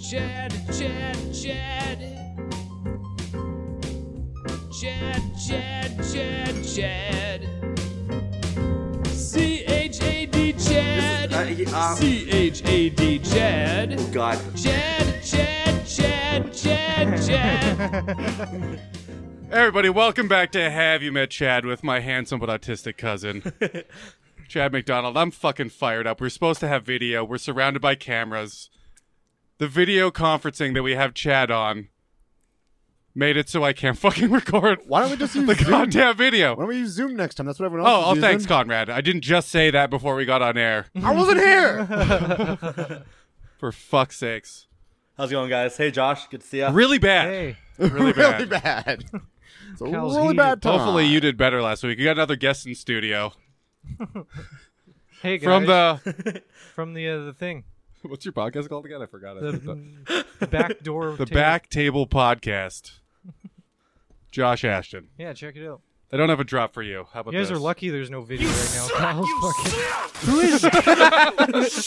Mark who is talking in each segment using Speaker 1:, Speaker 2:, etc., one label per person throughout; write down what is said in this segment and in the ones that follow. Speaker 1: Chad, Chad, Chad. Chad, Chad, Chad, Chad. C H A D
Speaker 2: This
Speaker 1: Chad.
Speaker 2: is- uh, y- uh,
Speaker 1: C H A D Chad.
Speaker 2: God.
Speaker 1: Chad, Chad, Chad, Chad, Chad.
Speaker 3: Everybody, welcome back to Have You Met Chad with my handsome but autistic cousin, Chad McDonald. I'm fucking fired up. We're supposed to have video. We're surrounded by cameras. The video conferencing that we have Chad on made it so I can't fucking record
Speaker 4: Why don't we just use
Speaker 3: the
Speaker 4: Zoom?
Speaker 3: goddamn
Speaker 4: Why
Speaker 3: video.
Speaker 4: don't we use Zoom next time? That's what everyone else
Speaker 3: Oh, oh,
Speaker 4: is
Speaker 3: thanks,
Speaker 4: using.
Speaker 3: Conrad. I didn't just say that before we got on air.
Speaker 4: I wasn't here.
Speaker 3: For fuck's sakes.
Speaker 2: How's it going, guys? Hey, Josh. Good to see you.
Speaker 3: Really bad.
Speaker 5: Hey,
Speaker 3: Really bad.
Speaker 4: really bad. It's a
Speaker 5: Cal's
Speaker 4: really bad
Speaker 5: heated.
Speaker 4: time.
Speaker 3: Hopefully you did better last week. You got another guest in studio.
Speaker 5: hey guys.
Speaker 3: From the
Speaker 5: from the uh, the thing,
Speaker 3: What's your podcast called again? I forgot it.
Speaker 5: the back door.
Speaker 3: The
Speaker 5: table.
Speaker 3: Back Table Podcast. Josh Ashton.
Speaker 5: Yeah, check it out.
Speaker 3: I don't have a drop for you. How about
Speaker 5: You guys
Speaker 3: this?
Speaker 5: are lucky. There's no video right now. Kyle's fucking-
Speaker 3: That's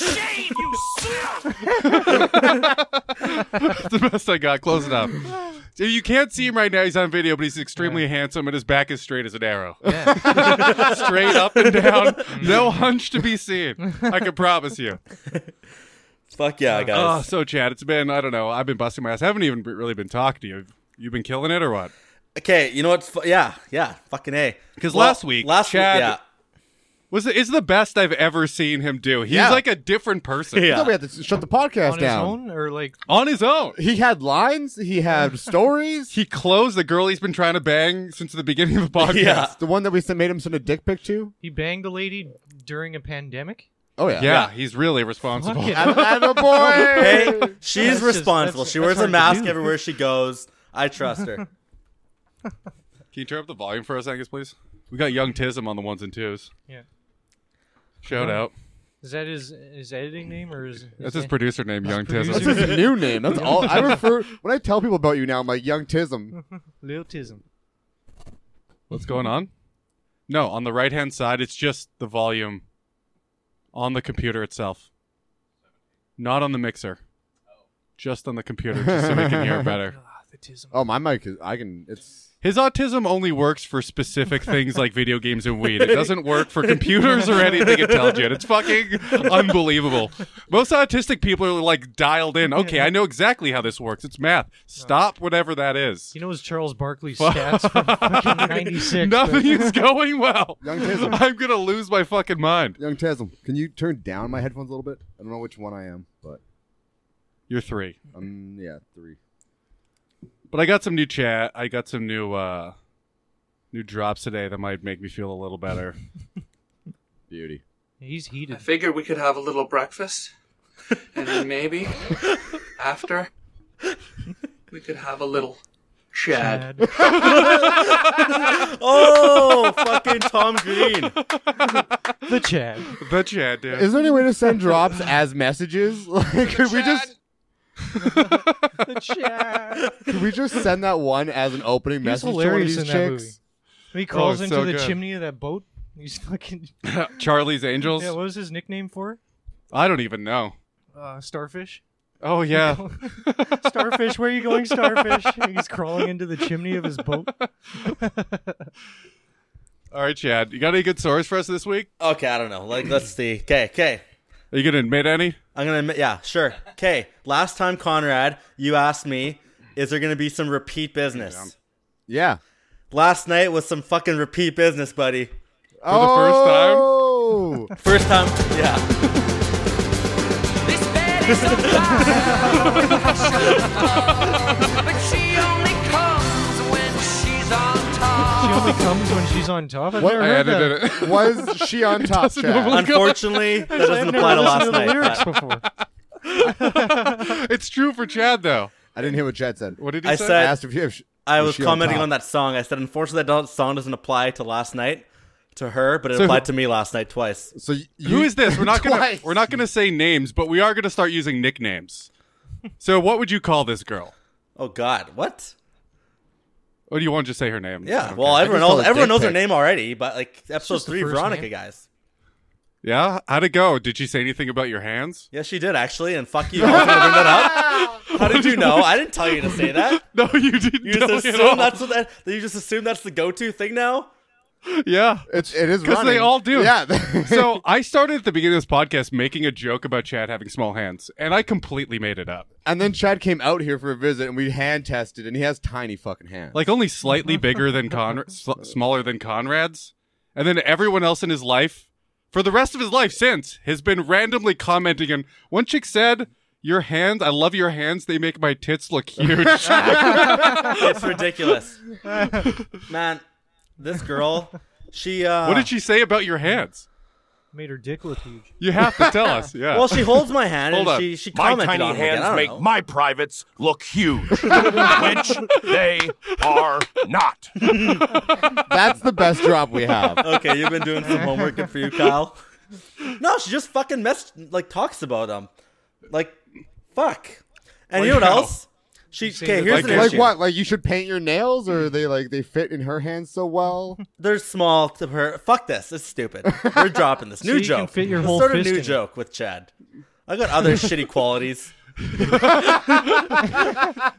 Speaker 3: the best I got. Close enough. So You can't see him right now. He's on video, but he's extremely handsome and his back is straight as an arrow.
Speaker 5: Yeah. Mm.
Speaker 3: Straight up and down. No hunch to be seen. I can promise you.
Speaker 2: Fuck yeah,
Speaker 5: Uh,
Speaker 3: Oh,
Speaker 2: guys.
Speaker 3: so Chad, it's been, I don't know, I've been busting my ass. I haven't even really been talking to you. You've been killing it or what?
Speaker 2: okay, you know what's fu- yeah, yeah, fucking a.
Speaker 3: 'Cause last week,
Speaker 2: last
Speaker 3: Chad-
Speaker 2: week,
Speaker 3: Was it is the best I've ever seen him do. He's
Speaker 4: Yeah.
Speaker 3: like a different person.
Speaker 2: Yeah.
Speaker 4: I thought we had to shut the podcast
Speaker 5: On his
Speaker 4: down.
Speaker 5: own or like
Speaker 3: On his own.
Speaker 4: He had lines. He had stories.
Speaker 3: He closed the girl he's been trying to bang since the beginning of the podcast.
Speaker 2: Yeah.
Speaker 4: The one that we sent, made him send a dick pic to.
Speaker 5: he banged a lady during a pandemic.
Speaker 4: Oh yeah.
Speaker 3: Yeah, he's really responsible.
Speaker 5: Fuck yeah.
Speaker 4: Atta
Speaker 2: yeah.
Speaker 4: boy.
Speaker 2: Hey,
Speaker 5: That's
Speaker 2: she's
Speaker 5: just-
Speaker 2: responsible.
Speaker 5: that's-
Speaker 2: she
Speaker 5: that's
Speaker 2: wears a
Speaker 5: hard to
Speaker 2: mask
Speaker 5: do.
Speaker 2: everywhere she goes. I trust her.
Speaker 3: Can you turn up the volume for us, Angus, please? We got Young Tism on the ones and twos.
Speaker 5: Yeah.
Speaker 3: Shout out.
Speaker 5: Is that his his editing name or is, is
Speaker 3: That's his
Speaker 5: that-
Speaker 3: producer name, Young
Speaker 4: That's
Speaker 5: producer.
Speaker 3: Tism.
Speaker 4: his new name. That's all. I refer when I tell people about you now. I'm like young Tism.
Speaker 5: Lil Tism?
Speaker 3: What's going on? No, on the right hand side, it's just the volume on the computer itself, not on the mixer. Just on the computer, just so we can hear better.
Speaker 5: Ah, the Tism.
Speaker 4: Oh my mic is. I can. It's.
Speaker 3: His autism only works for specific things like video games and weed. It doesn't work for computers or anything intelligent. It's fucking unbelievable. Most autistic people are like dialed in. Okay, I know exactly how this works. It's math. Stop whatever that is.
Speaker 5: He knows Charles Barkley's stats from fucking '96.
Speaker 3: Nothing is going well.
Speaker 4: Young Tism.
Speaker 3: I'm gonna lose my fucking mind.
Speaker 4: Young Tism. Can you turn down my headphones a little bit? I don't know which one I am, but
Speaker 3: You're three.
Speaker 4: um, yeah, three.
Speaker 3: But I got some new chat. I got some new uh new drops today that might make me feel a little better.
Speaker 4: Beauty.
Speaker 5: He's
Speaker 6: I
Speaker 5: heated.
Speaker 6: figured we could have a little breakfast, and then maybe after we could have a little Chad.
Speaker 5: Bad.
Speaker 2: Oh, fucking Tom Green.
Speaker 5: The Chad.
Speaker 3: the chat, dude.
Speaker 4: Is there any way to send drops as messages? Like, could we just
Speaker 5: The Chad.
Speaker 4: could we just send that one as an opening
Speaker 5: He's
Speaker 4: message to one of
Speaker 5: hilarious
Speaker 4: these
Speaker 5: in that movie.
Speaker 4: chicks?
Speaker 5: When he crawls
Speaker 3: Oh, it's
Speaker 5: into
Speaker 3: so
Speaker 5: the
Speaker 3: good.
Speaker 5: chimney of that boat. He's fucking.
Speaker 3: Charlie's Angels.
Speaker 5: Yeah, what was his nickname for?
Speaker 3: I don't even know.
Speaker 5: Uh, starfish.
Speaker 3: Oh yeah.
Speaker 5: Starfish, where are you going, Starfish? He's crawling into the chimney of his boat.
Speaker 3: All right, Chad. You got any good stories for us this week?
Speaker 2: Okay, I don't know. Like, let's see. Okay, okay.
Speaker 3: Are you gonna admit any?
Speaker 2: I'm gonna admit, yeah, sure. Okay, last time Conrad, you asked me, is there gonna be some repeat business?
Speaker 4: Yeah.
Speaker 2: Last night was some fucking repeat business, buddy.
Speaker 4: oh!
Speaker 3: the
Speaker 2: First time, yeah.
Speaker 1: This bed is on fire. but she only comes when she's on
Speaker 5: She
Speaker 1: top.
Speaker 5: only comes when she's on top. I've
Speaker 4: What-
Speaker 5: never
Speaker 3: I
Speaker 5: heard that.
Speaker 3: edited it.
Speaker 4: Oh! was she on top?
Speaker 3: Doesn't
Speaker 4: Chad?
Speaker 3: normally-
Speaker 2: Unfortunately, that
Speaker 5: I've
Speaker 2: doesn't
Speaker 5: never
Speaker 2: apply to
Speaker 5: listened
Speaker 2: last night.
Speaker 5: the lyrics
Speaker 2: but
Speaker 5: before.
Speaker 3: it's true for Chad though.
Speaker 4: I didn't hear what Chad said.
Speaker 3: What did he
Speaker 2: I
Speaker 3: say?
Speaker 4: I
Speaker 2: said-
Speaker 4: asked if, you, if she,
Speaker 2: I
Speaker 4: if
Speaker 2: was
Speaker 4: she
Speaker 2: commenting
Speaker 4: on,
Speaker 2: on that song. I said, unfortunately, that don't- song doesn't apply to last night to her, but it
Speaker 3: So-
Speaker 2: applied to me last night twice.
Speaker 4: that. So y- you,
Speaker 3: Who is this? We're not gonna
Speaker 4: Twice.
Speaker 3: we're not gonna say names, but we are gonna start using nicknames. So what would you call this girl?
Speaker 2: Oh God, what?
Speaker 3: Or do you want to just say her name? I
Speaker 2: Yeah.
Speaker 3: don't
Speaker 2: Well,
Speaker 3: care.
Speaker 2: everyone
Speaker 4: just saw
Speaker 2: knows
Speaker 4: the
Speaker 2: everyone
Speaker 4: dick
Speaker 2: knows her
Speaker 4: pic.
Speaker 2: name already, but like episode
Speaker 5: just the
Speaker 2: three,
Speaker 5: first
Speaker 2: Veronica,
Speaker 5: name.
Speaker 2: guys.
Speaker 3: Yeah, how'd it go? Did she say anything about your hands?
Speaker 2: Yes, she did actually, and fuck you. I was gonna bring that up. How did you know? I didn't tell you to say that.
Speaker 3: No, you didn't.
Speaker 2: You
Speaker 3: tell me
Speaker 2: just
Speaker 3: at
Speaker 2: assume
Speaker 3: all.
Speaker 2: that's what that. You just assume that's the go-to thing now.
Speaker 3: yeah.
Speaker 4: It's it is
Speaker 3: 'Cause they
Speaker 4: running.
Speaker 3: all do.
Speaker 4: Yeah.
Speaker 3: So I started at the beginning of this podcast making a joke about Chad having small hands, and I completely made it up.
Speaker 4: and then Chad came out here for a visit, and we hand tested, and he has tiny fucking hands.
Speaker 3: Like only slightly bigger than Conrad, smaller than Conrad's, and then everyone else in his life, for the rest of his life since, has been randomly commenting. And one chick said, "Your hands, I love your hands. They make my tits look huge."
Speaker 2: It's ridiculous, man. This girl, she. Uh,
Speaker 3: what did she say about your hands?
Speaker 5: Made her dick look huge.
Speaker 3: You have to tell us. Yeah.
Speaker 2: Well, she holds my hand
Speaker 3: Hold
Speaker 2: and
Speaker 3: up.
Speaker 2: she she
Speaker 7: My
Speaker 2: commented
Speaker 7: tiny
Speaker 2: on it again. I
Speaker 7: hands
Speaker 2: don't
Speaker 7: make
Speaker 2: know.
Speaker 7: my privates look huge, which they are not.
Speaker 4: That's the best drop we have.
Speaker 2: okay, you've been doing some homework. Good for you, Kyle. No, she just fucking messed, like talks about them, like fuck. And you know what
Speaker 3: Wow.
Speaker 2: else? She okay.
Speaker 5: that-
Speaker 2: Here's
Speaker 3: Like-
Speaker 2: an
Speaker 4: Like
Speaker 2: issue.
Speaker 4: what? Like you should paint your nails, or they like they fit in her hands so well.
Speaker 2: They're small to her. Fuck this. It's stupid. We're dropping this new
Speaker 5: you can
Speaker 2: joke.
Speaker 5: fit your
Speaker 2: Let's
Speaker 5: whole
Speaker 2: start a
Speaker 5: fist
Speaker 2: new
Speaker 5: in it.
Speaker 2: joke with Chad. I got other shitty qualities.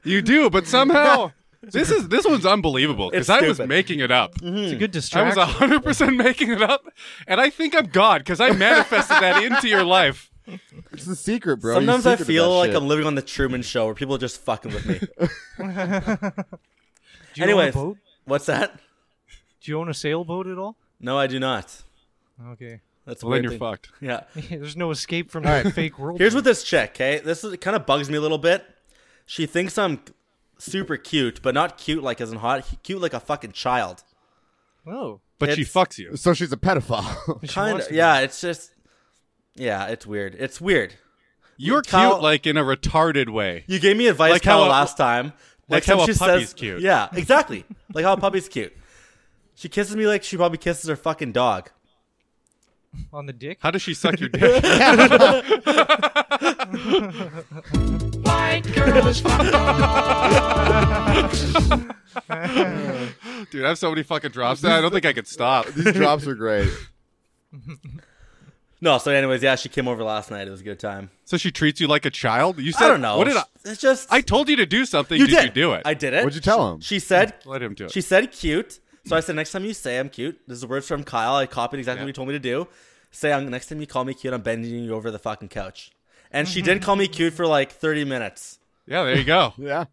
Speaker 3: You do, but somehow this is this one's unbelievable
Speaker 2: It's
Speaker 3: because I was
Speaker 2: stupid. Mm-hmm.
Speaker 3: making it up.
Speaker 5: It's a good
Speaker 3: Hmm. I was uh,
Speaker 5: distraction.
Speaker 3: hundred percent making it up, and I think I'm God because I manifested that into your life.
Speaker 4: It's the secret, bro. You
Speaker 2: Sometimes I
Speaker 4: secreted that
Speaker 2: feel like
Speaker 4: shit.
Speaker 2: I'm living on the Truman Show where people are just fucking with me.
Speaker 5: do you own a
Speaker 2: anyways.
Speaker 5: boat?
Speaker 2: What's that?
Speaker 5: Do you own a sailboat at all?
Speaker 2: No, I do not.
Speaker 5: Okay.
Speaker 2: That's a
Speaker 3: Well, then
Speaker 2: weird
Speaker 3: you're
Speaker 2: thing.
Speaker 3: fucked.
Speaker 2: Yeah.
Speaker 5: There's no escape from
Speaker 4: All
Speaker 5: that
Speaker 4: right.
Speaker 5: fake world.
Speaker 2: Here's what this chick, okay? This is, kind of bugs me a little bit. She thinks I'm super cute, but not cute like as in hot, cute like a fucking child.
Speaker 5: Oh.
Speaker 3: But she
Speaker 2: It's-
Speaker 3: fucks you.
Speaker 4: So she's a pedophile.
Speaker 5: She
Speaker 2: Kind
Speaker 5: wants
Speaker 2: of.
Speaker 5: to be.
Speaker 2: Yeah, it's just. Yeah, it's weird. It's weird.
Speaker 3: You're
Speaker 2: Kyle-
Speaker 3: cute like in a retarded way.
Speaker 2: You gave me advice,
Speaker 3: Like
Speaker 2: Kyle,
Speaker 3: how a-
Speaker 2: last time. Next
Speaker 3: how
Speaker 2: time
Speaker 3: a
Speaker 2: she
Speaker 3: puppy's
Speaker 2: says,
Speaker 3: cute.
Speaker 2: Yeah, exactly. like how a puppy's cute. She kisses me like she probably kisses her fucking dog.
Speaker 5: On the dick?
Speaker 3: How does she suck your dick?
Speaker 1: White girl is fucked
Speaker 3: Dude, I have so many fucking drops now. I don't think I could stop.
Speaker 4: These drops are great.
Speaker 2: No, so anyways, yeah, she came over last night. It was a good time.
Speaker 3: So she treats you like a child. You said,
Speaker 2: I don't know.
Speaker 3: What did I?
Speaker 2: It's just
Speaker 3: I told you to do something.
Speaker 2: you
Speaker 3: did,
Speaker 2: did.
Speaker 3: you do it?
Speaker 2: I did it.
Speaker 4: What'd you tell him?
Speaker 2: She said
Speaker 3: Let him do it.
Speaker 2: She said cute. So I said, next time you say I'm cute, this is the words from Kyle. I copied exactly what he told me to do. Say, "Um, next time you call me cute, I'm bending you over the fucking couch. And she did call me cute for like 30 minutes.
Speaker 3: yeah, there you go.
Speaker 4: Yeah.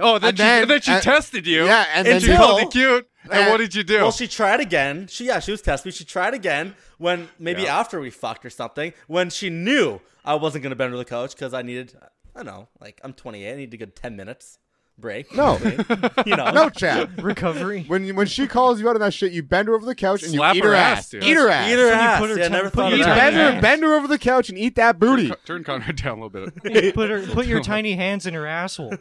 Speaker 3: Oh, then
Speaker 4: And
Speaker 3: she,
Speaker 4: then-
Speaker 3: then she
Speaker 4: and-
Speaker 3: tested you.
Speaker 4: Yeah,
Speaker 3: and
Speaker 4: and then
Speaker 3: she
Speaker 4: you-
Speaker 3: called you cute. And
Speaker 4: and-
Speaker 3: what did you do?
Speaker 2: Well, she tried again. She yeah, she was testing me. She tried again when maybe
Speaker 3: Yeah.
Speaker 2: after we fucked or something when she knew I wasn't gonna bend over the couch because I needed I don't know like I'm 28. I need a good 10 minutes break.
Speaker 4: No.
Speaker 2: you know.
Speaker 4: No, Chad.
Speaker 5: Recovery?
Speaker 4: When you- when she calls you out on that shit, you bend her over the couch and
Speaker 3: Slap
Speaker 4: you eat
Speaker 3: her
Speaker 4: her,
Speaker 3: ass,
Speaker 4: ass.
Speaker 3: dude.
Speaker 4: Eat her ass.
Speaker 2: Eat her
Speaker 5: you
Speaker 2: ass.
Speaker 5: put her
Speaker 2: yeah, I
Speaker 5: tongue-
Speaker 2: never
Speaker 5: put
Speaker 2: thought
Speaker 5: your
Speaker 2: of
Speaker 4: You
Speaker 5: tongue
Speaker 2: that.
Speaker 4: bend her,
Speaker 5: ass.
Speaker 4: bend her over the couch and eat that booty.
Speaker 3: Co- Turn Conrad down a little bit.
Speaker 5: put her put your tiny hands in her asshole.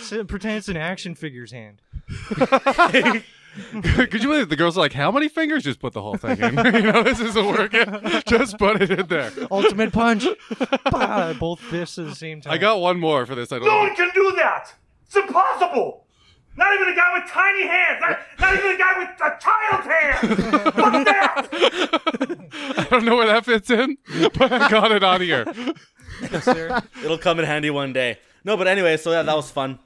Speaker 5: So- Pretend it's an action figure's hand.
Speaker 3: Could you believe the girls are like, how many fingers? Just put the whole thing in. you know, this isn't working. Just put it in there.
Speaker 5: Ultimate punch. Bah, both fists at the same time.
Speaker 3: I got one more for this. I don't
Speaker 8: No
Speaker 3: know.
Speaker 8: one can do that. It's impossible. Not even a guy with tiny hands. Not, not even a guy with a child's hands. Fuck that.
Speaker 3: I don't know where that fits in, but I got it on here.
Speaker 2: It'll come in handy one day. No, but anyway, so yeah, that was fun.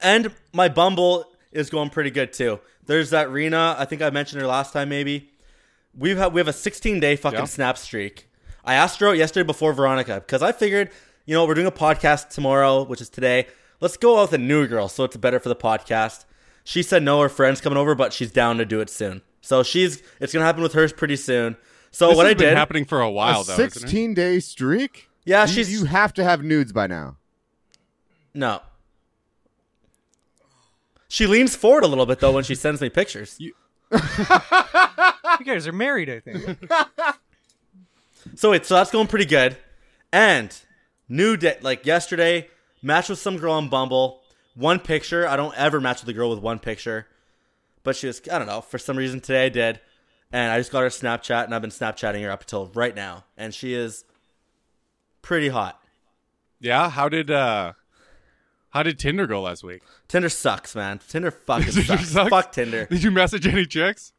Speaker 2: And my Bumble is going pretty good too. There's that Rena. I think I mentioned her last time. Maybe we have we have a 16 day fucking
Speaker 3: Yeah.
Speaker 2: snap streak. I asked her out yesterday before Veronica because I figured, you know, we're doing a podcast tomorrow, which is today. Let's go out with a new girl, so it's better for the podcast. She said no, her friend's coming over, but she's down to do it soon. So she's it's gonna happen with hers pretty soon. So
Speaker 3: This
Speaker 2: what
Speaker 3: has
Speaker 2: I
Speaker 3: been
Speaker 2: did,
Speaker 3: happening for a while though. isn't it?
Speaker 4: Sixteen day streak.
Speaker 2: yeah,
Speaker 4: You-
Speaker 2: she's
Speaker 4: you have to have nudes by now.
Speaker 2: No. She leans forward a little bit though when she sends me pictures.
Speaker 5: you guys are married, I think.
Speaker 2: So wait, so that's going pretty good. And new day, like yesterday, matched with some girl on Bumble. One picture. I don't ever match with a girl with one picture, but she was. I don't know. For some reason today I did, and I just got her Snapchat, and I've been Snapchatting her up until right now, and she is pretty hot.
Speaker 3: Yeah. How did uh how did Tinder go last week?
Speaker 2: Tinder sucks, man. Tinder fucking
Speaker 3: Tinder
Speaker 2: sucks.
Speaker 3: sucks?
Speaker 2: Fuck Tinder.
Speaker 3: Did you message any chicks?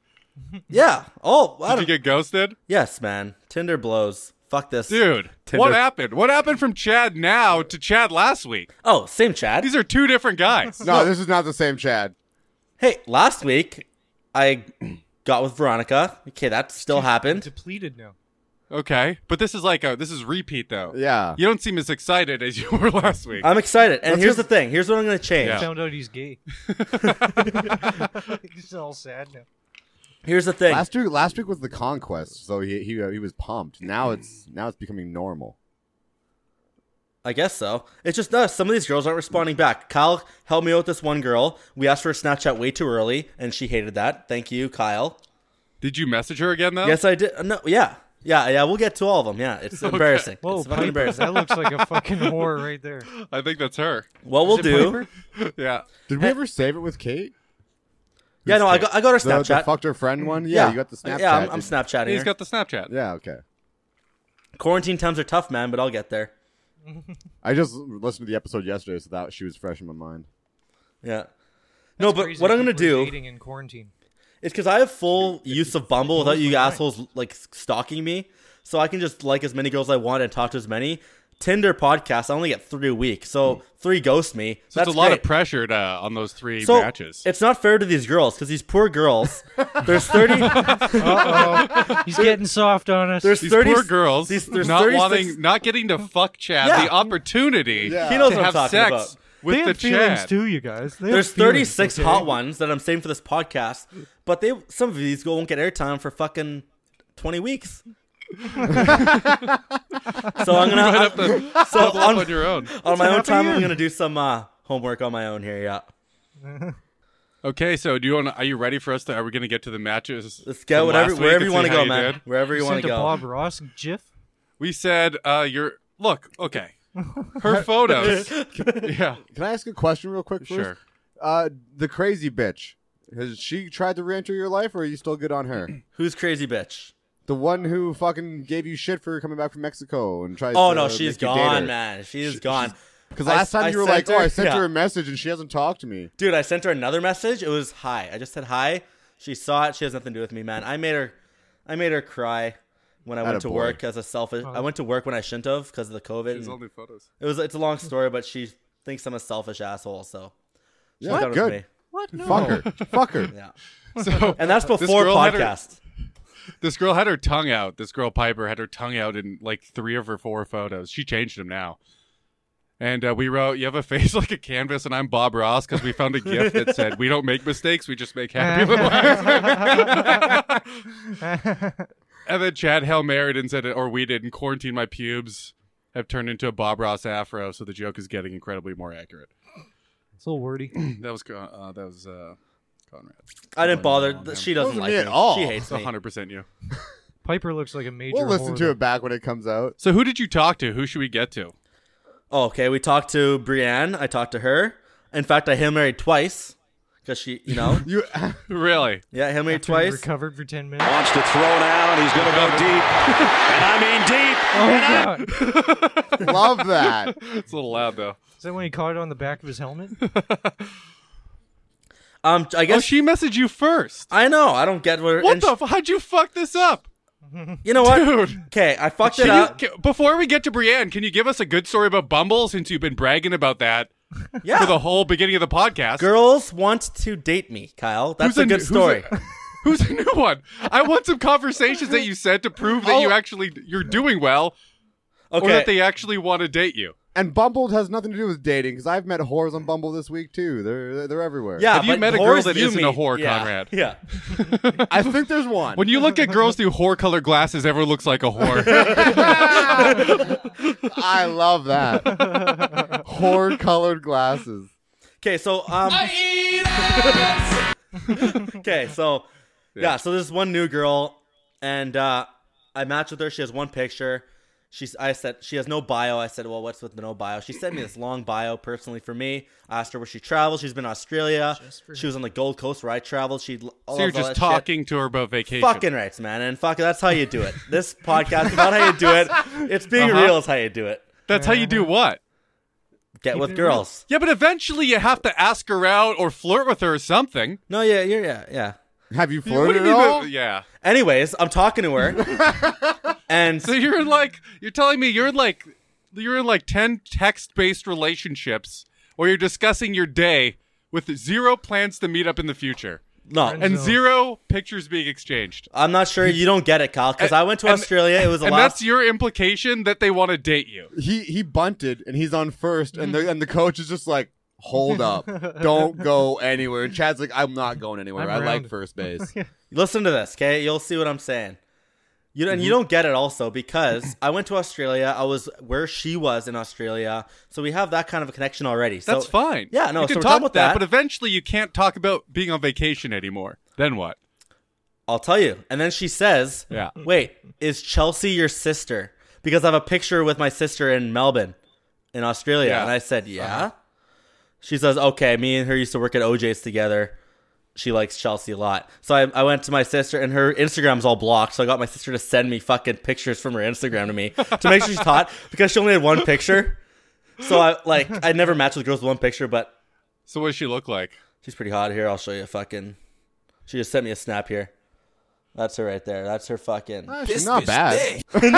Speaker 2: Yeah. Oh, I
Speaker 3: Did you
Speaker 2: don't-
Speaker 3: get ghosted?
Speaker 2: yes, man. Tinder blows. Fuck this,
Speaker 3: Dude, what
Speaker 2: Tinder-
Speaker 3: happened? What happened from Chad now to Chad last week?
Speaker 2: Oh, same Chad.
Speaker 3: These are two different guys.
Speaker 4: No, this is not the same Chad.
Speaker 2: hey, last week I got with Veronica. Okay, that still happened.
Speaker 5: Depleted now.
Speaker 3: Okay, but this is like a this is repeat though.
Speaker 4: Yeah.
Speaker 3: You don't seem as excited as you were last week.
Speaker 2: I'm excited. And
Speaker 4: Let's
Speaker 2: here's
Speaker 4: just-
Speaker 2: the thing. Here's what I'm going to change.
Speaker 3: Yeah.
Speaker 5: Found out he's gay. he's all sad now.
Speaker 2: Here's the thing.
Speaker 4: Last week, last week was the conquest, so he he, uh, he was pumped. Now it's now it's becoming normal.
Speaker 2: I guess so. It's just us. Some of these girls aren't responding back. Kyle helped me out with this one girl. We asked for a Snapchat way too early, and she hated that. Thank you, Kyle.
Speaker 3: Did you message her again though?
Speaker 2: Yes, I did. Uh, No, yeah, yeah, yeah. We'll get to all of them. Yeah, it's embarrassing.
Speaker 5: Whoa,
Speaker 2: it's fucking
Speaker 5: Piper,
Speaker 2: embarrassing.
Speaker 5: that looks like a fucking whore right there.
Speaker 3: I think that's her.
Speaker 2: What we'll
Speaker 5: Is it
Speaker 2: do?
Speaker 5: Piper?
Speaker 3: Yeah.
Speaker 4: Did we ever save it with Kate?
Speaker 2: Yeah, no, I got, I got her
Speaker 4: The, the
Speaker 2: Snapchat.
Speaker 4: fucked her friend one. Yeah, you got the Snapchat.
Speaker 2: Yeah, I'm, I'm
Speaker 4: Did-
Speaker 2: Snapchatting.
Speaker 3: He's
Speaker 2: her.
Speaker 3: got the Snapchat.
Speaker 4: Yeah, okay.
Speaker 2: Quarantine times are tough, man, but I'll get there.
Speaker 4: I just listened to the episode yesterday, so that she was fresh in my mind.
Speaker 2: Yeah. no, but
Speaker 5: Crazy
Speaker 2: what I'm gonna
Speaker 5: people
Speaker 2: do
Speaker 5: dating in quarantine.
Speaker 2: is because I have full use of Bumble without you assholes like stalking me, so I can just like as many girls I want and talk to as many. Tinder podcast, I only get three a week, so three ghost me.
Speaker 3: So
Speaker 2: That's
Speaker 3: it's a lot
Speaker 2: great.
Speaker 3: of pressure to, on those three
Speaker 2: so
Speaker 3: matches.
Speaker 2: it's not fair to these girls because these poor girls. there's thirty.
Speaker 5: He's getting soft on us.
Speaker 2: There's
Speaker 3: These
Speaker 2: thirty
Speaker 3: poor girls
Speaker 2: these- there's
Speaker 3: not
Speaker 2: 36
Speaker 3: wanting, not getting to fuck Chad
Speaker 2: Yeah.
Speaker 3: the opportunity
Speaker 2: He knows
Speaker 3: to
Speaker 2: what I'm
Speaker 3: have
Speaker 2: talking
Speaker 3: sex
Speaker 2: about.
Speaker 3: with
Speaker 5: they
Speaker 3: the
Speaker 5: have feelings
Speaker 3: Chad.
Speaker 5: too, you guys. They have
Speaker 2: There's
Speaker 5: feelings,
Speaker 2: 36
Speaker 5: okay?
Speaker 2: hot ones that I'm saving for this podcast, but they some of these won't get airtime for fucking 20 weeks. so I'm
Speaker 3: You might
Speaker 2: gonna
Speaker 3: have to
Speaker 2: so
Speaker 3: double up
Speaker 2: on,
Speaker 3: on your own.
Speaker 2: on my own
Speaker 5: half a
Speaker 2: time. I'm
Speaker 5: year.
Speaker 2: gonna do some uh, homework on my own here. Yeah,
Speaker 3: Okay, so do you want? Are you ready for us to? Are we going to get to the matches?
Speaker 2: let's go
Speaker 3: from
Speaker 2: whatever
Speaker 3: last week
Speaker 2: wherever
Speaker 3: and
Speaker 2: you
Speaker 3: see
Speaker 2: want to
Speaker 3: how
Speaker 2: go, man.
Speaker 3: did?
Speaker 2: Wherever you
Speaker 5: You
Speaker 2: want
Speaker 5: sent
Speaker 2: to
Speaker 5: a
Speaker 2: go.
Speaker 5: Bob Ross GIF.
Speaker 3: We said, uh, "Your look, okay." Her photos. yeah,
Speaker 4: Can I ask a question real quick? First?
Speaker 3: sure.
Speaker 4: Uh, the crazy bitch. Has she tried to re-enter your life, or are you still good on her?
Speaker 2: Who's crazy bitch?
Speaker 4: the one who fucking gave you shit for coming back from Mexico and tried.
Speaker 2: Oh
Speaker 4: to
Speaker 2: no,
Speaker 4: make
Speaker 2: she's
Speaker 4: you date
Speaker 2: gone,
Speaker 4: her.
Speaker 2: man. She is gone.
Speaker 4: Because
Speaker 2: I-
Speaker 4: last time
Speaker 2: I
Speaker 4: you were
Speaker 2: sent
Speaker 4: like, "Oh,
Speaker 2: her-
Speaker 4: I sent
Speaker 2: yeah.
Speaker 4: her a message and she hasn't talked to me."
Speaker 2: Dude, I sent her another message. It was hi. I just said hi. She saw it. She has nothing to do with me, man. I made her, I made her cry when I went to
Speaker 4: Attaboy.
Speaker 2: work as a selfish.
Speaker 3: Oh.
Speaker 2: I went to work when I shouldn't have because of the COVID.
Speaker 3: These
Speaker 2: and
Speaker 3: only photos.
Speaker 2: It was. It's a long story, but she thinks I'm a selfish asshole. So she's
Speaker 4: Yeah,
Speaker 2: done with
Speaker 4: good.
Speaker 2: me.
Speaker 5: What? No.
Speaker 4: Fuck her. Fuck her.
Speaker 2: Yeah,
Speaker 3: So
Speaker 2: and that's before
Speaker 3: girl had her-
Speaker 2: podcast.
Speaker 3: this girl had her tongue out. This girl Piper had her tongue out in like three of her four photos. She changed them now. And uh, we wrote, "You have a face like a canvas," and I'm Bob Ross because we found a gift that said, "We don't make mistakes; we just make happy little accidents." and then Chad Hail married and said, "Or we did, and quarantine my pubes have turned into a Bob Ross afro, so the joke is getting incredibly more accurate."
Speaker 5: It's a little wordy.
Speaker 3: That was Con- uh, that was uh, Conrad.
Speaker 2: I didn't bother. Th- She doesn't like
Speaker 4: Wasn't me
Speaker 2: me
Speaker 4: at all.
Speaker 2: She hates
Speaker 3: It's
Speaker 2: me.
Speaker 3: 100 percent you.
Speaker 5: Piper looks like a major.
Speaker 4: We'll listen
Speaker 5: whore,
Speaker 4: to
Speaker 5: though.
Speaker 4: it back when it comes out.
Speaker 3: So who did you talk to? Who should we get to?
Speaker 2: Oh, okay, we talked to Brienne. I talked to her. In fact, I hail married twice because she, you know,
Speaker 4: You
Speaker 3: Really?
Speaker 2: yeah, hail married
Speaker 5: After he
Speaker 2: twice.
Speaker 5: Recovered for ten minutes.
Speaker 7: Wants to throw down. He's going to go deep. And I mean deep.
Speaker 5: Oh god!
Speaker 4: love that.
Speaker 3: It's a little loud though.
Speaker 5: Is that when he caught it on the back of his helmet?
Speaker 2: Um, I
Speaker 3: Oh,
Speaker 2: guess
Speaker 3: she messaged you first.
Speaker 2: I know. I don't get what.
Speaker 3: What
Speaker 2: and
Speaker 3: the? F- how'd you fuck this up,
Speaker 2: You know what?
Speaker 3: dude?
Speaker 2: Okay, I fucked it
Speaker 3: Can you,
Speaker 2: up.
Speaker 3: ca- before we get to Brienne, can you give us a good story about Bumble since you've been bragging about that for the
Speaker 2: yeah.
Speaker 3: whole beginning of the podcast?
Speaker 2: Girls want to date me, Kyle. That's a
Speaker 3: new-
Speaker 2: good story.
Speaker 3: Who's a, who's a new one? I want some conversations that you said to prove that you actually you're doing well, or
Speaker 2: Oh. okay.
Speaker 3: that they actually want to date you.
Speaker 4: And Bumble has nothing to do with dating because I've met whores on Bumble this week too. They're they're everywhere.
Speaker 2: yeah,
Speaker 3: Have you
Speaker 2: but
Speaker 3: met a
Speaker 2: whores
Speaker 3: girl that
Speaker 2: you
Speaker 3: isn't a
Speaker 2: meet-
Speaker 3: whore,
Speaker 2: yeah,
Speaker 3: Conrad?
Speaker 2: Yeah.
Speaker 4: I think there's one.
Speaker 3: When you look at girls through whore colored glasses, everyone looks like a whore.
Speaker 4: I love that. Whore colored glasses.
Speaker 2: Okay, so um. okay, so yeah. so there's one new girl, and uh, I matched with her. She has one picture. She's I said she has no bio. I said, well, what's with the no bio? She sent me this long bio personally for me. I asked her where she travels. She's been to Australia. She was on the Gold Coast where I traveled. She so
Speaker 3: so you're just talking to her about vacation.
Speaker 2: Fucking rights, man, and fuck, that's how you do it. This podcast is not how you do it. It's being
Speaker 3: Uh-huh.
Speaker 2: real is how you do it.
Speaker 3: That's how you do what?
Speaker 2: Get with girls.
Speaker 3: Yeah, but eventually you have to ask her out or flirt with her or something.
Speaker 2: No, yeah, you're yeah, yeah.
Speaker 4: Have you
Speaker 3: What do
Speaker 4: flirted
Speaker 3: you
Speaker 4: at
Speaker 3: mean
Speaker 4: all?
Speaker 3: that- yeah.
Speaker 2: Anyways, I'm talking to her, and
Speaker 3: So you're in like you're telling me you're in like you're in like ten text based relationships where you're discussing your day with zero plans to meet up in the future
Speaker 2: no,
Speaker 3: and
Speaker 5: So-
Speaker 3: zero pictures being exchanged.
Speaker 2: I'm not sure. You don't get it, Kyle, because I went to
Speaker 3: And-
Speaker 2: Australia. It was a
Speaker 3: and
Speaker 2: lot.
Speaker 3: that's your implication that they want to date you.
Speaker 4: He he bunted and he's on first, and the and the coach is just like, hold up, don't go anywhere. And Chad's like, I'm not going anywhere.
Speaker 5: I'm
Speaker 4: I like
Speaker 5: around."
Speaker 4: first base.
Speaker 2: Listen to this, okay? You'll see what I'm saying. You and you
Speaker 3: Mm-hmm.
Speaker 2: don't get it also because I went to Australia. I was where she was in Australia, so we have that kind of a connection already. So
Speaker 3: That's fine.
Speaker 2: Yeah, no. so
Speaker 3: you can
Speaker 2: we're
Speaker 3: talk
Speaker 2: talking about that.
Speaker 3: but eventually you can't talk about being on vacation anymore. Then what?
Speaker 2: I'll tell you. And then she says,
Speaker 3: Yeah.
Speaker 2: wait, is Chelsea your sister? Because I have a picture with my sister in Melbourne, in Australia."
Speaker 3: Yeah. Uh-huh.
Speaker 2: And I said, "Yeah." She says, "Okay, me and her used to work at OJ's together. She likes Chelsea a lot." So I, I went to my sister, and her Instagram's all blocked. So I got my sister to send me fucking pictures from her Instagram to me to make sure she's hot because she only had one picture. So I like I never matched with girls with one picture, but
Speaker 3: So what does she look like?
Speaker 2: She's pretty hot here. I'll show you a fucking. She just sent me a snap here. That's her right there. That's her fucking. no,
Speaker 4: She's not bad.
Speaker 2: she's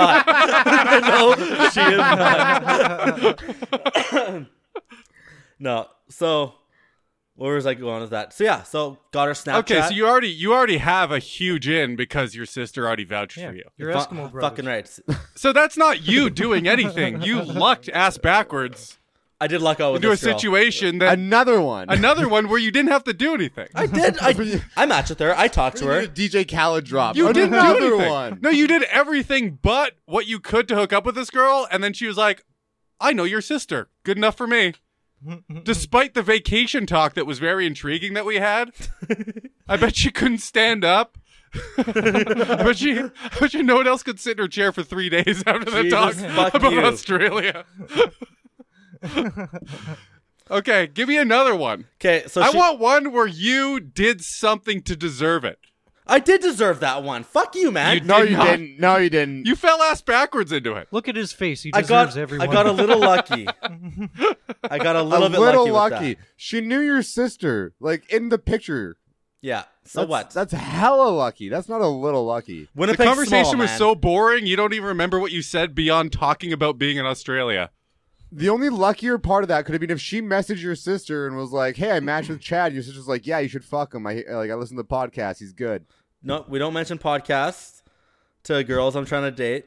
Speaker 2: not. no, she is not. no. So, where was I going with that? So yeah. So got her Snapchat.
Speaker 3: Okay, so you already you already have a huge in because your sister already vouched
Speaker 5: Yeah,
Speaker 3: for you.
Speaker 5: you're Eskimo brothers.
Speaker 2: Fucking right.
Speaker 3: So that's not you doing anything. You lucked ass backwards
Speaker 2: I did luck out with
Speaker 3: into a
Speaker 2: this girl.
Speaker 3: situation that
Speaker 4: Another one.
Speaker 3: another one where you didn't have to do anything.
Speaker 2: I did. I, I matched with her. I talked to her.
Speaker 4: DJ Khaled drop.
Speaker 3: You didn't do
Speaker 4: Another
Speaker 3: anything.
Speaker 4: one.
Speaker 3: No, you did everything but what you could to hook up with this girl, and then she was like, "I know your sister. Good enough for me." Despite the vacation talk that was very intriguing that we had, I bet she couldn't stand up. I bet she, I bet you no one else could sit in her chair for three days after the
Speaker 2: Jesus,
Speaker 3: talk
Speaker 2: fuck
Speaker 3: about
Speaker 2: you.
Speaker 3: Australia. okay, give me another one.
Speaker 2: Okay. So
Speaker 3: I
Speaker 2: Oh, she,
Speaker 3: want one where you did something to deserve it.
Speaker 2: I did deserve that one. Fuck you, man.
Speaker 4: No,
Speaker 3: Did
Speaker 4: you
Speaker 3: not.
Speaker 4: didn't. No, you didn't.
Speaker 3: You fell ass backwards into it.
Speaker 5: Look at his face. He
Speaker 2: I
Speaker 5: deserves
Speaker 2: got.
Speaker 5: everyone.
Speaker 2: I got a little lucky. I got a little
Speaker 4: a
Speaker 2: bit
Speaker 4: little
Speaker 2: lucky. with that.
Speaker 4: lucky. She knew your sister, like in the picture.
Speaker 2: Yeah. So
Speaker 4: that's,
Speaker 2: what?
Speaker 4: That's hella lucky. That's not a little lucky.
Speaker 2: Winnipeg
Speaker 3: the conversation
Speaker 2: small,
Speaker 3: was
Speaker 2: man.
Speaker 3: so boring you don't even remember what you said beyond talking about being in australia
Speaker 4: The only luckier part of that could have been if she messaged your sister and was like, "Hey, I matched with Chad." Your sister's like, "Yeah, you should fuck him." I like, I listen to the podcast. He's good.
Speaker 2: No, we don't mention podcasts to girls I'm trying to date.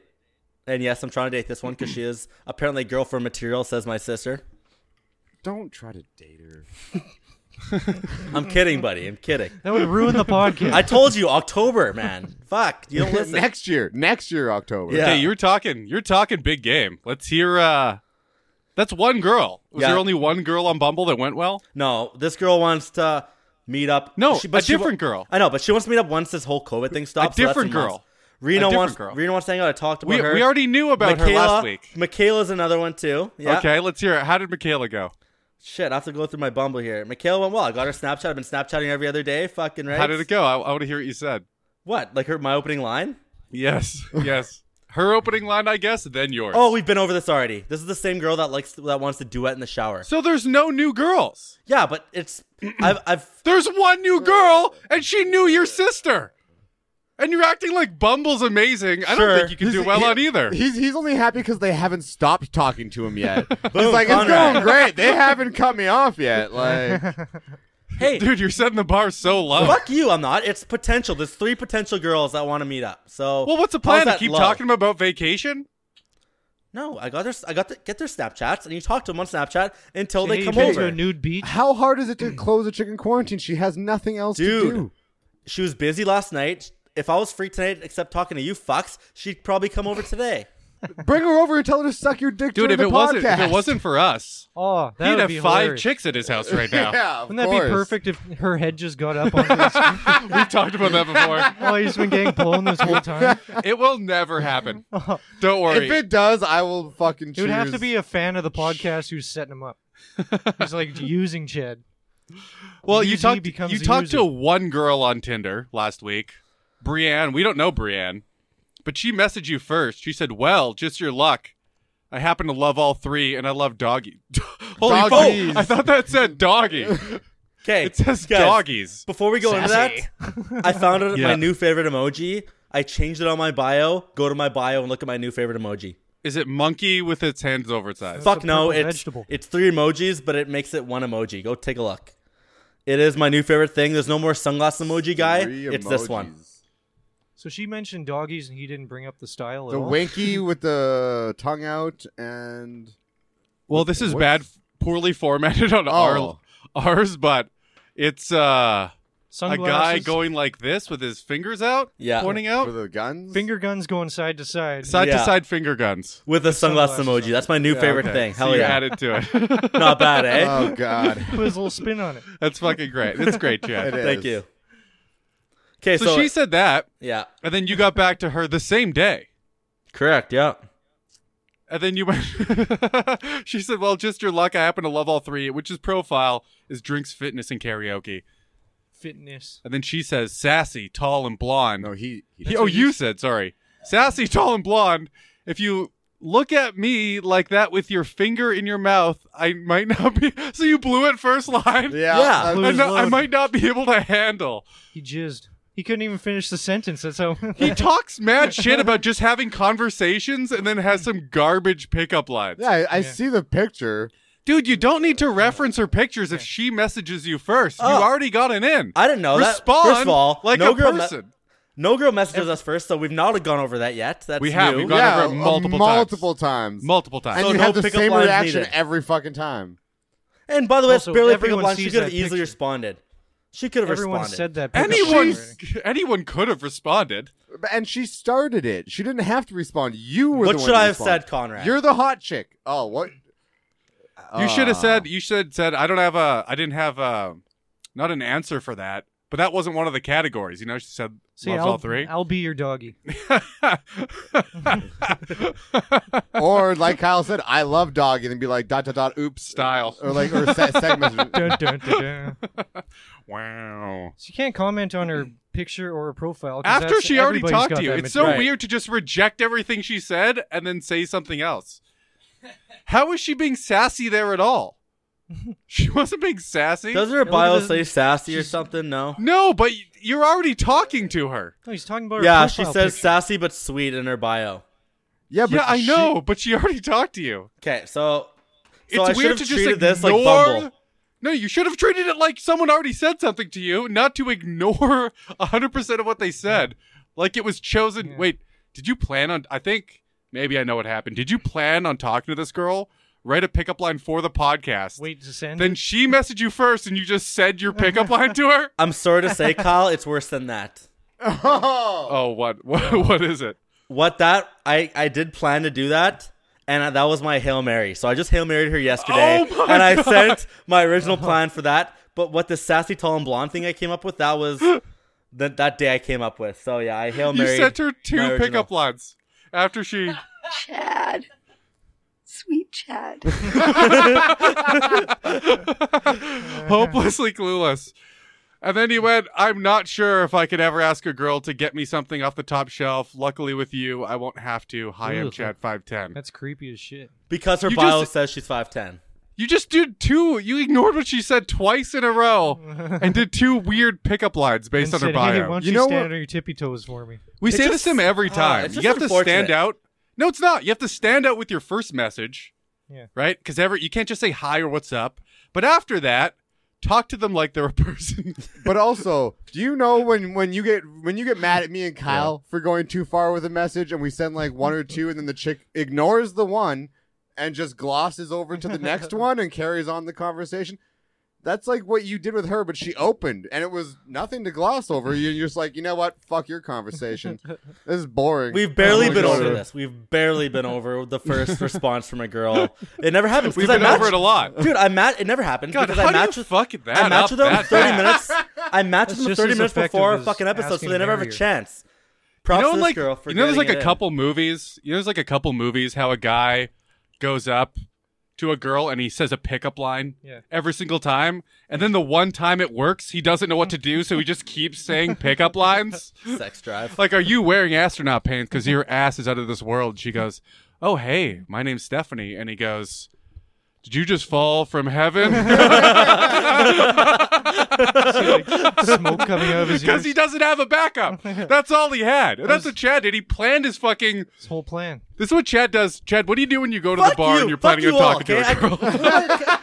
Speaker 2: And yes, I'm trying to date this one because she is apparently girl for material, says my sister.
Speaker 4: Don't try to date her.
Speaker 2: I'm kidding, buddy. I'm kidding.
Speaker 5: That would ruin the podcast.
Speaker 2: I told you October, man. Fuck, you don't listen.
Speaker 4: next year, next year October.
Speaker 2: Yeah.
Speaker 3: hey you're talking you're talking big game let's hear uh that's one girl was
Speaker 2: Yeah.
Speaker 3: there only one girl on bumble that went well
Speaker 2: No, this girl wants to meet up.
Speaker 3: No, a
Speaker 2: wa-
Speaker 3: different girl.
Speaker 2: I know, but she wants to meet up once this whole COVID thing stops. so that's
Speaker 3: different
Speaker 2: months.
Speaker 3: girl.
Speaker 2: Reno
Speaker 3: different
Speaker 2: wants.
Speaker 3: girl.
Speaker 2: Reno wants to hang out. I talked about
Speaker 3: we,
Speaker 2: her.
Speaker 3: we already knew about her last week
Speaker 2: Michaela's another one too. Yeah.
Speaker 3: okay let's hear it how did michaela go
Speaker 2: Shit, I have to go through my Bumble here. Michaela went well. I got her Snapchat. I've been Snapchatting every other day. Fucking right.
Speaker 3: how did it go i, I want to hear what you said
Speaker 2: What? Like her my opening line?
Speaker 3: yes yes her opening line i guess then yours
Speaker 2: Oh, we've been over this already. This is the same girl that likes that wants to duet in the shower.
Speaker 3: so there's no new girls
Speaker 2: Yeah, but it's I've I've
Speaker 3: There's one new girl, and she knew your sister. And you're acting like Bumble's amazing. I
Speaker 2: Sure.
Speaker 3: don't think you can do well
Speaker 4: he-
Speaker 3: on either.
Speaker 4: He's he's only happy because they haven't stopped talking to him yet.
Speaker 2: Boom,
Speaker 4: he's like, it's
Speaker 2: Conrad.
Speaker 4: going great. They haven't cut me off yet. Like,
Speaker 2: hey
Speaker 3: Dude, you're setting the bar so low.
Speaker 2: fuck you. I'm not. It's potential. There's three potential girls that want to meet up. So
Speaker 3: Well, what's the
Speaker 2: how's
Speaker 3: plan? To
Speaker 2: that
Speaker 3: keep
Speaker 2: low?
Speaker 3: talking about vacation?
Speaker 2: No, I got their I got the, get their Snapchats and you talk to them on Snapchat until
Speaker 5: Hey,
Speaker 2: they come
Speaker 5: you've been to
Speaker 2: over.
Speaker 5: a nude beach.
Speaker 4: how hard is it to close a chicken quarantine? She has nothing else
Speaker 2: Dude.
Speaker 4: to do.
Speaker 2: she was busy last night. If I was free tonight, except talking to you fucks, she'd probably come over today.
Speaker 4: Bring her over and tell her to suck your dick
Speaker 3: Dude,
Speaker 4: during
Speaker 3: if
Speaker 4: the
Speaker 3: it wasn't if
Speaker 4: podcast.
Speaker 3: it wasn't for us,
Speaker 5: Oh, that
Speaker 3: he'd
Speaker 5: would
Speaker 3: have
Speaker 5: be
Speaker 3: five
Speaker 5: hilarious.
Speaker 3: chicks at his house right now.
Speaker 4: yeah, of
Speaker 5: Wouldn't that
Speaker 4: course.
Speaker 5: be perfect if her head just got up on this?
Speaker 3: We've talked about that before.
Speaker 5: oh, he's been getting blown this whole time.
Speaker 3: It will never happen. Don't worry.
Speaker 4: If it does, I will fucking choose.
Speaker 5: It would have to be a fan of the podcast who's setting him up. He's like using Chad.
Speaker 3: well, you
Speaker 5: User
Speaker 3: talked
Speaker 5: becomes
Speaker 3: you
Speaker 5: a
Speaker 3: talked to
Speaker 5: user.
Speaker 3: one girl on Tinder last week, Brienne. We don't know Brienne, but she messaged you first. She said, "Well, just your luck. I happen to love all three, and I love doggy." Holy fuck!
Speaker 4: Doggies.
Speaker 3: I thought that said doggy.
Speaker 2: Okay,
Speaker 3: It says doggies.
Speaker 2: Before we go
Speaker 1: Sassy.
Speaker 2: into that, I found out my
Speaker 3: Yeah.
Speaker 2: new favorite emoji. I changed it on my bio. Go to my bio and look at my new favorite emoji.
Speaker 3: Is it monkey with its hands over its eyes?
Speaker 2: Fuck
Speaker 5: a
Speaker 2: no,
Speaker 5: purple
Speaker 2: it's
Speaker 5: vegetable.
Speaker 2: it's three emojis, but it makes it one emoji. Go take a look. It is my new favorite thing. There's no more sunglass emoji guy.
Speaker 4: Three
Speaker 2: It's this one.
Speaker 4: emojis.
Speaker 5: So she mentioned doggies, and he didn't bring up the style at
Speaker 4: The
Speaker 5: all.
Speaker 4: winky with the tongue out and
Speaker 3: Well, this is
Speaker 4: What?
Speaker 3: bad, poorly formatted on our,
Speaker 4: Oh.
Speaker 3: ours, but it's uh, a
Speaker 5: Sunglasses,
Speaker 3: guy going like this with his fingers out,
Speaker 2: Yeah.
Speaker 3: pointing
Speaker 4: for
Speaker 3: out,
Speaker 4: the guns.
Speaker 5: finger guns going side to side.
Speaker 3: side
Speaker 2: Yeah.
Speaker 3: to side finger guns.
Speaker 2: With a sunglass
Speaker 5: sunglasses
Speaker 2: emoji.
Speaker 5: on.
Speaker 2: That's my new favorite
Speaker 3: Okay.
Speaker 2: thing.
Speaker 3: So
Speaker 2: Hell
Speaker 3: you
Speaker 2: yeah.
Speaker 3: added to it.
Speaker 2: Not bad, eh?
Speaker 4: Oh god.
Speaker 5: Put his little spin on it.
Speaker 3: That's fucking great. It's great, Chad.
Speaker 4: It is.
Speaker 2: Thank you. Okay,
Speaker 3: So,
Speaker 2: so,
Speaker 3: she said that,
Speaker 2: yeah,
Speaker 3: and then you got back to her the same day.
Speaker 2: correct. Yeah.
Speaker 3: And then you went. she said, "Well, just your luck. I happen to love all three, which is profile is drinks, fitness, and karaoke."
Speaker 5: Fitness.
Speaker 3: And then she says, "Sassy, tall, and blonde."
Speaker 4: No, he, he
Speaker 3: He- oh, you said sorry. Sassy, tall, and blonde. If you look at me like that with your finger in your mouth, I might not be. So you blew it first line.
Speaker 2: Yeah.
Speaker 4: Yeah. that's-
Speaker 3: I,
Speaker 5: Lose
Speaker 3: no- I
Speaker 5: load.
Speaker 3: might not be able to handle.
Speaker 5: He jizzed. He couldn't even finish the sentence. That's how.
Speaker 3: He talks mad shit about just having conversations and then has some garbage pickup lines.
Speaker 4: yeah, I, I see the picture.
Speaker 3: Dude, you don't need to reference her pictures if she messages you first. You
Speaker 2: Oh.
Speaker 3: already got an in.
Speaker 2: I didn't know
Speaker 3: Respond
Speaker 2: that. First of all,
Speaker 3: like
Speaker 2: no
Speaker 3: a
Speaker 2: girl me-
Speaker 3: person.
Speaker 2: No girl messages us first, so we've not gone over that yet. That's
Speaker 3: We have.
Speaker 2: new.
Speaker 3: We've gone
Speaker 4: yeah,
Speaker 3: over it
Speaker 4: uh,
Speaker 3: multiple times.
Speaker 4: multiple times.
Speaker 3: Multiple times.
Speaker 4: and
Speaker 2: So
Speaker 4: you
Speaker 2: no
Speaker 4: have the
Speaker 2: pickup
Speaker 4: same
Speaker 2: lines
Speaker 4: reaction
Speaker 2: needed.
Speaker 4: every fucking time.
Speaker 2: And by the way,
Speaker 5: Also,
Speaker 2: it's barely a pickup
Speaker 5: everyone
Speaker 2: line. She
Speaker 5: sees
Speaker 2: could have
Speaker 5: that
Speaker 2: easily
Speaker 5: picture.
Speaker 2: responded. She could have
Speaker 5: Everyone
Speaker 2: responded.
Speaker 5: said that. pickup
Speaker 3: anyone,
Speaker 5: line already.
Speaker 3: anyone could have responded.
Speaker 4: But- And she started it. She didn't have to respond. You were the
Speaker 2: What
Speaker 4: one
Speaker 2: should
Speaker 4: to
Speaker 2: I have
Speaker 4: respond.
Speaker 2: said, Conrad?
Speaker 4: You're the hot chick. Oh, what?
Speaker 3: You should have
Speaker 4: Uh,
Speaker 3: said. You should have said. I don't have a. I didn't have a. Not an answer for that. But that wasn't one of the categories. You know, she said
Speaker 5: See,
Speaker 3: loves
Speaker 5: I'll,
Speaker 3: all 3
Speaker 5: I'll be your doggy.
Speaker 4: or like Kyle said, I love dog, and then be like dot dot dot. Oops,
Speaker 3: Style.
Speaker 4: or like or se- segment.
Speaker 5: dun, dun, dun, dun.
Speaker 3: wow.
Speaker 5: So you can't comment on her picture or her profile. 'cause
Speaker 3: After
Speaker 5: that's-
Speaker 3: she already
Speaker 5: everybody's
Speaker 3: talked
Speaker 5: got
Speaker 3: to you,
Speaker 5: that
Speaker 3: it's so
Speaker 5: material.
Speaker 3: weird to just reject everything she said and then say something else. How is she being sassy there at all? She wasn't being sassy.
Speaker 2: Doesn't her
Speaker 5: look at
Speaker 2: bio
Speaker 5: this-
Speaker 2: say sassy or something? No.
Speaker 3: no, but y- you're already talking to her.
Speaker 5: No, he's talking about her
Speaker 2: Yeah, she
Speaker 5: profile
Speaker 2: says
Speaker 5: picture.
Speaker 2: sassy but sweet in her bio.
Speaker 4: Yeah, but
Speaker 3: yeah, I
Speaker 4: she-
Speaker 3: know, but she already talked to you.
Speaker 2: Okay, so so
Speaker 3: it's
Speaker 2: I
Speaker 3: weird
Speaker 2: should
Speaker 3: to
Speaker 2: have
Speaker 3: just
Speaker 2: treated
Speaker 3: ignore.
Speaker 2: this like Bumble.
Speaker 3: No, you should have treated it like someone already said something to you, not to ignore 100% of what they said. Like it was chosen.
Speaker 5: Yeah.
Speaker 3: Wait, did you plan on. I think maybe I know what happened. Did you plan on talking to this girl? Write a pickup line for the podcast.
Speaker 5: Wait to send.
Speaker 3: Then she messaged you first and you just said your pickup line to her?
Speaker 2: I'm sorry to say, Kyle, it's worse than that.
Speaker 4: Oh,
Speaker 3: Oh, what? What, what is it?
Speaker 2: What that I I did plan to do that. And that was my Hail Mary. So I just Hail Married her yesterday.
Speaker 3: Oh my
Speaker 2: and I
Speaker 3: God.
Speaker 2: sent my original plan for that. But what the sassy, tall, and blonde thing I came up with, that was that that day I came up with. So yeah, I Hail
Speaker 3: You
Speaker 2: Mary.
Speaker 3: sent her two
Speaker 2: my original.
Speaker 3: pickup lines after she.
Speaker 9: Chad. Sweet Chad.
Speaker 3: hopelessly clueless. And then he went, I'm not sure if I could ever ask a girl to get me something off the top shelf. Luckily with you, I won't have to. Hi, I'm
Speaker 5: Ugh.
Speaker 3: Chad510.
Speaker 5: That's creepy as shit.
Speaker 2: Because her
Speaker 3: You
Speaker 2: bio
Speaker 3: just-
Speaker 2: says she's 5'10.
Speaker 3: You just did two. You ignored what she said twice in a row and did two weird pickup lines based
Speaker 5: and
Speaker 3: on her
Speaker 5: said,
Speaker 3: bio.
Speaker 5: Hey, why don't
Speaker 4: You
Speaker 5: you,
Speaker 4: know
Speaker 5: stand
Speaker 4: what-
Speaker 5: on your tippy toes for me?
Speaker 3: we
Speaker 2: It
Speaker 3: say this
Speaker 2: just-
Speaker 3: to him every
Speaker 2: Ah,
Speaker 3: time.
Speaker 2: it's
Speaker 3: you
Speaker 2: just
Speaker 3: have to stand
Speaker 2: unfortunate.
Speaker 3: out. No, it's not. You have to stand out with your first message.
Speaker 5: Yeah.
Speaker 3: Right? Because every you can't just say hi or what's up. But after that, talk to them like they're a person.
Speaker 4: but also, do you know when when you get when you get mad at me and Kyle for going too far with a message, and we send like one or two, and then the chick ignores the one and just glosses over to the next one and carries on the conversation. That's like what you did with her, but she opened, and it was nothing to gloss over. You're just like, you know what? Fuck your conversation. This is boring.
Speaker 2: We've barely
Speaker 4: Oh my
Speaker 2: been
Speaker 4: God.
Speaker 2: over this. We've barely been over the first response from a girl. It never happens. 'cause
Speaker 3: We've
Speaker 2: I
Speaker 3: been
Speaker 2: match-
Speaker 3: over it a lot.
Speaker 2: Dude, I match. It never happens
Speaker 3: God,
Speaker 2: because
Speaker 3: how
Speaker 2: I
Speaker 3: do you
Speaker 2: match with
Speaker 3: fuck that
Speaker 2: I match
Speaker 3: up
Speaker 2: with them
Speaker 3: that
Speaker 2: thirty
Speaker 3: bad?
Speaker 2: minutes. I match
Speaker 5: That's
Speaker 2: with them
Speaker 5: just
Speaker 2: thirty
Speaker 5: as
Speaker 2: minutes
Speaker 5: effective
Speaker 2: before a
Speaker 5: as
Speaker 2: fucking episode, so
Speaker 5: asking
Speaker 2: they never have a
Speaker 5: Harrier.
Speaker 2: chance. Props
Speaker 3: you know,
Speaker 2: to this
Speaker 3: like
Speaker 2: girl for
Speaker 3: you know, there's like
Speaker 2: getting
Speaker 3: a
Speaker 2: it in.
Speaker 3: couple movies. You know, there's like a couple movies how a guy goes up to a girl and he says a pickup line
Speaker 5: Yeah.
Speaker 3: every single time, and then the one time it works, he doesn't know what to do, so he just keeps saying pickup lines.
Speaker 2: sex drive.
Speaker 3: Like, are you wearing astronaut pants because your ass is out of this world? She goes, "Oh hey, my name's Stephanie," and he goes, Did you just fall from heaven?
Speaker 5: Smoke coming out of his
Speaker 3: Because
Speaker 5: ears.
Speaker 3: he doesn't have a backup. That's all he had. And that's what Chad did. He planned his fucking.
Speaker 5: His whole plan.
Speaker 3: This is what Chad does. Chad, what do you do when you go to the
Speaker 2: Fuck
Speaker 3: bar
Speaker 2: you.
Speaker 3: and you're
Speaker 2: Fuck
Speaker 3: planning
Speaker 2: you
Speaker 3: on
Speaker 2: all,
Speaker 3: talking
Speaker 2: okay?
Speaker 3: to a girl?
Speaker 2: I- what, do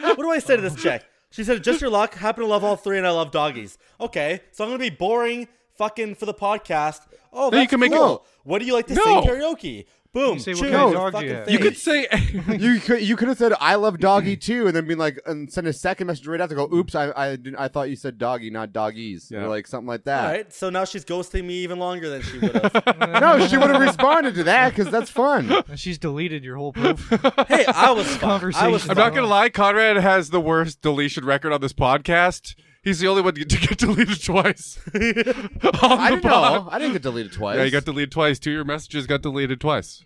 Speaker 2: I, what do I say to this chick? She said, "Just your luck. Happen to love all three, and I love doggies." Okay, so I'm gonna be boring, fucking for the podcast. Oh,
Speaker 3: No, you
Speaker 2: that's
Speaker 3: can make it-
Speaker 2: cool. What do you like to sing
Speaker 3: No.
Speaker 2: karaoke? Boom.
Speaker 5: You say what
Speaker 2: choose,
Speaker 5: kind of
Speaker 2: the
Speaker 5: dog do
Speaker 2: fucking
Speaker 5: you have?
Speaker 2: thing.
Speaker 3: you could say.
Speaker 4: you could you could have said I love doggy too, and then been like and send a second message right after. Go, oops, I I, didn't, I thought you said doggy, not doggies,
Speaker 3: Yeah.
Speaker 4: or like something like
Speaker 2: All
Speaker 4: that.
Speaker 2: right, so now she's ghosting me even longer than she would have.
Speaker 4: No, she would have responded to that because that's fun.
Speaker 5: And she's deleted your whole proof.
Speaker 2: hey, I was fucked. I was
Speaker 5: Conversations.
Speaker 3: I'm
Speaker 2: fucked.
Speaker 3: not gonna lie. Conrad has the worst deletion record on this podcast. He's the only one to get- to get deleted twice. on
Speaker 4: I
Speaker 3: the pod.
Speaker 4: didn't know. I didn't get deleted twice.
Speaker 3: Yeah, you got deleted twice. Two of your messages got deleted twice.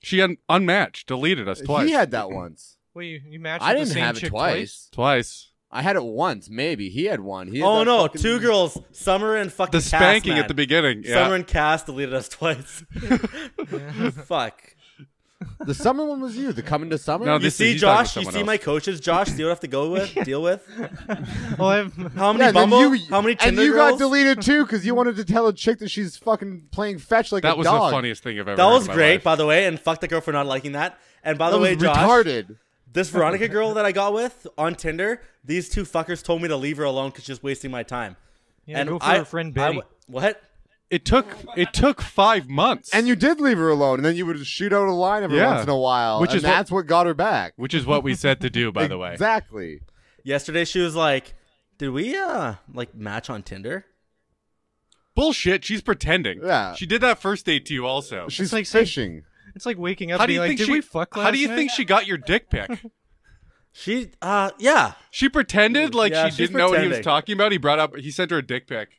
Speaker 3: She un- unmatched, deleted us twice.
Speaker 4: He had that once.
Speaker 5: Wait, you, you matched
Speaker 4: I
Speaker 5: with the
Speaker 4: didn't
Speaker 5: same
Speaker 4: have it
Speaker 5: chick
Speaker 4: twice.
Speaker 3: twice.
Speaker 4: I had it once, maybe. He had one. He had
Speaker 2: Oh
Speaker 4: that
Speaker 2: no,
Speaker 4: fucking-
Speaker 2: two girls, Summer and fucking
Speaker 3: The
Speaker 2: Cass,
Speaker 3: spanking
Speaker 2: man.
Speaker 3: at the beginning. Yeah.
Speaker 2: Summer and Cass deleted us twice. Fuck.
Speaker 4: The summer one was you. The coming to summer.
Speaker 3: No,
Speaker 2: You
Speaker 3: This is-
Speaker 2: see,
Speaker 3: he's talking to
Speaker 2: Josh. You
Speaker 3: someone
Speaker 2: see
Speaker 3: else.
Speaker 2: my coaches, Josh. See what I have to go with, deal with.
Speaker 5: Well, I've,
Speaker 2: How many
Speaker 4: Yeah, and then
Speaker 2: Bumble?
Speaker 4: you-
Speaker 2: how many Tinder
Speaker 4: and you
Speaker 2: girls?
Speaker 4: got deleted too because you wanted to tell a chick that she's fucking playing fetch like
Speaker 3: that
Speaker 4: a
Speaker 3: was
Speaker 4: dog.
Speaker 3: the funniest thing I've ever.
Speaker 2: That
Speaker 3: heard in
Speaker 2: was
Speaker 3: my
Speaker 2: great,
Speaker 3: life.
Speaker 2: by the way, and fuck the girl for not liking that. And by
Speaker 4: That
Speaker 2: the way,
Speaker 4: was
Speaker 2: Josh,
Speaker 4: retarded.
Speaker 2: this Veronica girl that I got with on Tinder, these two fuckers told me to leave her alone because she was wasting my time.
Speaker 5: yeah,
Speaker 2: and
Speaker 5: go for
Speaker 2: I,
Speaker 5: our friend
Speaker 2: I
Speaker 5: Betty.
Speaker 2: w- what?
Speaker 3: It took it took five months,
Speaker 4: And you did leave her alone, and then you would shoot out a line every
Speaker 3: Yeah.
Speaker 4: once in a while,
Speaker 3: Which
Speaker 4: and
Speaker 3: is what-
Speaker 4: that's what, got her back.
Speaker 3: which is what we said to do, by the way.
Speaker 4: exactly.
Speaker 2: Yesterday she was like, "Did we uh like match on Tinder?"
Speaker 3: Bullshit. She's pretending.
Speaker 4: Yeah.
Speaker 3: She did that first date to you, also.
Speaker 4: She's
Speaker 5: It's like saying-
Speaker 4: fishing.
Speaker 5: it's like waking up.
Speaker 3: How
Speaker 5: and
Speaker 3: do
Speaker 5: being
Speaker 3: you
Speaker 5: like,
Speaker 3: think
Speaker 5: Did
Speaker 3: she?
Speaker 5: we fuck last
Speaker 3: how do you
Speaker 5: night?
Speaker 3: think she got your dick pic?
Speaker 2: She uh yeah,
Speaker 3: She pretended like
Speaker 2: Yeah,
Speaker 3: she
Speaker 2: she's
Speaker 3: didn't know what he was
Speaker 2: pretending.
Speaker 3: talking about. He brought up. He sent her a dick pic.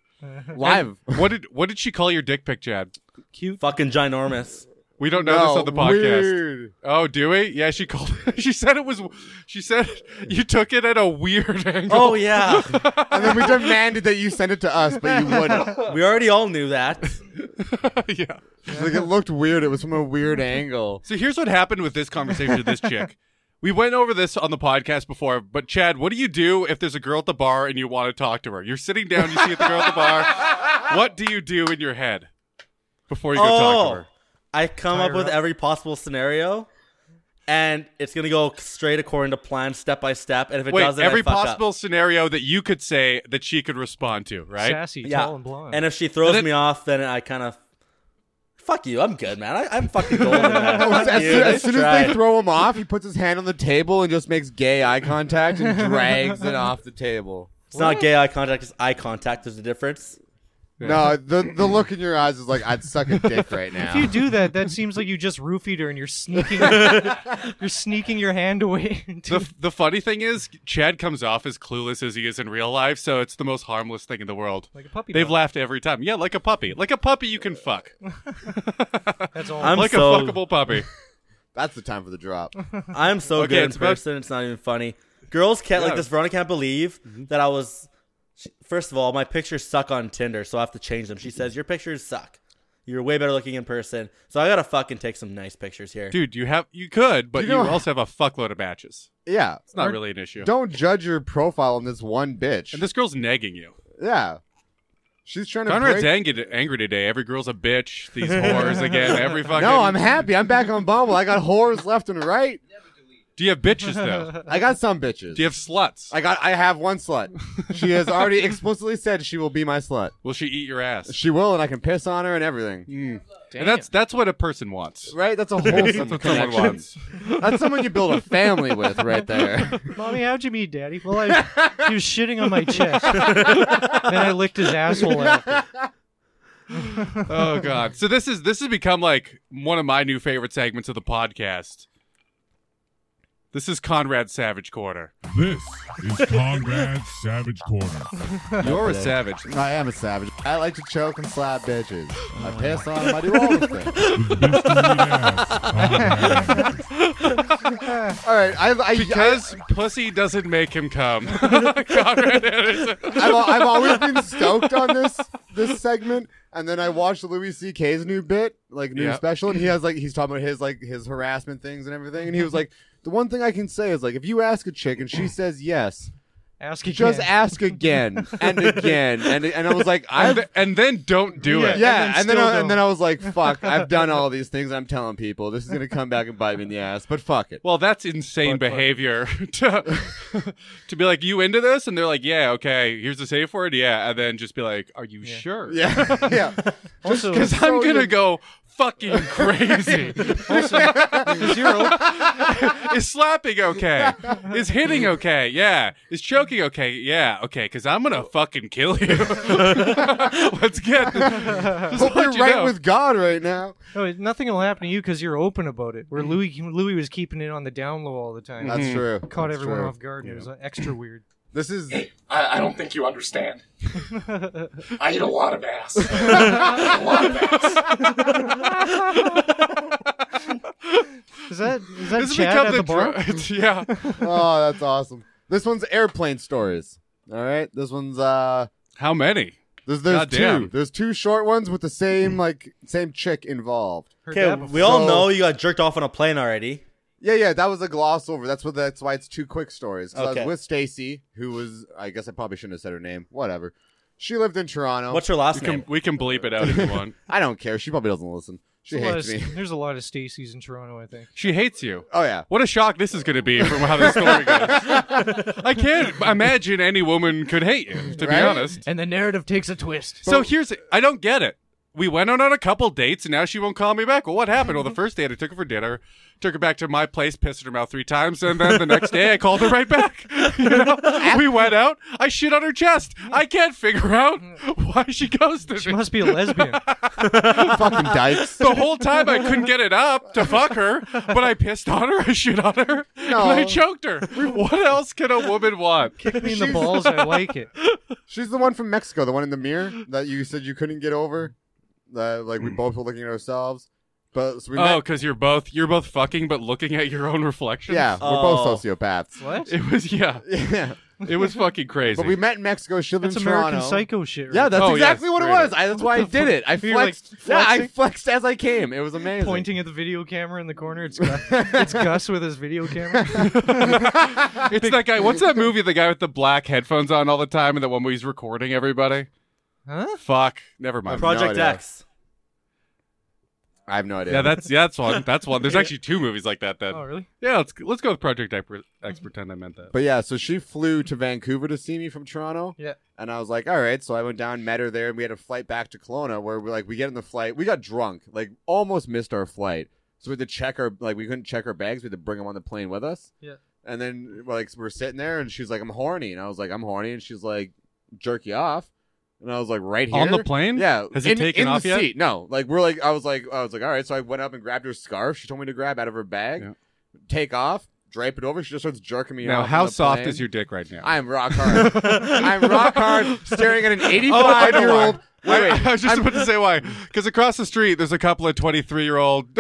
Speaker 4: Live.
Speaker 3: What did What did she call your dick pic, Chad?
Speaker 5: cute?
Speaker 2: fucking ginormous.
Speaker 3: We don't know this on the podcast.
Speaker 4: Weird.
Speaker 3: Oh, do we? Yeah, she called. she said it was. She said you took it at a weird angle.
Speaker 2: Oh yeah,
Speaker 4: And then we demanded that you send it to us, but you wouldn't.
Speaker 2: we already all knew that.
Speaker 3: yeah.
Speaker 4: It's like it looked weird. It was from a weird angle.
Speaker 3: So here's what happened with this conversation with this chick. We went over this on the podcast before, but Chad, what do you do if there's a girl at the bar and you want to talk to her? You're sitting down, you see the girl at the bar. What do you do in your head before you go talk to
Speaker 2: Oh,
Speaker 3: her?
Speaker 2: I come
Speaker 5: Tie
Speaker 2: up
Speaker 5: her
Speaker 2: with
Speaker 5: up.
Speaker 2: every possible scenario, and it's gonna go straight according to plan, step by step. And if it
Speaker 3: Wait,
Speaker 2: doesn't, I
Speaker 3: every
Speaker 2: fuck up.
Speaker 3: possible scenario that you could say that she could respond to, right?
Speaker 5: Sassy,
Speaker 2: Yeah.
Speaker 5: tall and blonde.
Speaker 2: And if she throws
Speaker 3: And then-
Speaker 2: me off, then I kind of fuck you. I'm good, man. I, I'm fucking golden. man.
Speaker 4: Oh, as,
Speaker 2: Fuck
Speaker 4: as
Speaker 2: you.
Speaker 4: soon, as
Speaker 2: Nice
Speaker 4: soon
Speaker 2: try.
Speaker 4: as they throw him off, he puts his hand on the table and just makes gay eye contact and drags it off the table.
Speaker 2: it's not gay eye contact. It's eye contact. There's a difference.
Speaker 4: No, the the look in your eyes is like I'd suck a dick right now.
Speaker 5: if you do that, that seems like you just roofied her and you're sneaking, you're sneaking your hand away.
Speaker 3: The, f- the funny thing is, Chad comes off as clueless as he is in real life, so it's the most harmless thing in the world.
Speaker 5: like a puppy.
Speaker 3: They've
Speaker 5: dog.
Speaker 3: laughed every time. Yeah, like a puppy. Like a puppy you can fuck.
Speaker 5: That's all.
Speaker 2: I'm
Speaker 3: like
Speaker 2: so
Speaker 3: a fuckable puppy.
Speaker 4: That's the time for the drop.
Speaker 2: I'm so
Speaker 3: Okay,
Speaker 2: good in
Speaker 3: it's about-
Speaker 2: person. It's not even funny. Girls can't
Speaker 3: Yeah.
Speaker 2: like this. Veronica can't believe
Speaker 3: Mm-hmm.
Speaker 2: that I was. she- First of all, my pictures suck on Tinder, so I have to change them. She
Speaker 3: Mm-hmm.
Speaker 2: says your pictures suck. You're way better looking in person, so I gotta fucking take some nice pictures here.
Speaker 3: Dude, you have you could, but you,
Speaker 4: You know-
Speaker 3: also have a fuckload of matches.
Speaker 4: Yeah,
Speaker 3: It's not really an issue.
Speaker 4: don't judge your profile on this one bitch.
Speaker 3: And this girl's negging you.
Speaker 4: yeah, she's trying to.
Speaker 3: Conrad's
Speaker 4: break-
Speaker 3: angry, angry today. Every girl's a bitch. These whores again. Every fucking.
Speaker 4: No, I'm happy. I'm back on Bumble. I got whores left and right.
Speaker 3: Do you have bitches though?
Speaker 4: I got some bitches.
Speaker 3: Do you have sluts?
Speaker 4: I got. I have one slut. She has already explicitly said she will be my slut.
Speaker 3: Will she eat your ass?
Speaker 4: She will, and I can piss on her and everything.
Speaker 3: And that's that's what a person wants.
Speaker 4: Right? That's a
Speaker 3: That's
Speaker 4: wholesome
Speaker 3: what someone
Speaker 4: connection.
Speaker 3: wants.
Speaker 4: That's someone you build a family with, right there.
Speaker 5: Mommy, how'd you meet Daddy? Well, I, he was shitting on my chest. then I licked his asshole. After.
Speaker 3: Oh god. So this is this has become like one of my new favorite segments of the podcast. This is Conrad Savage Corner.
Speaker 1: This is Conrad's Savage Corner.
Speaker 3: You're a savage.
Speaker 4: I am a savage. I like to choke and slap bitches. I piss on them. I do all the things.
Speaker 1: With biscuit ass, Conrad.
Speaker 4: All right. I, I,
Speaker 3: Because pussy doesn't make him come. Conrad Anderson.
Speaker 4: I've, al- I've always been stoked on this this segment, and then I watched Louis C.K.'s new bit, like new
Speaker 3: Yeah.
Speaker 4: special, and he has like he's talking about his like his harassment things and everything, and he was like, the one thing I can say is like if you ask a chick and she says yes,
Speaker 5: Ask again.
Speaker 4: just ask again and again and and I was like I
Speaker 3: And, th- and then don't do
Speaker 5: Yeah.
Speaker 3: it.
Speaker 4: yeah and then
Speaker 5: still
Speaker 4: I,
Speaker 5: don't.
Speaker 4: and then I was like fuck I've done all these things I'm telling people this is gonna come back and bite me in the ass but fuck it
Speaker 3: Well, that's insane behavior to to be like, you into this? And they're like, yeah, okay, here's the safe word, yeah, and then just be like, are you sure?
Speaker 4: yeah yeah
Speaker 5: also,
Speaker 3: because I'm
Speaker 4: so
Speaker 3: gonna
Speaker 4: you-
Speaker 3: go fucking crazy.
Speaker 5: also, is your old-
Speaker 3: Is slapping okay? Is hitting okay? Yeah. Is choking okay? Yeah. Okay. Because I'm gonna fucking kill you. Let's get. Just let
Speaker 4: hope you're
Speaker 3: you
Speaker 4: right
Speaker 3: know.
Speaker 4: with God right now
Speaker 5: no, nothing will happen to you because you're open about it. Where
Speaker 4: Mm-hmm.
Speaker 5: Louis Louis was keeping it on the down low all the time.
Speaker 4: that's true
Speaker 5: Caught
Speaker 4: Mm-hmm. That's
Speaker 5: everyone
Speaker 4: true.
Speaker 5: off guard. It was uh, extra weird.
Speaker 4: this is
Speaker 6: I, I don't think you understand. I eat a lot of ass. I eat a lot of ass.
Speaker 5: Is that is that
Speaker 3: This has
Speaker 5: Chad
Speaker 3: become
Speaker 5: at
Speaker 3: the,
Speaker 5: the bar?
Speaker 3: dr- yeah.
Speaker 4: oh that's awesome this one's airplane stories all right this one's uh
Speaker 3: How many?
Speaker 4: there's there's
Speaker 3: Goddamn.
Speaker 4: two there's two short ones with the same like same chick involved.
Speaker 5: Heard
Speaker 2: Okay,
Speaker 5: that
Speaker 2: we all
Speaker 4: So-
Speaker 2: know you got jerked off on a plane already.
Speaker 4: Yeah, yeah, that was a gloss over. That's what. That's why it's two quick stories. 'Cause I
Speaker 2: Okay.
Speaker 4: was with Stacy, who was. I guess I probably shouldn't have said her name. Whatever. She lived in Toronto.
Speaker 2: What's your last
Speaker 3: We Oh, can
Speaker 2: name?
Speaker 3: we can bleep it out if you want.
Speaker 4: I don't care. She probably doesn't listen. She
Speaker 5: there's a lot
Speaker 4: hates
Speaker 5: of-
Speaker 4: me.
Speaker 5: There's a lot of Stacy's in Toronto, I think.
Speaker 3: She hates you.
Speaker 4: Oh yeah.
Speaker 3: What a shock this is going to be from how the story goes. I can't imagine any woman could hate you, to be
Speaker 4: Right?
Speaker 3: honest.
Speaker 5: And the narrative takes a twist.
Speaker 3: So here's, I don't get it. We went out on a couple dates, and now she won't call me back. Well, what happened? Well,
Speaker 5: Mm-hmm.
Speaker 3: the first date I took her for dinner, took her back to my place, pissed in her mouth three times, and then the next day I called her right back. You know, we went out. I shit on her chest. I can't figure out why she ghosted
Speaker 5: Mm. She
Speaker 3: me.
Speaker 5: must be a lesbian.
Speaker 4: Fucking dykes.
Speaker 3: The whole time I couldn't get it up to fuck her, but I pissed on her, I shit on her, and I choked her. What else can a woman want?
Speaker 5: Kick me in the balls. I like it.
Speaker 4: She's the one from Mexico. The one in the mirror that you said you couldn't get over. That like we both were looking at ourselves. But so we
Speaker 3: Oh,
Speaker 4: met.
Speaker 3: because you're both you're both fucking, but looking at your own reflections.
Speaker 4: Yeah, we're both sociopaths.
Speaker 5: What?
Speaker 3: it was yeah,
Speaker 4: Yeah.
Speaker 3: it was fucking crazy.
Speaker 4: But we met in Mexico. She lived
Speaker 5: That's
Speaker 4: in
Speaker 5: American
Speaker 4: Toronto.
Speaker 5: Psycho shit. Right?
Speaker 4: Yeah, that's
Speaker 3: Oh, yes,
Speaker 4: exactly what it
Speaker 3: straight
Speaker 4: was. I, that's why I did it. I
Speaker 5: You're, like,
Speaker 4: flexed. yeah, I
Speaker 5: flexing?
Speaker 4: flexed as I came. It was amazing.
Speaker 5: pointing at the video camera in the corner. It's Gus, it's Gus with his video camera.
Speaker 3: it's that guy. What's that movie? The guy with the black headphones on all the time, and the one where he's recording everybody.
Speaker 5: Huh?
Speaker 3: Fuck. Never mind.
Speaker 4: Pro-
Speaker 2: Project
Speaker 4: no idea.
Speaker 2: X.
Speaker 4: I have no idea.
Speaker 3: yeah, that's yeah, that's one. That's one. There's actually two movies like that. Then
Speaker 5: Oh, really?
Speaker 3: yeah, let's let's go with Project X. X pretend I meant that.
Speaker 4: But yeah, so she flew to Vancouver to see me from Toronto.
Speaker 5: Yeah.
Speaker 4: And I was like, all right. So I went down, met her there, and we had a flight back to Kelowna where we like we get in the flight. We got drunk, like almost missed our flight. So we had to check our like we couldn't check our bags. We had to bring them on the plane with us.
Speaker 5: Yeah.
Speaker 4: And then like we're sitting there, and she's like, I'm horny, and I was like, I'm horny, and she's like, jerk you off, and I was like, right here
Speaker 3: On the plane?
Speaker 4: Yeah.
Speaker 3: Has it
Speaker 4: in,
Speaker 3: taken
Speaker 4: in
Speaker 3: off
Speaker 4: the
Speaker 3: yet?
Speaker 4: Seat. No. Like we're like I was like I was like all right. So I went up and grabbed her scarf. She told me to grab out of her bag,
Speaker 3: Yeah.
Speaker 4: take off, drape it over. She just starts jerking me off.
Speaker 3: now,
Speaker 4: on
Speaker 3: how
Speaker 4: the
Speaker 3: soft
Speaker 4: plane.
Speaker 3: is your dick right now?
Speaker 4: I am rock hard. I'm rock hard, staring at an
Speaker 3: Oh,
Speaker 4: 85 year old. Wait,
Speaker 3: I,
Speaker 4: wait.
Speaker 3: I was just about to say why. Because across the street, there's a couple of 23 year old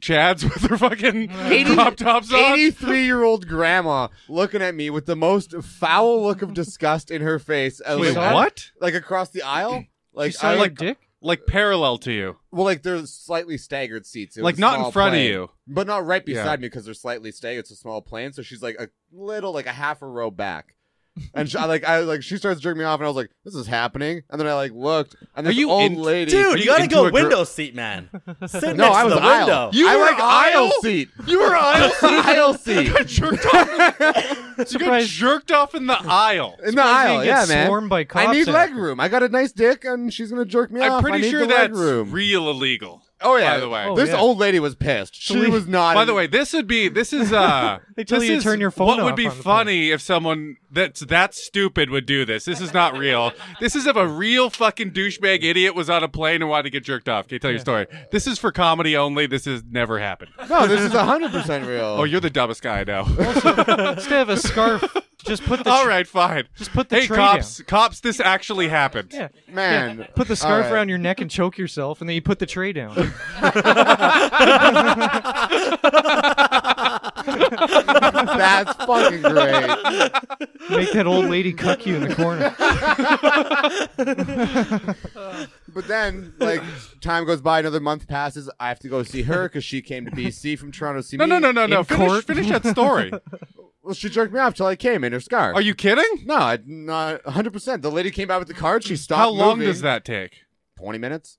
Speaker 3: Chads with their fucking crop tops on.
Speaker 4: 83 year old grandma looking at me with the most foul look of disgust in her face. I was
Speaker 3: Wait,
Speaker 4: like,
Speaker 3: what?
Speaker 4: Like across the aisle?
Speaker 5: She
Speaker 4: Like,
Speaker 5: saw
Speaker 4: I,
Speaker 5: your
Speaker 4: like,
Speaker 5: dick.
Speaker 3: Like parallel to you.
Speaker 4: well, like they're slightly staggered seats. It was
Speaker 3: Like,
Speaker 4: a
Speaker 3: not in
Speaker 4: small
Speaker 3: front of
Speaker 4: plane.
Speaker 3: you.
Speaker 4: but not right
Speaker 3: Yeah.
Speaker 4: beside me because they're slightly staggered. It's a small plane, so she's like a little, like a half a row back. And she, I, like I like she starts jerking me off, and I was like, "This is happening." And then I like looked, and
Speaker 3: Are
Speaker 4: this
Speaker 3: you
Speaker 4: old
Speaker 3: in-
Speaker 4: lady,
Speaker 2: Dude, you
Speaker 3: you
Speaker 2: gotta
Speaker 3: into
Speaker 2: go
Speaker 3: a gr-
Speaker 2: window seat, man. Sit
Speaker 4: No,
Speaker 2: next
Speaker 4: I
Speaker 2: to
Speaker 4: was
Speaker 2: the
Speaker 4: aisle.
Speaker 2: window.
Speaker 4: You I
Speaker 3: were
Speaker 4: like aisle,
Speaker 3: aisle?
Speaker 4: seat.
Speaker 3: You were aisle
Speaker 4: aisle seat
Speaker 3: jerked off. you got
Speaker 5: Surprised-
Speaker 3: jerked off in the aisle.
Speaker 4: in the
Speaker 5: Surprised you didn't
Speaker 4: aisle. Oh, Yeah,
Speaker 5: get
Speaker 4: man.
Speaker 5: swarmed by
Speaker 4: I
Speaker 5: cops
Speaker 4: need leg
Speaker 5: after.
Speaker 4: room. I got a nice dick, and she's gonna jerk me off.
Speaker 3: I'm
Speaker 4: I
Speaker 3: pretty
Speaker 4: need
Speaker 3: sure
Speaker 4: the leg
Speaker 3: that's
Speaker 4: room.
Speaker 3: real illegal.
Speaker 4: oh yeah.
Speaker 3: by the way.
Speaker 5: Oh,
Speaker 4: this
Speaker 5: yeah.
Speaker 4: old lady was pissed. She
Speaker 5: Please-
Speaker 4: was not.
Speaker 3: By the way, this would be this is uh
Speaker 5: They tell
Speaker 3: this
Speaker 5: you to
Speaker 3: is
Speaker 5: turn your phone
Speaker 3: What would
Speaker 5: off
Speaker 3: be
Speaker 5: on the
Speaker 3: funny if someone that's that stupid would do this? This is not real. This is if a real fucking douchebag idiot was on a plane and wanted to get jerked off. Can you tell your story? This is for comedy only. This has never happened.
Speaker 4: no, this is hundred percent real.
Speaker 3: Oh, you're the dumbest guy I know.
Speaker 5: Instead of a scarf, just put the.
Speaker 3: All right, fine.
Speaker 5: Just put the
Speaker 3: hey
Speaker 5: tray
Speaker 3: cops, cops, this actually happened.
Speaker 5: Yeah.
Speaker 4: man.
Speaker 5: Put the
Speaker 4: All
Speaker 5: scarf
Speaker 4: right.
Speaker 5: around your neck and choke yourself, and then you put the tray down.
Speaker 4: That's fucking great.
Speaker 5: Make that old lady cuck you in the corner.
Speaker 4: but then like time goes by, another month passes. I have to go see her because she came to BC from Toronto to see
Speaker 3: No,
Speaker 4: me.
Speaker 3: no, no, no, no.
Speaker 5: In
Speaker 3: Finish,
Speaker 5: court.
Speaker 3: finish that story.
Speaker 4: Well, she jerked me off till I came in her scar.
Speaker 3: Are you kidding?
Speaker 4: No, I, not 100. percent The lady came by with the card. She stopped.
Speaker 3: How long
Speaker 4: moving.
Speaker 3: does that take?
Speaker 4: 20 minutes.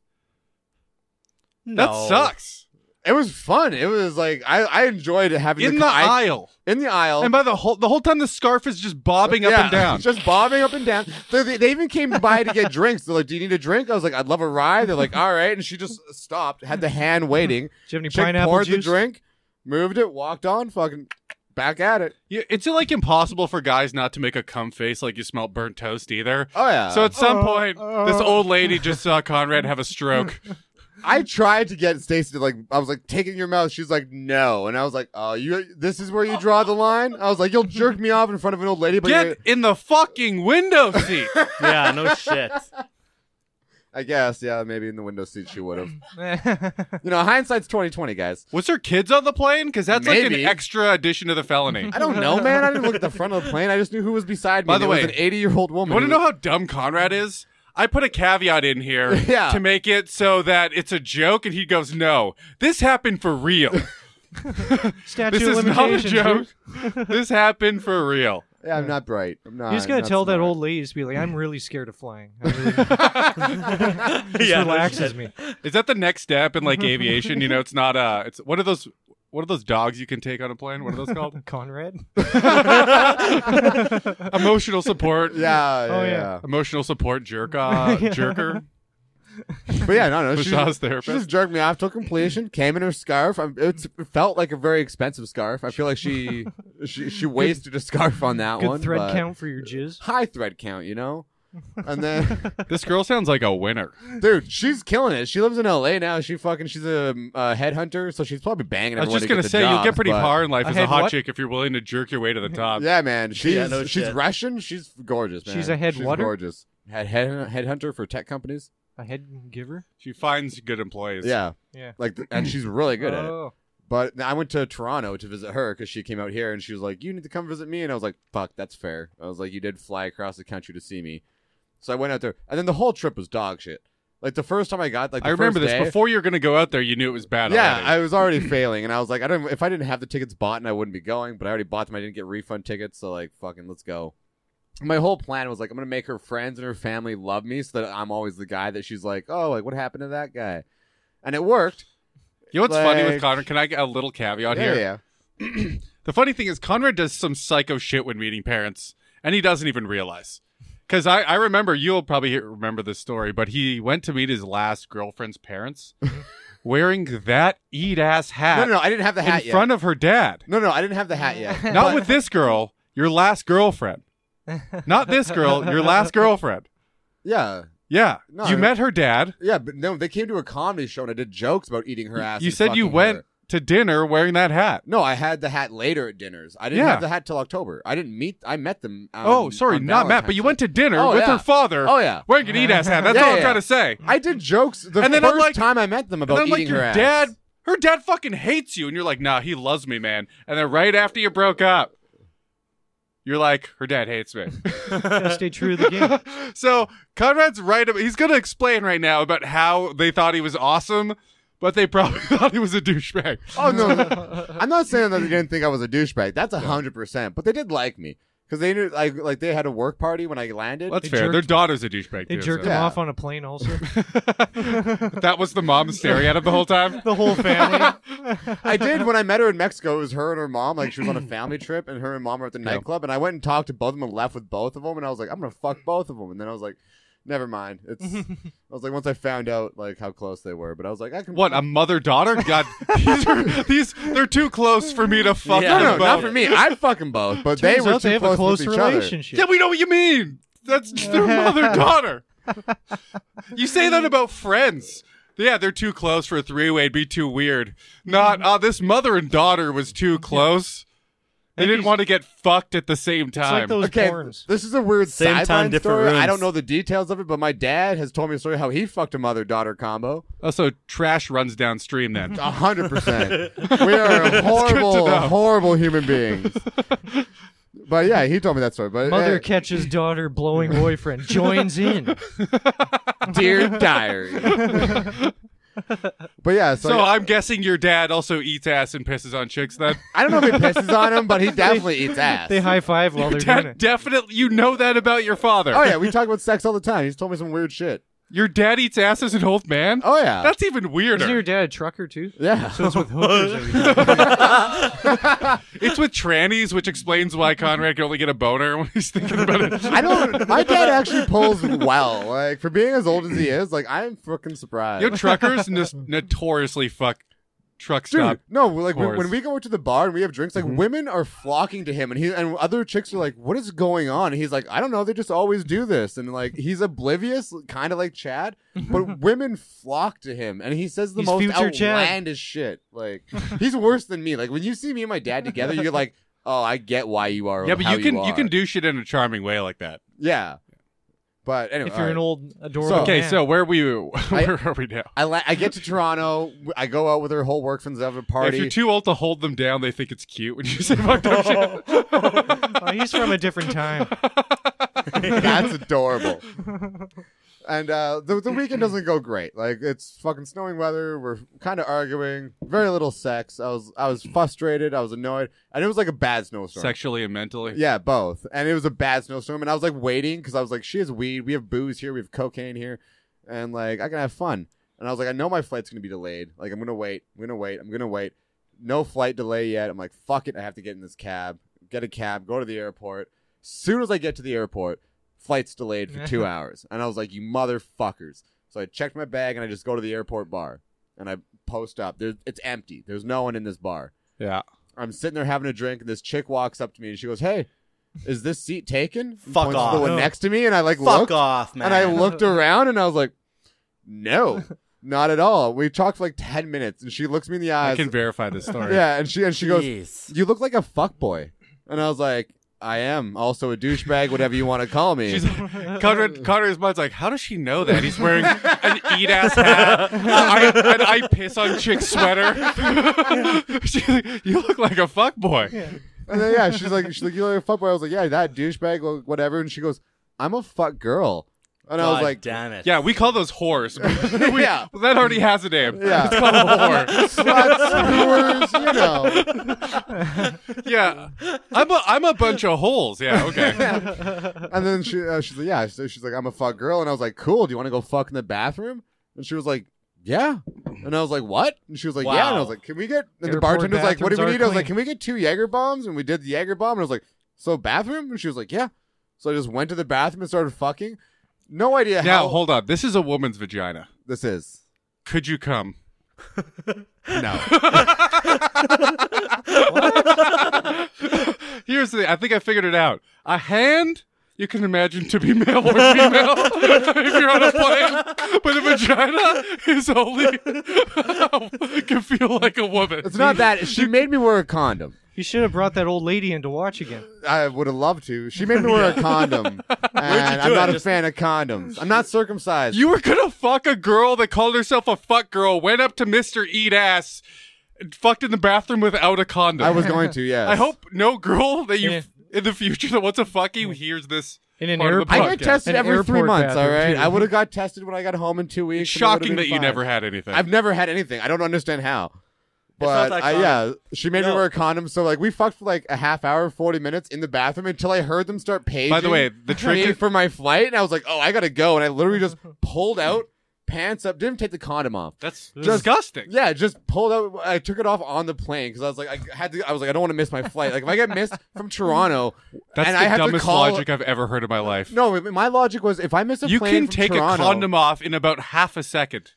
Speaker 2: No.
Speaker 3: That sucks.
Speaker 4: It was fun. It was like I, I enjoyed having
Speaker 3: In
Speaker 4: the,
Speaker 3: the
Speaker 4: I-
Speaker 3: aisle.
Speaker 4: in the aisle.
Speaker 3: And by the whole the whole time, the scarf is just bobbing up
Speaker 4: Yeah,
Speaker 3: and down.
Speaker 4: Just bobbing up and down. They, they, they even came by to get drinks. They're like, Do you need a drink? I was like, I'd love a ride. They're like, All right. And she just stopped, had the hand waiting.
Speaker 5: you have any
Speaker 4: Chick
Speaker 5: pineapple
Speaker 4: poured
Speaker 5: juice?
Speaker 4: the drink, moved it, walked on, fucking back at it.
Speaker 3: You- it's like impossible for guys not to make a cum face like you smell burnt toast either.
Speaker 4: Oh, yeah.
Speaker 3: So at some
Speaker 5: Uh,
Speaker 3: point, this
Speaker 5: uh.
Speaker 3: old lady just saw Conrad have a stroke.
Speaker 4: I tried to get Stacy to like, I was like, Take it in your mouth. She's like, No. And I was like, Oh, you, this is where you draw the line? I was like, You'll jerk me off in front of an old lady, but
Speaker 3: Get
Speaker 4: you're-
Speaker 3: in the fucking window seat.
Speaker 2: yeah, no shit.
Speaker 4: I guess, yeah, maybe in the window seat she would have. You know, hindsight's 2020, guys.
Speaker 3: Was her kids on the plane? Because that's like
Speaker 4: Maybe.
Speaker 3: an extra addition to the felony.
Speaker 4: I don't know, man. I didn't look at the front of the plane. I just knew who was beside me.
Speaker 3: By the
Speaker 4: It was
Speaker 3: way,
Speaker 4: an 80 year old woman.
Speaker 3: Want to
Speaker 4: who-
Speaker 3: know how dumb Conrad is? I put a caveat in here
Speaker 4: Yeah.
Speaker 3: to make it so that it's a joke, and he goes, "No, this happened for real.
Speaker 5: Statue
Speaker 3: this
Speaker 5: of
Speaker 3: is not a
Speaker 5: limitations.
Speaker 3: joke.
Speaker 5: dude.
Speaker 3: this happened for real."
Speaker 4: Yeah, I'm not bright. I'm not.
Speaker 5: You just gotta
Speaker 4: I'm not
Speaker 5: tell that
Speaker 4: smart.
Speaker 5: old lady just be like, "I'm really scared of flying." I really, this
Speaker 2: yeah, no
Speaker 5: relaxes
Speaker 2: shit.
Speaker 5: me.
Speaker 3: Is that the next step in like aviation? You know, it's not uh It's what are those? What are those dogs you can take on a plane? What are those called?
Speaker 5: Conrad.
Speaker 3: Emotional support.
Speaker 4: Yeah, yeah,
Speaker 5: Oh, yeah.
Speaker 4: yeah.
Speaker 3: Emotional support jerk uh, jerker.
Speaker 4: But yeah, no, no. She,
Speaker 3: Massage
Speaker 4: just-
Speaker 3: therapist.
Speaker 4: she just jerked me off till completion. Came in her scarf. I, it's, it felt like a very expensive scarf. I feel like she she, she wasted a scarf on that
Speaker 5: Good
Speaker 4: one.
Speaker 5: thread
Speaker 4: but-
Speaker 5: count for your jizz.
Speaker 4: High thread count, you know. And then,
Speaker 3: This girl sounds like a winner.
Speaker 4: dude, she's killing it. She lives in L.A. now. She fucking, she's a, um, a headhunter, so she's probably banging.
Speaker 3: I was
Speaker 4: everyone
Speaker 3: just
Speaker 4: to
Speaker 3: gonna
Speaker 4: the
Speaker 3: say you'll
Speaker 4: jobs,
Speaker 3: get pretty
Speaker 4: but-
Speaker 3: far in life
Speaker 5: I
Speaker 3: as a
Speaker 5: had
Speaker 3: hot
Speaker 5: what?
Speaker 3: chick if you're willing to jerk your way to the top.
Speaker 4: Yeah, man. She's
Speaker 2: no
Speaker 4: she's
Speaker 2: shit.
Speaker 4: Russian. She's gorgeous. Man.
Speaker 5: She's a head
Speaker 4: She's
Speaker 5: water?
Speaker 4: gorgeous. Head head headhunter for tech companies.
Speaker 5: A head giver.
Speaker 3: She finds good employees.
Speaker 4: Yeah,
Speaker 5: Yeah.
Speaker 4: like, and she's really good at it.
Speaker 5: oh.
Speaker 4: But I went to Toronto to visit her because she came out here and she was like, "You need to come visit me," and I was like, "Fuck, that's fair." I was like, "You did fly across the country to see me," so I went out there, and then the whole trip was dog shit. Like the first time I got, like the
Speaker 3: I remember
Speaker 4: first
Speaker 3: this.
Speaker 4: day-
Speaker 3: Before you were gonna go out there, you knew it was bad.
Speaker 4: Yeah,
Speaker 3: already.
Speaker 4: I was already failing, and I was like, I don't. If I didn't have the tickets bought, and I wouldn't be going. But I already bought them. I didn't get refund tickets, so like, fucking, let's go. My whole plan was like, I'm gonna make her friends and her family love me, so that I'm always the guy that she's like, oh, like what happened to that guy, and it worked.
Speaker 3: you know what's funny with
Speaker 4: like-
Speaker 3: Conrad? Can I get a little caveat
Speaker 4: yeah,
Speaker 3: here?
Speaker 4: yeah.
Speaker 3: The funny thing is, Conrad does some psycho shit when meeting parents, and he doesn't even realize. Because I, I remember, you'll probably hear- remember this story, but he went to meet his last girlfriend's parents wearing that eat ass hat
Speaker 4: No, no, no, I didn't have the
Speaker 3: in
Speaker 4: hat yet.
Speaker 3: front of her dad.
Speaker 4: no, no, I didn't have the hat yet.
Speaker 3: Not with this girl, your last girlfriend. Not this girl, your last girlfriend.
Speaker 4: Yeah,
Speaker 3: Yeah.
Speaker 4: No,
Speaker 3: you
Speaker 4: I-
Speaker 3: met her dad.
Speaker 4: yeah, but no, they came to a comedy show and I did jokes about eating her ass.
Speaker 3: You
Speaker 4: and
Speaker 3: said you
Speaker 4: fucking
Speaker 3: went
Speaker 4: her.
Speaker 3: to dinner wearing that hat.
Speaker 4: No, I had the hat later at dinners. I didn't
Speaker 3: Yeah.
Speaker 4: have the hat till October. I didn't meet. I met them. um,
Speaker 3: oh, sorry,
Speaker 4: on
Speaker 3: not Matt, but
Speaker 4: Valentine's
Speaker 3: you
Speaker 4: Day.
Speaker 3: went to dinner
Speaker 4: Oh,
Speaker 3: with
Speaker 4: yeah.
Speaker 3: her father
Speaker 4: Oh yeah.
Speaker 3: wearing an eat ass hat. That's
Speaker 4: Yeah,
Speaker 3: all I'm
Speaker 4: yeah.
Speaker 3: trying to say.
Speaker 4: I did jokes the
Speaker 3: And then I'm
Speaker 4: first
Speaker 3: like-
Speaker 4: time I met them about
Speaker 3: and then like
Speaker 4: eating
Speaker 3: your
Speaker 4: her
Speaker 3: dad
Speaker 4: ass.
Speaker 3: her dad fucking hates you and you're like nah he loves me man and then right after you broke up you're like her dad hates me
Speaker 5: Gotta stay true to the game.
Speaker 3: so conrad's right about, he's gonna explain right now about how they thought he was awesome but they probably thought he was a douchebag
Speaker 4: Oh no, I'm not saying that they didn't think I was a douchebag. That's hundred percent. But they did like me because they knew like like they had a work party when I landed.
Speaker 3: that's
Speaker 5: They
Speaker 3: fair
Speaker 5: jerked-
Speaker 3: their daughter's a douchebag
Speaker 5: They
Speaker 3: too,
Speaker 5: jerked
Speaker 3: so.
Speaker 5: him
Speaker 4: Yeah.
Speaker 5: off on a plane also.
Speaker 3: that was the mom staring at him the whole time
Speaker 5: the whole family.
Speaker 4: I did when I met her in Mexico. It was her and her mom. Like she was on a family trip, and her and mom were at the nightclub. And I went and talked to both of them and left with both of them. And I was like, I'm gonna fuck both of them. And then I was like, never mind. It's I was like, once I found out like how close they were, but I was like, I can
Speaker 3: what a mother daughter god these are these they're too close for me to fuck
Speaker 2: Yeah.
Speaker 4: No,
Speaker 3: them
Speaker 4: no, not
Speaker 3: both.
Speaker 4: for me. I'd fuck them both, but they
Speaker 5: Turns
Speaker 4: were
Speaker 5: out
Speaker 4: too
Speaker 5: they have a
Speaker 4: close
Speaker 5: close
Speaker 4: with each other.
Speaker 5: relationship.
Speaker 3: Yeah, we know what you mean. That's just their mother daughter. You say that about friends. Yeah, they're too close for a three way. It'd be too weird. Not,
Speaker 5: Mm-hmm.
Speaker 3: ah, this mother and daughter was too close. They didn't want to get fucked at the same
Speaker 5: It's
Speaker 3: time.
Speaker 5: like those
Speaker 4: Okay,
Speaker 5: porns.
Speaker 4: this is a weird
Speaker 2: Same time,
Speaker 4: sideline
Speaker 2: different
Speaker 4: story. I
Speaker 2: rooms.
Speaker 4: don't know the details of it, but my dad has told me a story how he fucked a mother-daughter combo.
Speaker 3: also, trash runs downstream
Speaker 5: Mm-hmm.
Speaker 3: then.
Speaker 4: A hundred percent. We are horrible,
Speaker 3: know.
Speaker 4: horrible human beings. but yeah, he told me that story. But
Speaker 5: Mother
Speaker 4: uh,
Speaker 5: catches daughter blowing boyfriend, joins in.
Speaker 4: Dear diary. but yeah, so,
Speaker 3: So
Speaker 4: I,
Speaker 3: I'm guessing your dad also eats ass and pisses on chicks. Then
Speaker 4: I don't know if he pisses on him, but he definitely eats ass.
Speaker 5: They high five while they're doing
Speaker 3: dad
Speaker 5: it.
Speaker 3: definitely you know that about your father.
Speaker 4: oh yeah, we talk about sex all the time. He's told me some weird shit.
Speaker 3: Your dad eats ass as an old man.
Speaker 4: Oh yeah,
Speaker 3: That's even weirder.
Speaker 5: Isn't your dad a trucker too?
Speaker 4: yeah.
Speaker 5: So it's with hookers every day.
Speaker 3: It's with trannies, which explains why Conrad can only get a boner when he's thinking about it.
Speaker 4: I don't. My dad actually pulls well. Like for being as old as he is, like I'm fucking surprised.
Speaker 3: You know, truckers n- notoriously fuck truck
Speaker 4: Dude,
Speaker 3: stop. Mm-hmm.
Speaker 4: no, like when,
Speaker 3: course.
Speaker 4: when we go to the bar and we have drinks, like women are flocking to him, and he and other chicks are like, "What is going on?" And he's like, "I don't know. They just always do this." And like he's oblivious, kind of like Chad, but women flock to him, and he says the
Speaker 5: He's
Speaker 4: most
Speaker 5: future
Speaker 4: outlandish
Speaker 5: Chad.
Speaker 4: shit. Like he's worse than me. Like when you see me and my dad together, you're like, "Oh, I get why you are."
Speaker 3: Yeah, but
Speaker 4: how
Speaker 3: you can you,
Speaker 4: are."
Speaker 3: can do shit in a charming way like that.
Speaker 4: yeah. But anyway,
Speaker 5: If you're an
Speaker 4: alright.
Speaker 5: old adorable
Speaker 4: So-
Speaker 3: Okay,
Speaker 5: Oh, man.
Speaker 3: so where we where
Speaker 4: I-
Speaker 3: are we now?
Speaker 4: I, la- I get to Toronto. I go out with her whole work friends have a
Speaker 3: If
Speaker 4: party.
Speaker 3: you're too old to hold them down, they think it's cute when you say fucked up shit.
Speaker 5: Oh, he's from a different time.
Speaker 4: That's adorable. And uh, the the weekend doesn't go great. Like it's fucking snowing weather. We're kind of arguing. Very little sex. I was I was frustrated. I was annoyed, and it was like a bad snowstorm.
Speaker 3: Sexually and mentally.
Speaker 4: Yeah, both. And it was a bad snowstorm, and I was like waiting because I was like, she has weed. We have booze here. We have cocaine here, and like I can have fun. And I was like, I know my flight's gonna be delayed. Like I'm gonna wait. I'm gonna wait. I'm gonna wait. No flight delay yet. I'm like, fuck it. I have to get in this cab. Get a cab. Go to the airport. Soon as I get to the airport, flight's delayed for two hours. And I was like, you motherfuckers. So I checked my bag and I just go to the airport bar and I post up. There, it's empty. There's no one in this bar.
Speaker 3: Yeah.
Speaker 4: I'm sitting there having a drink, and this chick walks up to me and she goes, "Hey, is this seat taken?" And
Speaker 2: Fuck
Speaker 4: points to
Speaker 2: off.
Speaker 4: the one next to me, and I like
Speaker 2: Fuck
Speaker 4: looked,
Speaker 2: off, man.
Speaker 4: and I looked around, and I was like, "No, not at all." We talked for like ten minutes, and she looks me in the
Speaker 3: I
Speaker 4: eyes.
Speaker 3: can verify this story.
Speaker 4: yeah, and she and she goes,
Speaker 2: Jeez.
Speaker 4: "You look like a fuck boy," and I was like, "I am also a douchebag, whatever you want to call me."
Speaker 3: She's Conrad, Conrad's mind's like, how does she know that? He's wearing an eat ass hat, an I, an I piss on chick sweater. She's like, you look like a fuck boy.
Speaker 4: And then, yeah, she's like, she's like, "You look like a fuck boy." I was like, "Yeah, that douchebag, well, whatever." And she goes, "I'm a fuck girl," and I was
Speaker 2: God
Speaker 4: like,
Speaker 2: damn it.
Speaker 3: Yeah, we call those whores. We-
Speaker 4: Yeah.
Speaker 3: That already has a name.
Speaker 4: Yeah.
Speaker 3: It's called a
Speaker 4: "Sluts, whores, you know."
Speaker 3: whore. Yeah. I'm a, I'm a bunch of holes. Yeah, okay.
Speaker 4: And then she, uh, she's like, yeah. So she's like, I'm a fuck girl. And I was like, cool. Do you want to go fuck in the bathroom? And she was like, yeah. And I was like, what? And she was like, yeah. And I was
Speaker 2: Wow.
Speaker 4: like, can we get? And the
Speaker 5: Airport
Speaker 4: bartender's like, what do we
Speaker 5: bathrooms
Speaker 4: need? I was
Speaker 5: are
Speaker 4: like,
Speaker 5: clean.
Speaker 4: can we get two Jaeger bombs? And we did the Jaeger bomb. And I was like, so bathroom? And she was like, yeah. So I just went to the bathroom and started fucking. No idea
Speaker 3: Now,
Speaker 4: how
Speaker 3: hold on. This is a woman's vagina.
Speaker 4: this is.
Speaker 3: Could you come?
Speaker 4: No.
Speaker 3: Here's the thing. I think I figured it out. A hand, you can imagine to be male or female if you're on a plane, but a vagina is only can feel like a woman.
Speaker 4: it's not that. She made me wear a condom.
Speaker 5: You should have brought that old lady in to watch again.
Speaker 4: I would have loved to. She made me wear a condom. And I'm
Speaker 2: do it?
Speaker 4: not a
Speaker 2: Just-
Speaker 4: fan of condoms. I'm not circumcised.
Speaker 3: You were gonna fuck a girl that called herself a fuck girl, went up to Mister Eat Ass, and fucked in the bathroom without a condom.
Speaker 4: I was going to, yes.
Speaker 3: I hope no girl that you
Speaker 5: Yeah.
Speaker 3: in the future that wants to fuck you hears this.
Speaker 5: In an
Speaker 3: part of the
Speaker 5: airport.
Speaker 4: I
Speaker 3: podcast.
Speaker 4: get tested
Speaker 5: An
Speaker 4: every three
Speaker 5: airport
Speaker 4: months. All
Speaker 5: bathroom,
Speaker 4: right,
Speaker 5: too.
Speaker 4: I would have got tested when I got home in two weeks. and it would've
Speaker 3: Shocking
Speaker 4: been
Speaker 3: that you
Speaker 4: fine.
Speaker 3: never had anything.
Speaker 4: I've never had anything. I don't understand how. But
Speaker 2: not that
Speaker 4: I, yeah, she made me
Speaker 2: No.
Speaker 4: wear a condom. So like we fucked for like a half hour, forty minutes in the bathroom until I heard them start paging.
Speaker 3: By the way, the
Speaker 4: me
Speaker 3: trick
Speaker 4: for my flight, and I was like, oh, I gotta go, and I literally just pulled out, pants up, didn't take the condom off.
Speaker 3: that's disgusting.
Speaker 4: Yeah, just pulled out. I took it off on the plane because I was like, I had to. I was like, I don't want to miss my flight. Like if I get missed from Toronto,
Speaker 3: That's
Speaker 4: and
Speaker 3: the
Speaker 4: I have
Speaker 3: dumbest
Speaker 4: to call.
Speaker 3: logic I've ever heard in my life.
Speaker 4: no, my logic was if I miss a
Speaker 3: you
Speaker 4: plane
Speaker 3: can
Speaker 4: from
Speaker 3: take
Speaker 4: Toronto-
Speaker 3: a condom off in about half a second.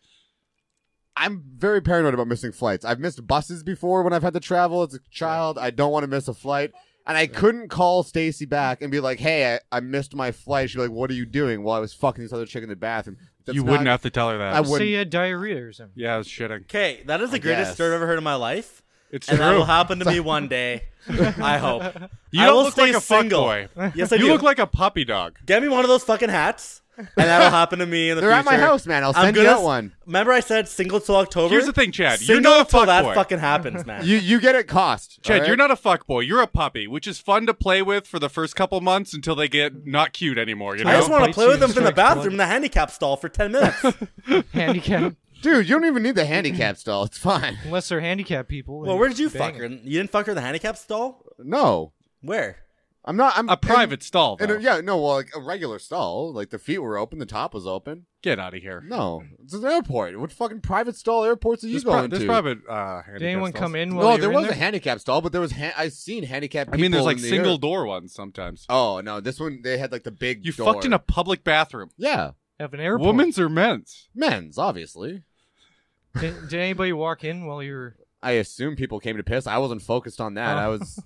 Speaker 4: I'm very paranoid about missing flights. I've missed buses before when I've had to travel as a child. I don't want to miss a flight. And I couldn't call Stacy back and be like, hey, I, I missed my flight. She'd be like, what are you doing? Well, I was fucking this other chick in the bathroom. That's
Speaker 3: you
Speaker 4: not-
Speaker 3: wouldn't have to tell her that.
Speaker 4: I
Speaker 5: Say
Speaker 4: wouldn't.
Speaker 5: you had diarrhea or something.
Speaker 3: yeah, I was shitting.
Speaker 2: Okay, that is the greatest
Speaker 4: guess.
Speaker 2: story I've ever heard in my life.
Speaker 3: It's
Speaker 2: and that
Speaker 3: true.
Speaker 2: will happen to me one day. I hope.
Speaker 3: You
Speaker 2: I
Speaker 3: don't
Speaker 2: will
Speaker 3: look
Speaker 2: stay
Speaker 3: like a
Speaker 2: single.
Speaker 3: fuckboy.
Speaker 2: Yes, I
Speaker 3: You
Speaker 2: do.
Speaker 3: look like a puppy dog.
Speaker 2: Get me one of those fucking hats. and that'll happen to me in the
Speaker 4: They're
Speaker 2: future.
Speaker 4: at my house, man. I'll
Speaker 2: I'm
Speaker 4: send you
Speaker 2: gonna
Speaker 4: out one.
Speaker 2: Remember, I said single till October.
Speaker 3: Here's the thing, Chad. You're
Speaker 2: Single
Speaker 3: not a
Speaker 2: till that
Speaker 3: fuckboy.
Speaker 2: fucking happens, man.
Speaker 4: You you get it cost.
Speaker 3: Chad,
Speaker 4: all
Speaker 3: you're
Speaker 4: right?
Speaker 3: not a fuckboy. You're a puppy, which is fun to play with for the first couple months until they get not cute anymore. You know,
Speaker 2: I just want to
Speaker 5: bites
Speaker 2: play
Speaker 5: you
Speaker 2: with
Speaker 5: and
Speaker 2: them in the
Speaker 5: strikes
Speaker 2: bathroom
Speaker 5: blood.
Speaker 2: in the handicap stall for ten minutes.
Speaker 5: handicap.
Speaker 4: dude. You don't even need the handicap stall. It's fine.
Speaker 5: Unless they're handicapped people.
Speaker 2: well,
Speaker 5: and
Speaker 2: where did you fuck
Speaker 5: bang
Speaker 2: her?
Speaker 5: it.
Speaker 2: You didn't fuck her in the handicap stall.
Speaker 4: No,
Speaker 2: Where?
Speaker 4: I'm not. I'm
Speaker 3: a private stall.
Speaker 4: And,
Speaker 3: though.
Speaker 4: and, yeah, no, well, like a regular stall. Like the feet were open, the top was open.
Speaker 3: Get out of here.
Speaker 4: No, it's an airport. What fucking private stall airports are you
Speaker 3: There's,
Speaker 4: going
Speaker 3: pro- there's
Speaker 4: to?
Speaker 3: private. Uh,
Speaker 5: Did anyone come in? While
Speaker 4: no,
Speaker 5: you
Speaker 4: there
Speaker 5: were
Speaker 4: was
Speaker 5: in
Speaker 4: a handicap stall, but there was ha- I've seen handicap.
Speaker 3: I mean, there's
Speaker 4: people
Speaker 3: like
Speaker 4: in the
Speaker 3: single
Speaker 4: air-
Speaker 3: door ones sometimes.
Speaker 4: Oh no, this one they had like the big.
Speaker 3: You
Speaker 4: door.
Speaker 3: fucked in a public bathroom.
Speaker 4: yeah,
Speaker 5: Have an airport.
Speaker 3: Women's or men's?
Speaker 4: men's obviously.
Speaker 5: Did, did anybody walk in while you were?
Speaker 4: I assume people came to piss. I wasn't focused on that.
Speaker 5: Oh.
Speaker 4: I was.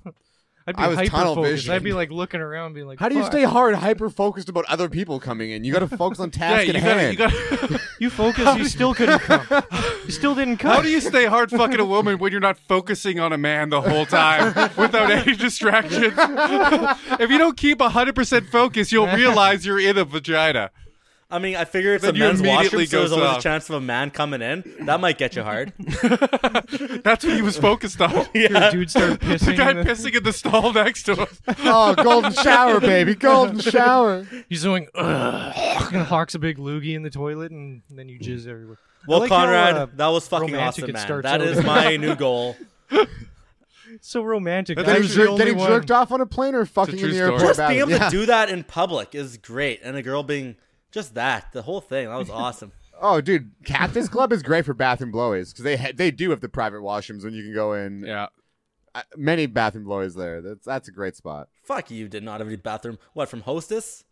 Speaker 5: I'd
Speaker 4: I
Speaker 5: be
Speaker 4: was
Speaker 5: hyper
Speaker 4: tunnel
Speaker 5: focused. I'd be
Speaker 4: visioned.
Speaker 5: like looking around, being like,
Speaker 4: How do you
Speaker 5: "Fuck."
Speaker 4: stay hard, hyper focused about other people coming in? You got to focus on task
Speaker 3: yeah,
Speaker 4: at
Speaker 3: you
Speaker 4: hand.
Speaker 3: gotta, you gotta,
Speaker 5: You focus. You still couldn't come. You still didn't come.
Speaker 3: How do you stay hard fucking a woman when you're not focusing on a man the whole time without any distractions? if you don't keep 100% focus, you'll realize you're in a vagina.
Speaker 2: I mean, I figure it's
Speaker 3: Then
Speaker 2: a
Speaker 3: you
Speaker 2: men's washroom,
Speaker 3: immediately
Speaker 2: so there's
Speaker 3: goes
Speaker 2: always a
Speaker 3: off.
Speaker 2: chance of a man coming in. That might get you hard.
Speaker 3: That's what he was focused on.
Speaker 5: Your dude started pissing.
Speaker 3: The guy
Speaker 5: and then-
Speaker 3: pissing in the stall next to him.
Speaker 4: oh, golden shower, baby, golden shower.
Speaker 5: He's doing "Ugh," and hawks a big loogie in the toilet, and then you jizz everywhere.
Speaker 2: Well,
Speaker 5: I like how,
Speaker 2: Conrad,
Speaker 5: uh,
Speaker 2: that was fucking
Speaker 5: romantic
Speaker 2: awesome,
Speaker 5: it
Speaker 2: man.
Speaker 5: starts
Speaker 2: That
Speaker 5: out.
Speaker 2: is my new goal.
Speaker 5: It's so romantic.
Speaker 3: And
Speaker 5: I
Speaker 3: then
Speaker 5: was
Speaker 4: Jer-
Speaker 5: the only
Speaker 4: getting
Speaker 5: one.
Speaker 4: jerked off on a plane or fucking
Speaker 3: true
Speaker 4: in the
Speaker 3: story.
Speaker 4: airport.
Speaker 2: Just
Speaker 4: bathroom.
Speaker 2: being able
Speaker 4: Yeah.
Speaker 2: to do that in public is great, and a girl being just that—the whole thing—that was awesome.
Speaker 4: Oh, dude, Cactus Club is great for bathroom blowies because they ha- they do have the private washrooms when you can go in.
Speaker 3: Yeah.
Speaker 4: Uh, many bathroom blowies there. That's that's a great spot.
Speaker 2: Fuck you! Did not have any bathroom. What from hostess?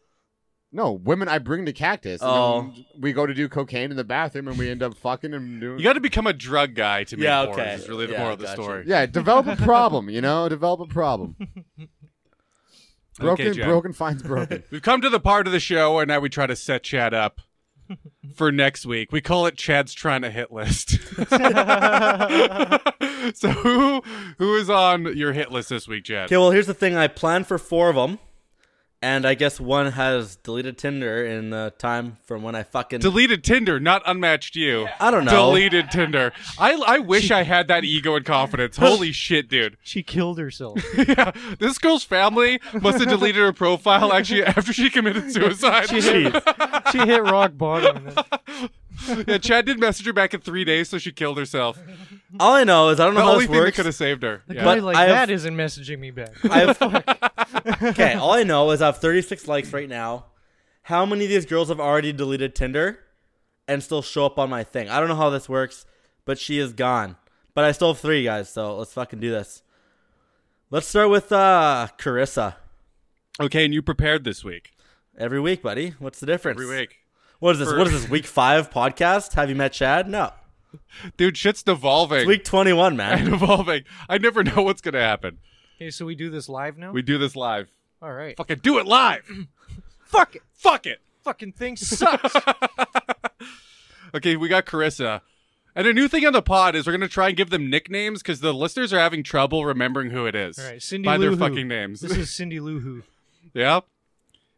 Speaker 4: No, women I bring to Cactus. and
Speaker 2: Oh.
Speaker 4: then we go to do cocaine in the bathroom and we end up fucking and doing.
Speaker 3: You got to become a drug guy to be
Speaker 2: Yeah,
Speaker 3: porn,
Speaker 2: okay.
Speaker 3: is really the
Speaker 2: Yeah,
Speaker 3: moral of the
Speaker 2: gotcha.
Speaker 3: story.
Speaker 4: yeah, develop a problem. You know, develop a problem. Broken,
Speaker 3: Chad.
Speaker 4: broken finds broken.
Speaker 3: We've come to the part of the show where now we try to set Chad up for next week. We call it Chad's trying to hit list. so who who is on your hit list this week, Chad?
Speaker 2: Okay, well here's the thing. I planned for four of them, and I guess one has deleted Tinder in the time from when I fucking.
Speaker 3: Deleted Tinder, not unmatched you.
Speaker 2: I don't know.
Speaker 3: Deleted Tinder. I I wish I had that ego and confidence. Holy shit, dude.
Speaker 5: She killed herself.
Speaker 3: Yeah. This girl's family must have deleted her profile actually after she committed suicide.
Speaker 5: She hit, she hit rock bottom. and then-
Speaker 3: yeah, Chad did message her back in three days, so she killed herself.
Speaker 2: All I know is I don't know
Speaker 3: The
Speaker 2: how
Speaker 3: only
Speaker 2: this
Speaker 3: thing that
Speaker 2: works.
Speaker 3: could have saved her. Yeah.
Speaker 5: Guy
Speaker 2: But
Speaker 5: like
Speaker 2: I have-
Speaker 5: that isn't messaging me back.
Speaker 2: I have, okay, all I know is I have 36 likes right now. How many of these girls have already deleted Tinder and still show up on my thing? I don't know how this works, but she is gone. But I still have three guys, so let's fucking do this. Let's start with uh Carissa.
Speaker 3: Okay, and you prepared this week.
Speaker 2: Every week, buddy. What's the difference?
Speaker 3: Every week.
Speaker 2: What is this?
Speaker 3: For-
Speaker 2: What is this? Week five podcast? Have you met Chad? No.
Speaker 3: Dude, shit's devolving.
Speaker 2: It's week twenty one, man.
Speaker 3: devolving. I never know what's going to happen.
Speaker 5: Okay, so we do this live now.
Speaker 3: We do this live.
Speaker 5: All right.
Speaker 3: Fucking do it live. Fuck it. Fuck it.
Speaker 5: fucking thing sucks.
Speaker 3: Okay, we got Carissa. And a new thing on the pod is we're going to try and give them nicknames because the listeners are having trouble remembering who it is
Speaker 5: All right, Cindy
Speaker 3: by
Speaker 5: Lou
Speaker 3: their
Speaker 5: Who.
Speaker 3: fucking names.
Speaker 5: This is Cindy Lou Who.
Speaker 3: yeah.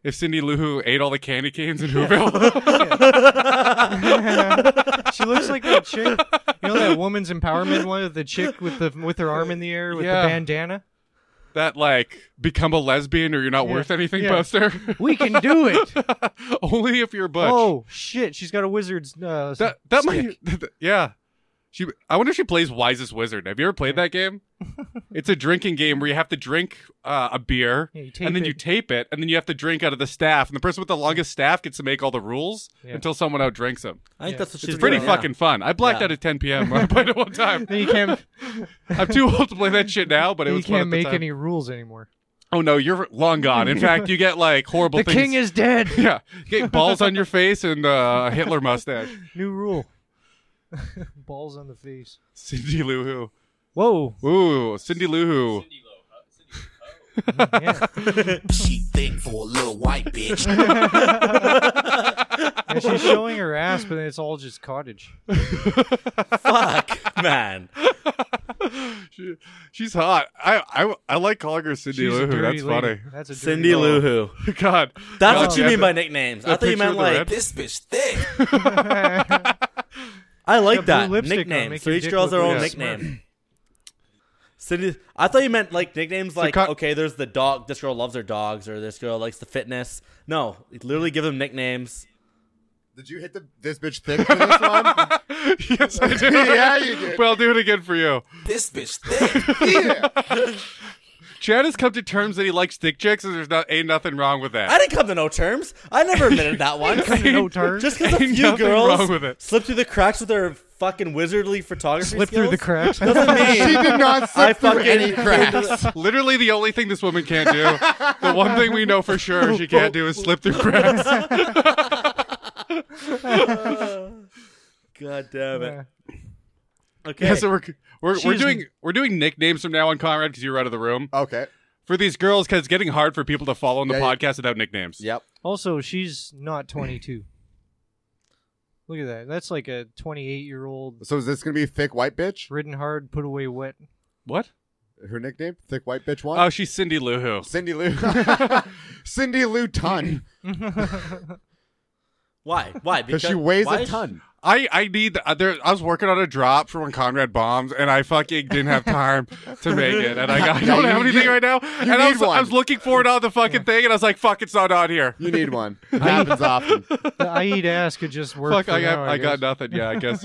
Speaker 3: If Cindy Lou Who ate all the candy canes in Whoville.
Speaker 5: She looks like that chick. You know that woman's empowerment one, the chick with the with her arm in the air with
Speaker 3: Yeah.
Speaker 5: the bandana.
Speaker 3: that, like, become a lesbian or you're not worth anything,
Speaker 5: Yeah.
Speaker 3: Buster.
Speaker 5: We can do it.
Speaker 3: Only if you're Butch.
Speaker 5: oh shit, she's got a wizard's. Uh,
Speaker 3: That that
Speaker 5: stick.
Speaker 3: might yeah. She I wonder if she plays Wisest Wizard. Have you ever played that game? it's a drinking game where you have to drink uh, a beer
Speaker 5: Yeah, you tape
Speaker 3: and then you
Speaker 5: it.
Speaker 3: tape it and then you have to drink out of the staff and the person with the longest staff gets to make all the rules
Speaker 5: Yeah.
Speaker 3: until someone outdrinks them.
Speaker 2: I think that's what she's
Speaker 3: It's pretty
Speaker 2: doing, yeah.
Speaker 3: fucking fun. I blacked
Speaker 2: Yeah.
Speaker 3: out at 10 p.m. when I played it one time.
Speaker 5: Then you can't.
Speaker 3: I'm too old to play that shit now, but it
Speaker 5: Then you
Speaker 3: was fun
Speaker 5: can't
Speaker 3: at the
Speaker 5: make
Speaker 3: time.
Speaker 5: any rules anymore.
Speaker 3: Oh no, you're long gone. In fact, you get like horrible
Speaker 5: the
Speaker 3: things.
Speaker 5: king is dead.
Speaker 3: yeah, you get balls on your face and uh, a Hitler mustache.
Speaker 5: New rule. Balls on the face.
Speaker 3: Cindy Lou Who.
Speaker 5: Whoa.
Speaker 3: Ooh, Cindy Lou Who.
Speaker 5: Yeah.
Speaker 7: She thick for a little white bitch.
Speaker 5: And she's showing her ass, but then it's all just cottage.
Speaker 2: Fuck, man.
Speaker 3: She, she's hot. I, I I like calling her Cindy
Speaker 5: She's a
Speaker 3: Lou Who.
Speaker 5: dirty
Speaker 3: That's
Speaker 5: lady. That's a dirty
Speaker 2: Cindy
Speaker 5: lady.
Speaker 2: Lou Who.
Speaker 3: funny. God,
Speaker 2: That's
Speaker 3: God,
Speaker 2: what you
Speaker 3: yeah,
Speaker 2: mean
Speaker 3: the-
Speaker 2: by nicknames.
Speaker 3: the
Speaker 2: I thought you
Speaker 3: picture
Speaker 2: meant
Speaker 3: with the
Speaker 2: like
Speaker 3: red-
Speaker 7: This bitch thick.
Speaker 2: I like
Speaker 5: Got blue
Speaker 2: that
Speaker 5: lipstick on,
Speaker 2: nickname.
Speaker 5: make
Speaker 2: So
Speaker 5: your
Speaker 2: each
Speaker 5: dick
Speaker 2: girl's
Speaker 5: look
Speaker 2: their own
Speaker 3: like a
Speaker 2: nickname. Cindy, I thought you meant like nicknames like
Speaker 3: co-
Speaker 2: okay, there's the dog. This girl loves her dogs, or this girl likes the fitness. No, literally give them nicknames.
Speaker 4: Did you hit the this bitch thick for this one?
Speaker 3: yes, I do.
Speaker 4: Yeah, you did.
Speaker 3: Well, I'll do it again for you.
Speaker 7: This bitch thick.
Speaker 3: Chad has come to terms that he likes dick chicks, and there's not ain't nothing wrong with that.
Speaker 2: I didn't come to no terms. I never admitted that one.
Speaker 5: No turn.
Speaker 2: Just because a
Speaker 3: Ain't
Speaker 2: few
Speaker 3: nothing
Speaker 2: girls
Speaker 3: wrong with it.
Speaker 2: slip through the cracks with their fucking wizardly photography
Speaker 5: slip through the cracks.
Speaker 2: skills, doesn't
Speaker 4: she
Speaker 2: mean
Speaker 4: did not
Speaker 2: I
Speaker 4: slip through
Speaker 2: fucking
Speaker 4: any cracks.
Speaker 3: Literally, the only thing this woman can't do, the one thing we know for sure she can't do is slip through cracks.
Speaker 2: God damn it. Okay.
Speaker 3: Yeah, so we're we're, we're
Speaker 5: She's-
Speaker 3: doing we're doing nicknames from now on, Conrad, because you're out of the room
Speaker 4: Okay.
Speaker 3: for these girls. Because it's getting hard for people to follow on the
Speaker 4: Yeah, yeah.
Speaker 3: podcast without nicknames.
Speaker 4: Yep.
Speaker 5: Also, she's not 22. Look at that. That's like a 28 year old
Speaker 4: So is this gonna be thick white bitch?
Speaker 5: ridden hard, put away wet.
Speaker 3: What?
Speaker 4: Her nickname, thick white bitch one.
Speaker 3: Oh, she's Cindy Lou Who.
Speaker 4: Cindy Lou. Cindy Lou Ton,
Speaker 2: why? Why?
Speaker 4: because she weighs
Speaker 2: why
Speaker 4: a
Speaker 2: is she-
Speaker 4: ton.
Speaker 3: I I need uh, there. I was working on a drop for when Conrad bombs, and I fucking didn't have time to make it. And I, got, I don't
Speaker 4: you-
Speaker 3: have anything
Speaker 4: you-
Speaker 3: right now. and I
Speaker 4: need
Speaker 3: was
Speaker 4: one.
Speaker 3: I was looking for it on the fucking thing, and I was like, "Fuck, it's not on here."
Speaker 4: You need one. It happens often.
Speaker 5: The I eat ass could just work.
Speaker 3: Fuck,
Speaker 5: for
Speaker 3: I got
Speaker 5: now,
Speaker 3: I, got
Speaker 5: guess.
Speaker 3: nothing. Yeah, I guess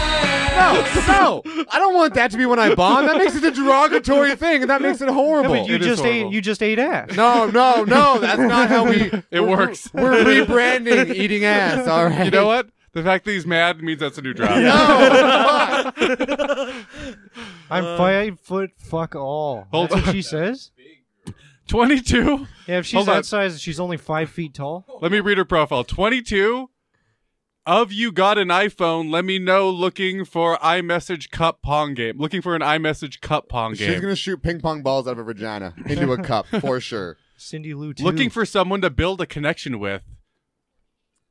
Speaker 3: so.
Speaker 4: No, no, I don't want that to be when I bomb. That makes it a derogatory thing, and that makes it horrible.
Speaker 5: But you
Speaker 3: It is
Speaker 5: just ate.
Speaker 3: horrible.
Speaker 5: You just ate ass.
Speaker 4: no, no, no. That's not how we.
Speaker 3: It works.
Speaker 4: We're rebranding eating ass. All right.
Speaker 3: You know what? The fact that he's mad means that's a new drop.
Speaker 5: I'm five foot. Fuck all.
Speaker 3: uh, Hold
Speaker 5: That's
Speaker 3: on.
Speaker 5: what she says.
Speaker 3: Twenty-two.
Speaker 5: Yeah, if she's
Speaker 3: Hold on.
Speaker 5: that size, she's only five feet tall.
Speaker 3: Let me read her profile. Twenty-two. Of you got an iPhone? Let me know. Looking for iMessage cup pong game. Looking for an iMessage cup pong
Speaker 4: She's
Speaker 3: game.
Speaker 4: gonna shoot ping pong balls out of her vagina into a cup for sure.
Speaker 5: Cindy Lou. Too.
Speaker 3: looking for someone to build a connection with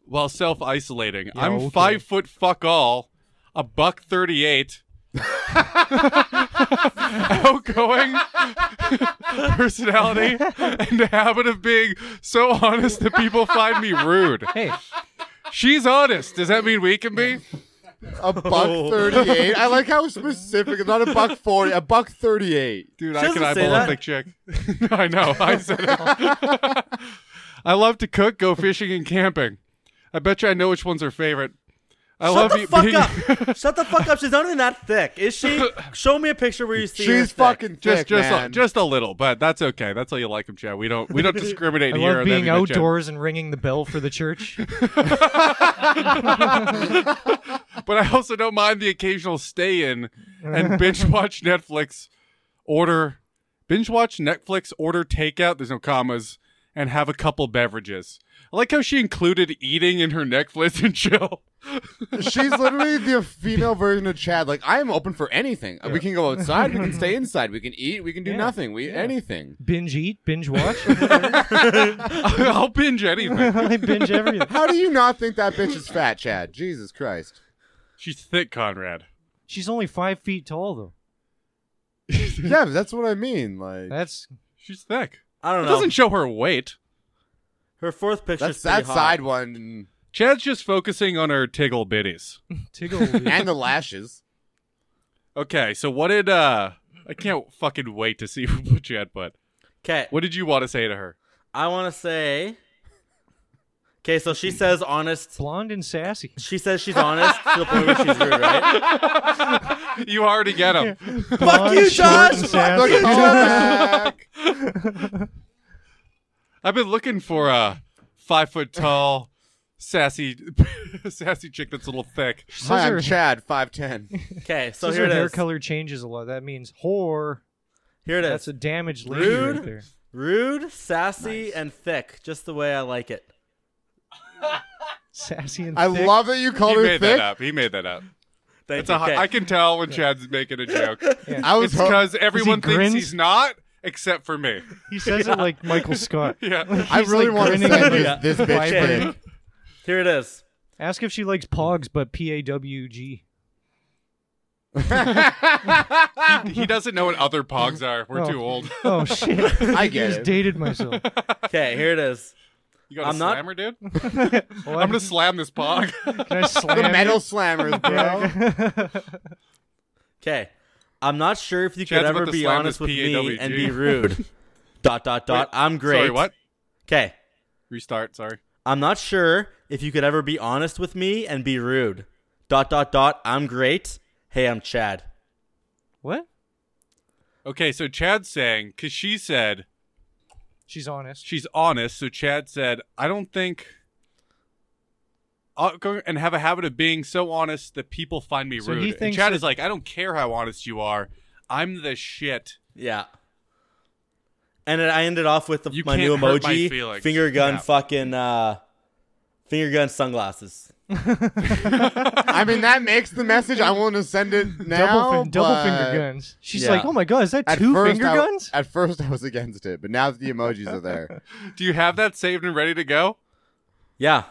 Speaker 3: while self isolating.
Speaker 5: Yeah,
Speaker 3: I'm
Speaker 5: okay.
Speaker 3: five foot fuck all, a buck thirty eight. Outgoing personality and the habit of being so honest that people find me rude.
Speaker 5: Hey,
Speaker 3: She's honest. Does that mean we can be?
Speaker 4: A buck thirty-eight. I like how specific. It's not a buck forty. A buck thirty-eight.
Speaker 3: Dude,
Speaker 2: She
Speaker 3: I can
Speaker 2: doesn't say
Speaker 3: eyeball a
Speaker 2: that.
Speaker 3: thick chick. I know. I said it. I love to cook, go fishing, and camping. I bet you I know which one's her favorite. I
Speaker 2: Shut
Speaker 3: love
Speaker 2: the
Speaker 3: you-
Speaker 2: fuck
Speaker 3: being-
Speaker 2: up! Shut the fuck up! She's not even that thick, is she? Show me a picture where you see her
Speaker 4: She's
Speaker 2: thick.
Speaker 4: fucking thick,
Speaker 3: just just a,
Speaker 4: man.
Speaker 3: just a little, but that's okay. That's how you like him, Chad. We don't we don't discriminate
Speaker 5: I
Speaker 3: here.
Speaker 5: love
Speaker 3: on
Speaker 5: being
Speaker 3: Everyday Chad.
Speaker 5: outdoors and ringing the bell for the church.
Speaker 3: but I also don't mind the occasional stay in and binge watch Netflix, order binge watch Netflix, order takeout. There's no commas, and have a couple beverages. I like how she included eating in her Netflix and chill.
Speaker 4: She's literally the female version of Chad. Like I am open for anything. We can go outside. We can stay inside. We can eat. We can do nothing. We anything.
Speaker 5: binge eat, binge watch.
Speaker 3: I'll binge anything.
Speaker 5: I binge everything.
Speaker 4: How do you not think that bitch is fat, Chad? Jesus Christ.
Speaker 3: She's thick, Conrad.
Speaker 5: She's only five feet tall though.
Speaker 4: Yeah, but that's what I mean. Like
Speaker 5: That's
Speaker 3: She's thick.
Speaker 2: I
Speaker 3: It
Speaker 2: don't know.
Speaker 3: doesn't show her weight.
Speaker 2: Her fourth picture's
Speaker 4: that's
Speaker 2: pretty
Speaker 4: that
Speaker 2: hot.
Speaker 4: side one
Speaker 3: Chad's just focusing on her tiggle bitties.
Speaker 5: tickle.
Speaker 4: and the lashes.
Speaker 3: Okay, so what did uh I can't fucking wait to see what Chad put.
Speaker 2: Okay,
Speaker 3: What did you want to say to her?
Speaker 2: I want to say. Okay, so she says honest.
Speaker 5: Blonde and sassy.
Speaker 2: She says she's honest to the point where she's rude, right?
Speaker 3: You already get him.
Speaker 2: Fuck you,
Speaker 5: short, and
Speaker 2: Josh!
Speaker 4: Look
Speaker 5: sassy.
Speaker 4: at that.
Speaker 3: I've been looking for a five foot tall, sassy, sassy chick that's a little thick.
Speaker 4: Hi, I'm
Speaker 5: her-
Speaker 4: Chad, five ten.
Speaker 2: Okay, so
Speaker 5: Says
Speaker 2: here
Speaker 5: her
Speaker 2: it
Speaker 5: hair
Speaker 2: is.
Speaker 5: color changes a lot. That means whore.
Speaker 2: Here it
Speaker 5: That's
Speaker 2: is.
Speaker 5: a damaged lady
Speaker 2: Rude.
Speaker 5: right there.
Speaker 2: Rude, sassy, and thick, just the way I like it.
Speaker 5: Sassy and
Speaker 4: I
Speaker 5: thick.
Speaker 4: love that you
Speaker 3: He
Speaker 4: called her
Speaker 3: made that
Speaker 4: thick.
Speaker 3: up. He made that up.
Speaker 2: Thank
Speaker 3: It's
Speaker 2: you.
Speaker 3: a hi-
Speaker 2: okay.
Speaker 3: I can tell when Chad's making a joke.
Speaker 4: I was
Speaker 3: It's
Speaker 4: ho-
Speaker 3: because everyone thinks
Speaker 5: grins?
Speaker 3: he's not, except for me.
Speaker 5: He says it like Michael Scott.
Speaker 3: Yeah.
Speaker 4: I really
Speaker 5: like,
Speaker 4: want to say
Speaker 5: grinning at
Speaker 4: this,
Speaker 2: me.
Speaker 4: this bitch
Speaker 5: Vibrating.
Speaker 4: thick.
Speaker 2: Here it is.
Speaker 5: Ask if she likes pogs, but P A W G.
Speaker 3: He doesn't know what other pogs are. We're too old.
Speaker 5: Oh shit!
Speaker 4: I
Speaker 5: I
Speaker 4: get
Speaker 5: just
Speaker 4: it.
Speaker 5: dated myself.
Speaker 2: Okay, here it is.
Speaker 3: You got a
Speaker 2: I'm not-
Speaker 3: slammer, dude?
Speaker 5: Well,
Speaker 3: I'm gonna slam this pog.
Speaker 5: Can I slam
Speaker 4: the
Speaker 5: you?
Speaker 4: metal slammers, bro.
Speaker 2: Okay. I'm not sure if you
Speaker 3: Chad's
Speaker 2: could
Speaker 3: about
Speaker 2: ever
Speaker 3: to
Speaker 2: be
Speaker 3: slam
Speaker 2: honest
Speaker 3: this
Speaker 2: with me
Speaker 3: PAWG.
Speaker 2: and be rude. dot dot dot. I'm great.
Speaker 3: Sorry, what?
Speaker 2: Okay.
Speaker 3: Restart. Sorry.
Speaker 2: I'm not sure if you could ever be honest with me and be rude. Dot dot dot. I'm great. Hey, I'm Chad.
Speaker 5: What?
Speaker 3: Okay, so Chad's saying because she said
Speaker 5: She's honest.
Speaker 3: she's honest. So Chad said, "I don't think." outgoing And have a habit of being so honest that people find me
Speaker 5: So he
Speaker 3: rude. And
Speaker 5: thinks
Speaker 3: Chad
Speaker 5: that-
Speaker 3: is like, I don't care how honest you are. I'm the shit.
Speaker 2: Yeah. And then I ended off with the,
Speaker 3: You
Speaker 2: my new
Speaker 3: can't hurt my
Speaker 2: emoji,
Speaker 3: feelings.
Speaker 2: finger gun,
Speaker 3: Yeah.
Speaker 2: fucking uh, finger gun sunglasses.
Speaker 4: I mean, that makes the message. I want to send it now.
Speaker 5: double, fin- double
Speaker 4: but
Speaker 5: finger guns. She's
Speaker 2: Yeah.
Speaker 5: like, oh my god, is that
Speaker 4: at
Speaker 5: two
Speaker 4: first
Speaker 5: finger
Speaker 4: I-
Speaker 5: guns?
Speaker 4: At first, I was against it, but now that the emojis are there,
Speaker 3: Do you have that saved and ready to go?
Speaker 2: Yeah.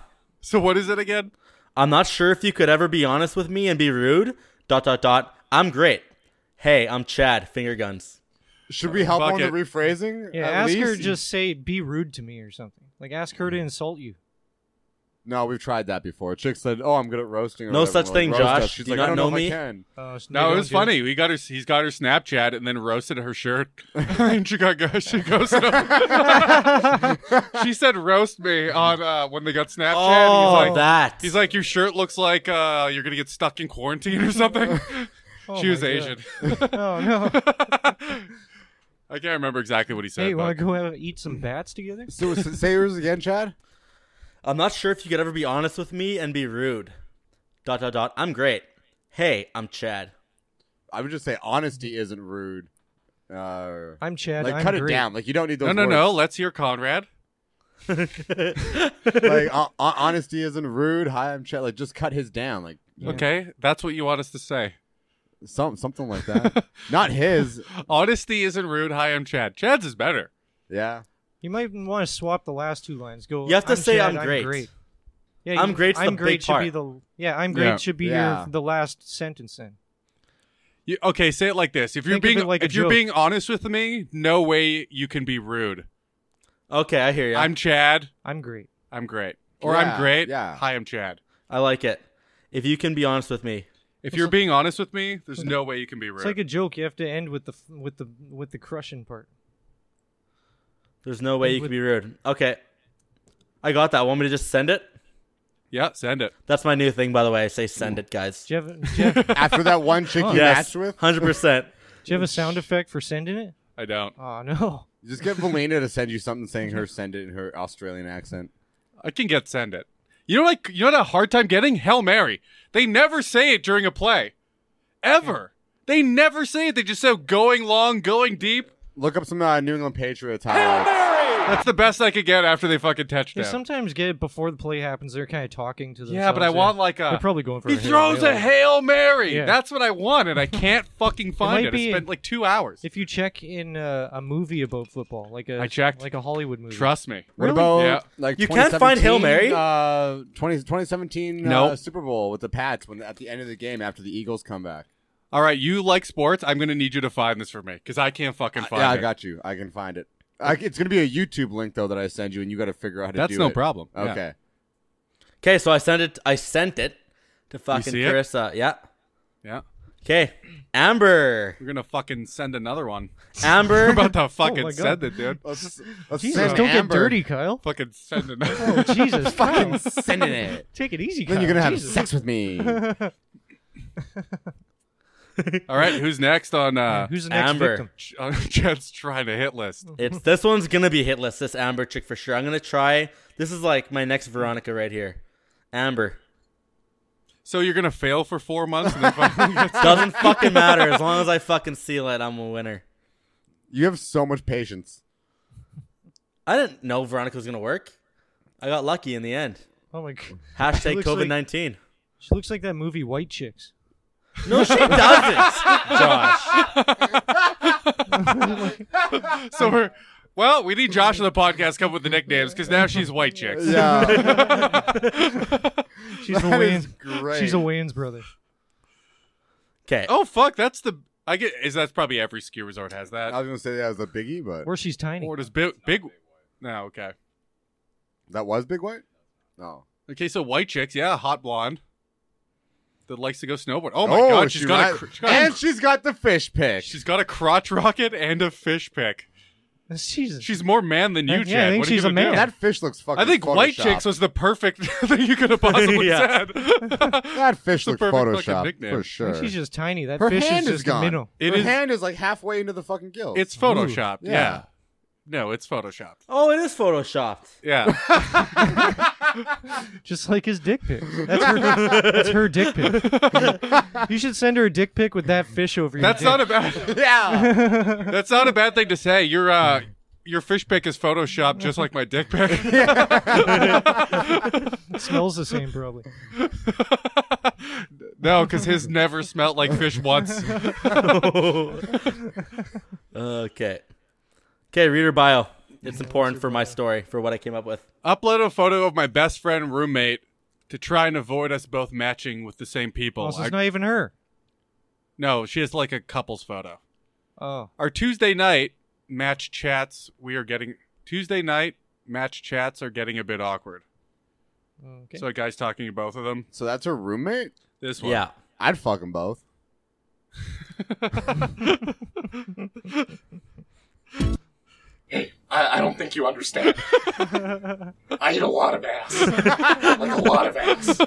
Speaker 3: So what is it again?
Speaker 2: I'm not sure if you could ever be honest with me and be rude. Dot dot dot. I'm great. Hey, I'm Chad. Finger guns.
Speaker 4: should we help
Speaker 3: Fuck
Speaker 4: on the
Speaker 3: it.
Speaker 4: rephrasing?
Speaker 5: yeah,
Speaker 4: at
Speaker 5: ask her
Speaker 4: least?
Speaker 5: just say be rude to me or something. Like ask her to insult you.
Speaker 4: No, we've tried that before. Chick said, "Oh, I'm good at roasting." Or
Speaker 2: No
Speaker 4: whatever.
Speaker 2: such
Speaker 4: Like,
Speaker 2: thing,
Speaker 4: roast us.
Speaker 2: Josh.
Speaker 4: She's
Speaker 2: Do you
Speaker 4: like,
Speaker 2: not
Speaker 4: "I don't
Speaker 2: know
Speaker 4: if I
Speaker 2: me?"
Speaker 4: can."
Speaker 5: Oh, so
Speaker 3: No,
Speaker 5: they
Speaker 3: it
Speaker 5: don't
Speaker 3: was
Speaker 5: do it.
Speaker 3: funny. We got her. He's got her Snapchat and then roasted her shirt. and she got go- she goes. she said, "Roast me" on uh, when they got Snapchat.
Speaker 2: Oh,
Speaker 3: he's like,
Speaker 2: that.
Speaker 3: He's like, "Your shirt looks like uh, you're gonna get stuck in quarantine or something."
Speaker 5: Oh
Speaker 3: she was
Speaker 5: my God.
Speaker 3: Asian.
Speaker 5: Oh no.
Speaker 3: I can't remember exactly what he said.
Speaker 5: hey, want
Speaker 3: but-
Speaker 5: to go out and eat some bats together?
Speaker 4: So s- say yours again, Chad.
Speaker 2: I'm not sure if you could ever be honest with me and be rude. Dot dot dot. I'm great. Hey, I'm Chad.
Speaker 4: I would just say honesty isn't rude. Uh,
Speaker 5: I'm Chad.
Speaker 4: like
Speaker 5: I'm
Speaker 4: cut it
Speaker 5: great.
Speaker 4: down. Like you don't need those.
Speaker 3: no, no,
Speaker 4: words.
Speaker 3: no. Let's hear Conrad.
Speaker 4: like uh, uh, honesty isn't rude. Hi, I'm Chad. Like just cut his down. Like
Speaker 3: Okay, that's what you want us to say.
Speaker 4: some something like that. Not his.
Speaker 3: Honesty isn't rude. Hi, I'm Chad. Chad's is better.
Speaker 4: Yeah.
Speaker 5: You might want to swap the last two lines. Go.
Speaker 2: You have to
Speaker 5: I'm
Speaker 2: say,
Speaker 5: Chad,
Speaker 2: "I'm great."
Speaker 5: Yeah,
Speaker 2: I'm
Speaker 5: you-
Speaker 2: great's the
Speaker 5: I'm great
Speaker 2: big
Speaker 5: should
Speaker 2: part.
Speaker 5: be the yeah. I'm great
Speaker 3: Yeah.
Speaker 5: should be
Speaker 4: Yeah.
Speaker 5: your the last sentence then.
Speaker 3: You, okay, say it like this: If you're
Speaker 5: Think of
Speaker 3: being
Speaker 5: it like a
Speaker 3: if you're
Speaker 5: joke.
Speaker 3: being honest with me, no way you can be rude.
Speaker 2: Okay, I hear you.
Speaker 3: I'm Chad.
Speaker 5: I'm great.
Speaker 3: I'm great. Or
Speaker 4: Yeah,
Speaker 3: I'm great.
Speaker 4: yeah.
Speaker 3: Hi, I'm Chad.
Speaker 2: I like it. If you can be honest with me.
Speaker 3: If you're being honest with me, there's no way you can be rude.
Speaker 5: It's like a joke. You have to end with the f- with the with the crushing part.
Speaker 2: There's no way you could be rude. Okay. I got that. Want me to just send it?
Speaker 3: yeah, send it.
Speaker 2: That's my new thing, by the way. I say send it, guys.
Speaker 5: Do you have, do you have, do
Speaker 4: After that one chick you
Speaker 2: Yes,
Speaker 4: matched with,
Speaker 2: hundred percent.
Speaker 5: you have a sound effect for sending it?
Speaker 3: I don't.
Speaker 5: Oh no.
Speaker 4: just get Valina to send you something saying her send it in her Australian accent.
Speaker 3: I can get send it. You know, like you know, what a hard time getting Hail Mary. They never say it during a play, ever. They never say it. They just say going long, going deep.
Speaker 4: Look up some uh, New England Patriots highlights.
Speaker 3: That's the best I could get after they fucking
Speaker 5: They
Speaker 3: touchdown.
Speaker 5: sometimes get it before the play happens. They're kind of talking to themselves.
Speaker 3: yeah, but I want like
Speaker 5: They're
Speaker 3: a.
Speaker 5: probably going for.
Speaker 3: he
Speaker 5: a Hail
Speaker 3: throws
Speaker 5: Mary.
Speaker 3: a hail mary.
Speaker 5: Yeah.
Speaker 3: That's what I want, and I can't fucking find
Speaker 5: might
Speaker 3: it.
Speaker 5: be-
Speaker 3: I spent like two hours.
Speaker 5: If you check in uh, a movie about football, like a
Speaker 3: I checked.
Speaker 5: like a Hollywood movie.
Speaker 3: Trust me.
Speaker 4: What
Speaker 5: Really?
Speaker 4: about
Speaker 3: Yeah.
Speaker 4: like
Speaker 2: You can't find Hail
Speaker 4: 2017,
Speaker 2: Mary?
Speaker 4: Uh, 20, 2017 uh,
Speaker 3: Nope.
Speaker 4: Super Bowl with the Pats when at the end of the game after the Eagles come back.
Speaker 3: All right, you like sports. I'm gonna need you to find this for me because I can't fucking find
Speaker 4: yeah,
Speaker 3: it.
Speaker 4: I got you. I can find it. I, it's gonna be a YouTube link though that I send you, and you got to figure out how to
Speaker 3: That's
Speaker 4: do
Speaker 3: no
Speaker 4: it.
Speaker 3: problem. Yeah.
Speaker 4: Okay.
Speaker 2: Okay, so I sent it. I sent it to fucking
Speaker 3: see it?
Speaker 2: Carissa. Yeah.
Speaker 3: Yeah,
Speaker 2: Okay, Amber.
Speaker 3: we're gonna fucking send another one. We're
Speaker 2: Amber.
Speaker 3: about to
Speaker 5: Oh my
Speaker 3: fucking
Speaker 5: God.
Speaker 3: send it, dude.
Speaker 4: Let's, let's
Speaker 5: Jesus,
Speaker 4: send
Speaker 5: don't
Speaker 4: Amber.
Speaker 5: get dirty, Kyle.
Speaker 3: Fucking send another.
Speaker 5: Oh, Jesus, fucking
Speaker 4: Sending it.
Speaker 5: take it easy.
Speaker 4: Then
Speaker 5: Kyle.
Speaker 4: you're gonna have
Speaker 5: Jesus.
Speaker 4: sex with me.
Speaker 3: All right, who's next on uh,
Speaker 5: Who's the next
Speaker 2: Amber.
Speaker 5: victim?
Speaker 3: Ch- on Chad's trying to hit list?
Speaker 2: It's this one's gonna be hitless. This Amber chick for sure. I'm gonna try. This is like my next Veronica right here. Amber
Speaker 3: So you're gonna fail for four months and then finally get
Speaker 2: doesn't fucking matter as long as I fucking seal it. I'm a winner.
Speaker 4: You have so much patience.
Speaker 2: I didn't know Veronica was gonna work. I got lucky in the end.
Speaker 5: Oh my god,
Speaker 2: Hashtag
Speaker 5: Looks like-
Speaker 2: COVID nineteen.
Speaker 5: she looks like that movie White Chicks.
Speaker 2: No, she doesn't, Josh.
Speaker 3: so we're well, we need Josh on the podcast to come up with the nicknames because now she's white chicks.
Speaker 4: Yeah,
Speaker 5: She's the
Speaker 4: that is
Speaker 5: Wayans.
Speaker 4: great.
Speaker 5: She's a Wayans brother.
Speaker 2: Okay.
Speaker 3: Oh fuck, that's the I get is that's probably every ski resort has
Speaker 4: I
Speaker 3: that.
Speaker 4: was gonna say that was a biggie, but
Speaker 5: Or she's tiny.
Speaker 3: Or does big big No, okay.
Speaker 4: that was big white. No.
Speaker 3: Okay, so white chicks, yeah, hot blonde that likes to go snowboard. Oh my god, she's
Speaker 4: she
Speaker 3: got a cr-
Speaker 4: ri-
Speaker 3: she's got a
Speaker 4: and she's got the fish pick.
Speaker 3: She's got a crotch rocket and a fish pick.
Speaker 5: She's
Speaker 3: She's more man than you,
Speaker 5: Yeah, I
Speaker 3: Chad.
Speaker 5: think
Speaker 3: What are you
Speaker 5: she's a
Speaker 3: gonna
Speaker 5: man.
Speaker 3: do?
Speaker 4: that fish looks fucking.
Speaker 3: I think white
Speaker 4: photoshopped.
Speaker 3: chicks was the perfect thing you could have possibly
Speaker 2: Yeah.
Speaker 3: said.
Speaker 4: That fish
Speaker 3: the
Speaker 4: looks
Speaker 3: perfect fucking
Speaker 4: photoshopped
Speaker 3: nickname.
Speaker 4: for sure.
Speaker 5: she's just tiny. That
Speaker 4: Her
Speaker 5: fish
Speaker 4: hand
Speaker 5: is
Speaker 4: is
Speaker 5: just
Speaker 4: gone.
Speaker 5: a minnow.
Speaker 3: It
Speaker 4: Her
Speaker 3: is-
Speaker 4: hand is like halfway into the fucking gill.
Speaker 3: it's photoshopped.
Speaker 4: yeah.
Speaker 3: yeah. No, it's photoshopped.
Speaker 2: Oh, it is photoshopped.
Speaker 3: Yeah.
Speaker 5: Just like his dick pic. That's her, that's her dick pic. you should send her a dick pic with that fish over your
Speaker 3: That's
Speaker 5: dick.
Speaker 3: not a bad Yeah. That's not a bad thing to say. Your uh your fish pick is photoshopped just like my dick pic.
Speaker 5: It smells the same, probably.
Speaker 3: no, because his never smelt like fish once.
Speaker 2: Okay. Okay, reader bio. It's important for my story, for what I came up with.
Speaker 3: Upload a photo of my best friend roommate to try and avoid us both matching with the same people.
Speaker 5: Also,
Speaker 3: Our-
Speaker 5: it's not even her.
Speaker 3: no, she has like a couple's photo.
Speaker 5: Oh,
Speaker 3: Our Tuesday night match chats, we are getting Tuesday night match chats are getting a bit awkward.
Speaker 5: okay.
Speaker 3: So a guy's talking to both of them.
Speaker 4: so that's her roommate.
Speaker 3: This one.
Speaker 2: Yeah.
Speaker 4: I'd fuck them both.
Speaker 6: Hey, I, I don't think you understand. I eat a lot of ass. like a lot of ass.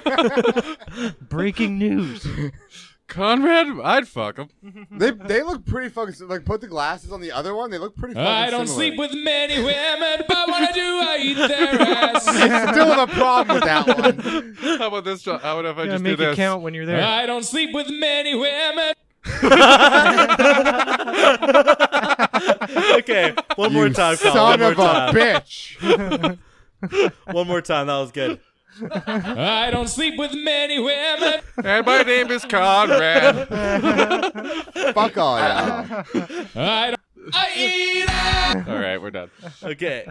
Speaker 5: Breaking news.
Speaker 3: Conrad, I'd fuck him.
Speaker 4: They they look pretty fucking sim- like put the glasses on the other one. They look
Speaker 3: Uh,
Speaker 4: pretty. Fucking
Speaker 10: I don't
Speaker 4: similar.
Speaker 10: sleep with many women, but when I do, I eat their ass.
Speaker 4: It's still the problem with that one.
Speaker 3: How about this? John? How about if I
Speaker 5: Yeah,
Speaker 3: just
Speaker 5: make
Speaker 3: do
Speaker 5: it
Speaker 3: this?
Speaker 5: count when you're there.
Speaker 10: I don't sleep with many women.
Speaker 2: Okay, one more
Speaker 4: You
Speaker 2: time, Colin. One
Speaker 4: son
Speaker 2: more
Speaker 4: of a
Speaker 2: time.
Speaker 4: bitch.
Speaker 2: One more time. That was good.
Speaker 10: I don't sleep with many women.
Speaker 3: And my name is Conrad.
Speaker 4: Fuck all y'all.
Speaker 10: I don't. I eat ass.
Speaker 3: All right, we're done.
Speaker 2: Okay.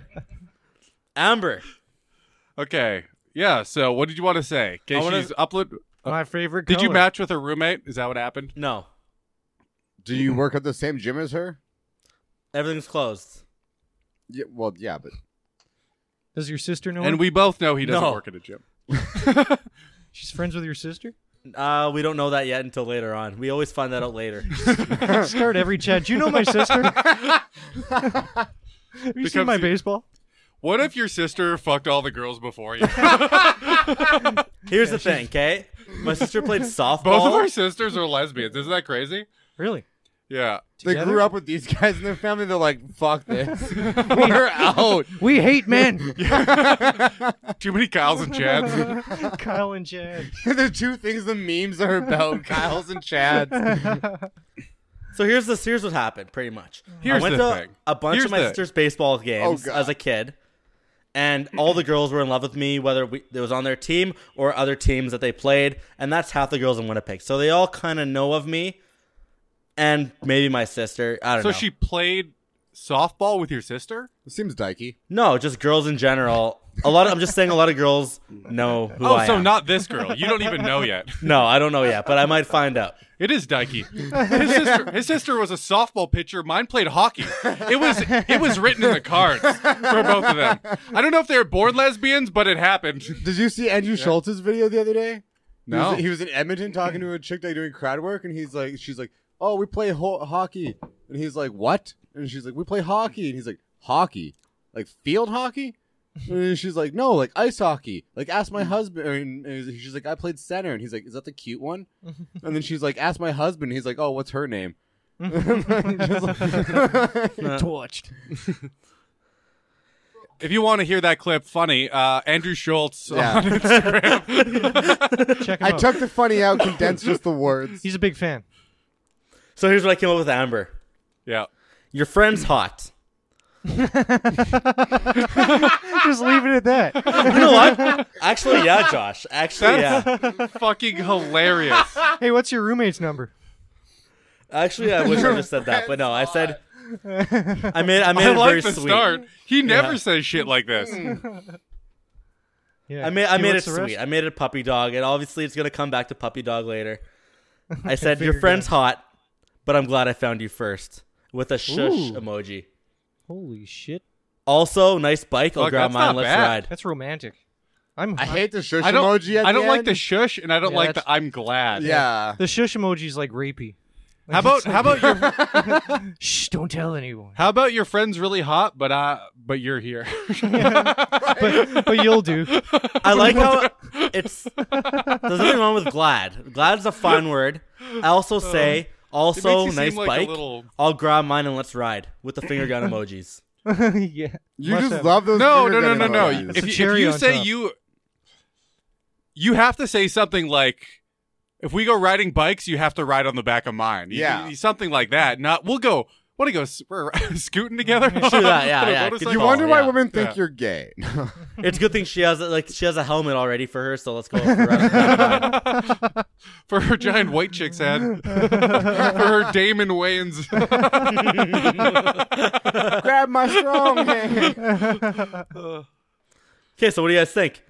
Speaker 2: Amber.
Speaker 3: Okay. Yeah. So, what did you want to say? Okay,
Speaker 2: I wanna-
Speaker 3: she's upload.
Speaker 5: My favorite.
Speaker 3: Uh, Did you
Speaker 5: color.
Speaker 3: match with a roommate? Is that what happened?
Speaker 2: No.
Speaker 4: Do you work at the same gym as her?
Speaker 2: Everything's closed.
Speaker 4: Yeah, well, yeah, but
Speaker 5: Does your sister know?
Speaker 3: And
Speaker 5: him?
Speaker 3: we both know he doesn't
Speaker 2: No.
Speaker 3: work at a gym.
Speaker 5: She's friends with your sister.
Speaker 2: Uh, we don't know that yet until later on. We always find that out later.
Speaker 5: Start every chat. Do you know my sister? Have you seen
Speaker 3: Becomes
Speaker 5: my
Speaker 3: you-
Speaker 5: baseball?
Speaker 3: What if your sister fucked all the girls before you?
Speaker 2: Here's the thing, okay? My sister played softball.
Speaker 3: both of our sisters are lesbians. Isn't that crazy?
Speaker 5: Really?
Speaker 3: Yeah.
Speaker 4: they
Speaker 5: Together?
Speaker 4: grew up with these guys in their family. They're like, fuck this. We're out.
Speaker 5: We hate men.
Speaker 3: Too many Kyles and Chads.
Speaker 5: Kyle and Chad.
Speaker 4: the two things the memes are about: Kyle's and Chad's.
Speaker 2: So here's this. Here's what happened, pretty much.
Speaker 3: Here's
Speaker 2: I went
Speaker 3: the
Speaker 2: to
Speaker 3: thing.
Speaker 2: a bunch
Speaker 3: Here's
Speaker 2: of my
Speaker 3: the-
Speaker 2: sister's baseball games
Speaker 4: Oh, God.
Speaker 2: as a kid, and all the girls were in love with me, whether we, it was on their team or other teams that they played, and that's half the girls in Winnipeg. So they all kind of know of me, and maybe my sister. I don't
Speaker 3: So
Speaker 2: know.
Speaker 3: she played softball with your sister?
Speaker 4: Seems dykey.
Speaker 2: no, just girls in general. A lot. Of, I'm just saying, a lot of girls know who
Speaker 3: Oh,
Speaker 2: I
Speaker 3: so
Speaker 2: am.
Speaker 3: not this girl. You don't even know yet.
Speaker 2: no, I don't know yet, but I might find out.
Speaker 3: It is Dikey. His sister, his sister was a softball pitcher. Mine played hockey. It was it was written in the cards for both of them. I don't know if they were born lesbians, but it happened.
Speaker 4: Did you see Andrew Schultz's video the other day? He
Speaker 3: No.
Speaker 4: was, he was in Edmonton talking to a chick that doing crowd work, and he's like, she's like, oh, we play ho- hockey, and he's like, what? And she's like, we play hockey, and he's like, hockey, like field hockey. And she's like, no, like ice hockey. Like, ask my husband. And and she's like, I played center. And he's like, is that the cute one? And then she's like, ask my husband. And he's like, oh, what's her name?
Speaker 5: Torched.
Speaker 3: If you want to hear that clip, funny, uh, Andrew Schultz. on-
Speaker 4: Yeah.
Speaker 5: Check him
Speaker 4: I
Speaker 5: out.
Speaker 4: took the funny out, condensed just the words.
Speaker 5: He's a big fan.
Speaker 2: So here's what I came up with, Amber.
Speaker 3: yeah.
Speaker 2: Your friend's hot.
Speaker 5: Just leave it at that.
Speaker 2: You know what? Actually, yeah, Josh. Actually, yeah.
Speaker 3: Fucking hilarious.
Speaker 5: Hey, what's your roommate's number?
Speaker 2: Actually, I wish I just said that, but no, I said. I made I made
Speaker 3: I
Speaker 2: it very
Speaker 3: like the
Speaker 2: sweet.
Speaker 3: start. He never
Speaker 2: Yeah.
Speaker 3: says shit like this.
Speaker 5: Yeah.
Speaker 2: I made I
Speaker 5: He
Speaker 2: made
Speaker 5: wants
Speaker 2: it
Speaker 5: the rest?
Speaker 2: sweet. I made it puppy dog, and obviously it's gonna come back to puppy dog later. I said, Your
Speaker 5: Figured
Speaker 2: friend's hot, but I'm glad I found you first. With a shush
Speaker 5: Ooh.
Speaker 2: emoji.
Speaker 5: Holy shit.
Speaker 2: Also, nice bike. I'll
Speaker 3: Fuck,
Speaker 2: grab
Speaker 3: that's
Speaker 2: mine.
Speaker 3: not
Speaker 2: Let's
Speaker 3: bad.
Speaker 2: ride.
Speaker 5: That's romantic. I'm
Speaker 4: I hate the shush
Speaker 3: I don't.
Speaker 4: emoji. At
Speaker 3: I don't
Speaker 4: the
Speaker 3: like
Speaker 4: end.
Speaker 3: the shush, and I don't
Speaker 5: Yeah,
Speaker 3: like the
Speaker 5: that's-
Speaker 3: I'm glad.
Speaker 4: Yeah.
Speaker 5: the shush emoji's like rapey.
Speaker 3: How about how about your
Speaker 5: Shh, don't tell anyone.
Speaker 3: how about your friend's really hot, but uh, but you're here.
Speaker 5: but, but you'll do.
Speaker 2: I like how it's. There's nothing wrong with glad. Glad's a fine word. I also say, also,
Speaker 3: makes Uh, you
Speaker 2: nice
Speaker 3: seem like a
Speaker 2: bike.
Speaker 3: little-
Speaker 2: I'll grab mine and let's ride with the finger gun emojis.
Speaker 5: yeah.
Speaker 4: You
Speaker 5: Must
Speaker 4: just
Speaker 5: have-
Speaker 4: love those.
Speaker 3: no, no,
Speaker 4: finger
Speaker 3: no, no,
Speaker 4: gun
Speaker 3: no.
Speaker 4: emojis.
Speaker 3: If,
Speaker 5: a
Speaker 3: you- if
Speaker 5: cherry
Speaker 3: you
Speaker 5: on
Speaker 3: say
Speaker 5: top.
Speaker 3: you, you have to say something like, if we go riding bikes, you have to ride on the back of mine. You-
Speaker 4: Yeah.
Speaker 3: you- something like that. Not we'll go. Want to go s- we're scooting together?
Speaker 2: Sure, yeah, yeah,
Speaker 3: On a
Speaker 2: yeah.
Speaker 3: motorcycle?
Speaker 4: you wonder why
Speaker 2: yeah,
Speaker 4: women think
Speaker 3: yeah.
Speaker 4: you're gay.
Speaker 2: It's a good thing she has like she has a helmet already for her, so let's go. For a ride.
Speaker 3: for her giant white chick's head, for her Damon Wayans.
Speaker 4: Grab my strong hand.
Speaker 2: okay, so what do you guys think?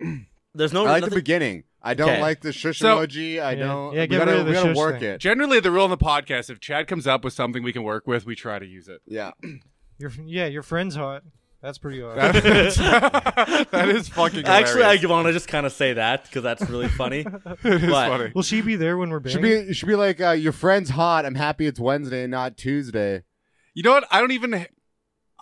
Speaker 2: There's no.
Speaker 4: I like the
Speaker 2: nothing-
Speaker 4: beginning. I don't
Speaker 2: Okay.
Speaker 4: like the shush
Speaker 3: So-
Speaker 4: emoji. I
Speaker 5: Yeah.
Speaker 4: don't.
Speaker 5: Yeah,
Speaker 4: we
Speaker 5: get
Speaker 4: gotta,
Speaker 5: rid of the
Speaker 4: we gotta
Speaker 5: shush
Speaker 4: work
Speaker 5: thing.
Speaker 4: it.
Speaker 3: Generally, the rule on the podcast: if Chad comes up with something we can work with, we try to use it.
Speaker 4: Yeah.
Speaker 5: Your, yeah, your friend's hot. That's pretty hot.
Speaker 3: that is fucking.
Speaker 2: Actually, I
Speaker 3: hilarious.
Speaker 2: want to just kind of say that because that's really funny.
Speaker 3: it is
Speaker 2: but-
Speaker 3: funny.
Speaker 5: Will she be there when we're banging?
Speaker 4: Should be it should be like uh, your friend's hot. I'm happy it's Wednesday and not Tuesday.
Speaker 3: You know what? I don't even.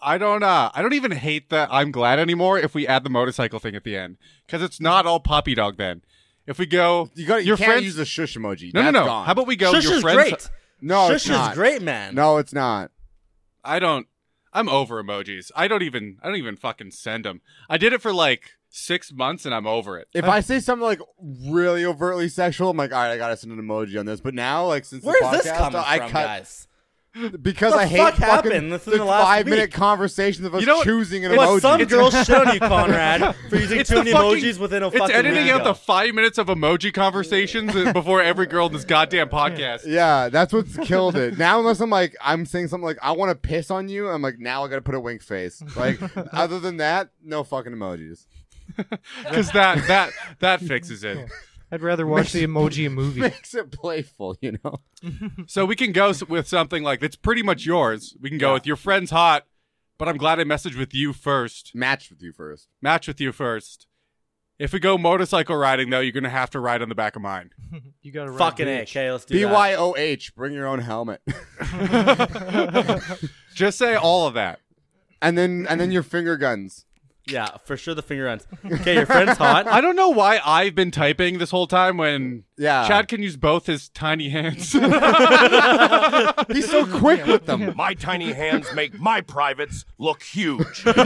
Speaker 3: I don't. Uh, I don't even hate that. I'm glad anymore. If we add the motorcycle thing at the end, because it's not all puppy dog. Then, if we go,
Speaker 4: You got
Speaker 3: your
Speaker 4: you can't
Speaker 3: friends.
Speaker 4: use the shush emoji.
Speaker 3: no, no,
Speaker 4: That's
Speaker 3: no.
Speaker 4: gone.
Speaker 3: How about we go?
Speaker 2: Shush
Speaker 3: your
Speaker 2: is
Speaker 3: friends.
Speaker 2: great.
Speaker 4: no?
Speaker 2: Shush
Speaker 4: it's
Speaker 2: is
Speaker 4: not.
Speaker 2: great, man.
Speaker 4: No, it's not.
Speaker 3: I don't. I'm over emojis. I don't even. I don't even fucking send them. I did it for like six months, and I'm over it.
Speaker 4: If I say something like really overtly sexual, I'm like, all right, I gotta send an emoji on this. But now, like since
Speaker 2: Where's
Speaker 4: the podcast,
Speaker 2: this coming
Speaker 4: I
Speaker 2: from,
Speaker 4: cut
Speaker 2: guys?
Speaker 4: because
Speaker 2: The
Speaker 4: I hate
Speaker 2: fuck
Speaker 4: fucking
Speaker 2: happened within
Speaker 4: the
Speaker 2: the last
Speaker 4: five minute
Speaker 2: week?
Speaker 4: conversations of us
Speaker 3: You know what?
Speaker 4: choosing an
Speaker 2: But
Speaker 4: emoji.
Speaker 2: some girls shit on you, Conrad, for using too many emojis within a
Speaker 3: it's
Speaker 2: fucking
Speaker 3: editing
Speaker 2: video.
Speaker 3: out the five minutes of emoji conversations uh, before every girl in this goddamn podcast.
Speaker 4: yeah, that's what's killed it. Now, unless I'm like, I'm saying something like, I want to piss on you, I'm like, now I gotta put a wink face. Like, other than that, no fucking emojis.
Speaker 3: Because that that that fixes it.
Speaker 5: I'd rather watch the emoji movie.
Speaker 4: Makes it playful, you know.
Speaker 3: So we can go s- with something like that's pretty much yours. We can go with your friend's hot, but I'm glad I messaged with you first.
Speaker 4: Match with you first.
Speaker 3: Match with you first. If we go motorcycle riding though, you're gonna have to ride on the back of mine.
Speaker 5: You gotta ride
Speaker 2: fucking A.
Speaker 5: bitch.
Speaker 2: Okay, let's do
Speaker 4: B
Speaker 2: that.
Speaker 4: Y O H. Bring your own helmet.
Speaker 3: Just say all of that.
Speaker 4: and then and then your finger guns.
Speaker 2: Yeah, for sure the finger runs. Okay, your friend's hot.
Speaker 3: I don't know why I've been typing this whole time when
Speaker 4: Yeah.
Speaker 3: Chad can use both his tiny hands.
Speaker 4: He's so quick with them.
Speaker 7: My tiny hands make my privates look huge.
Speaker 4: I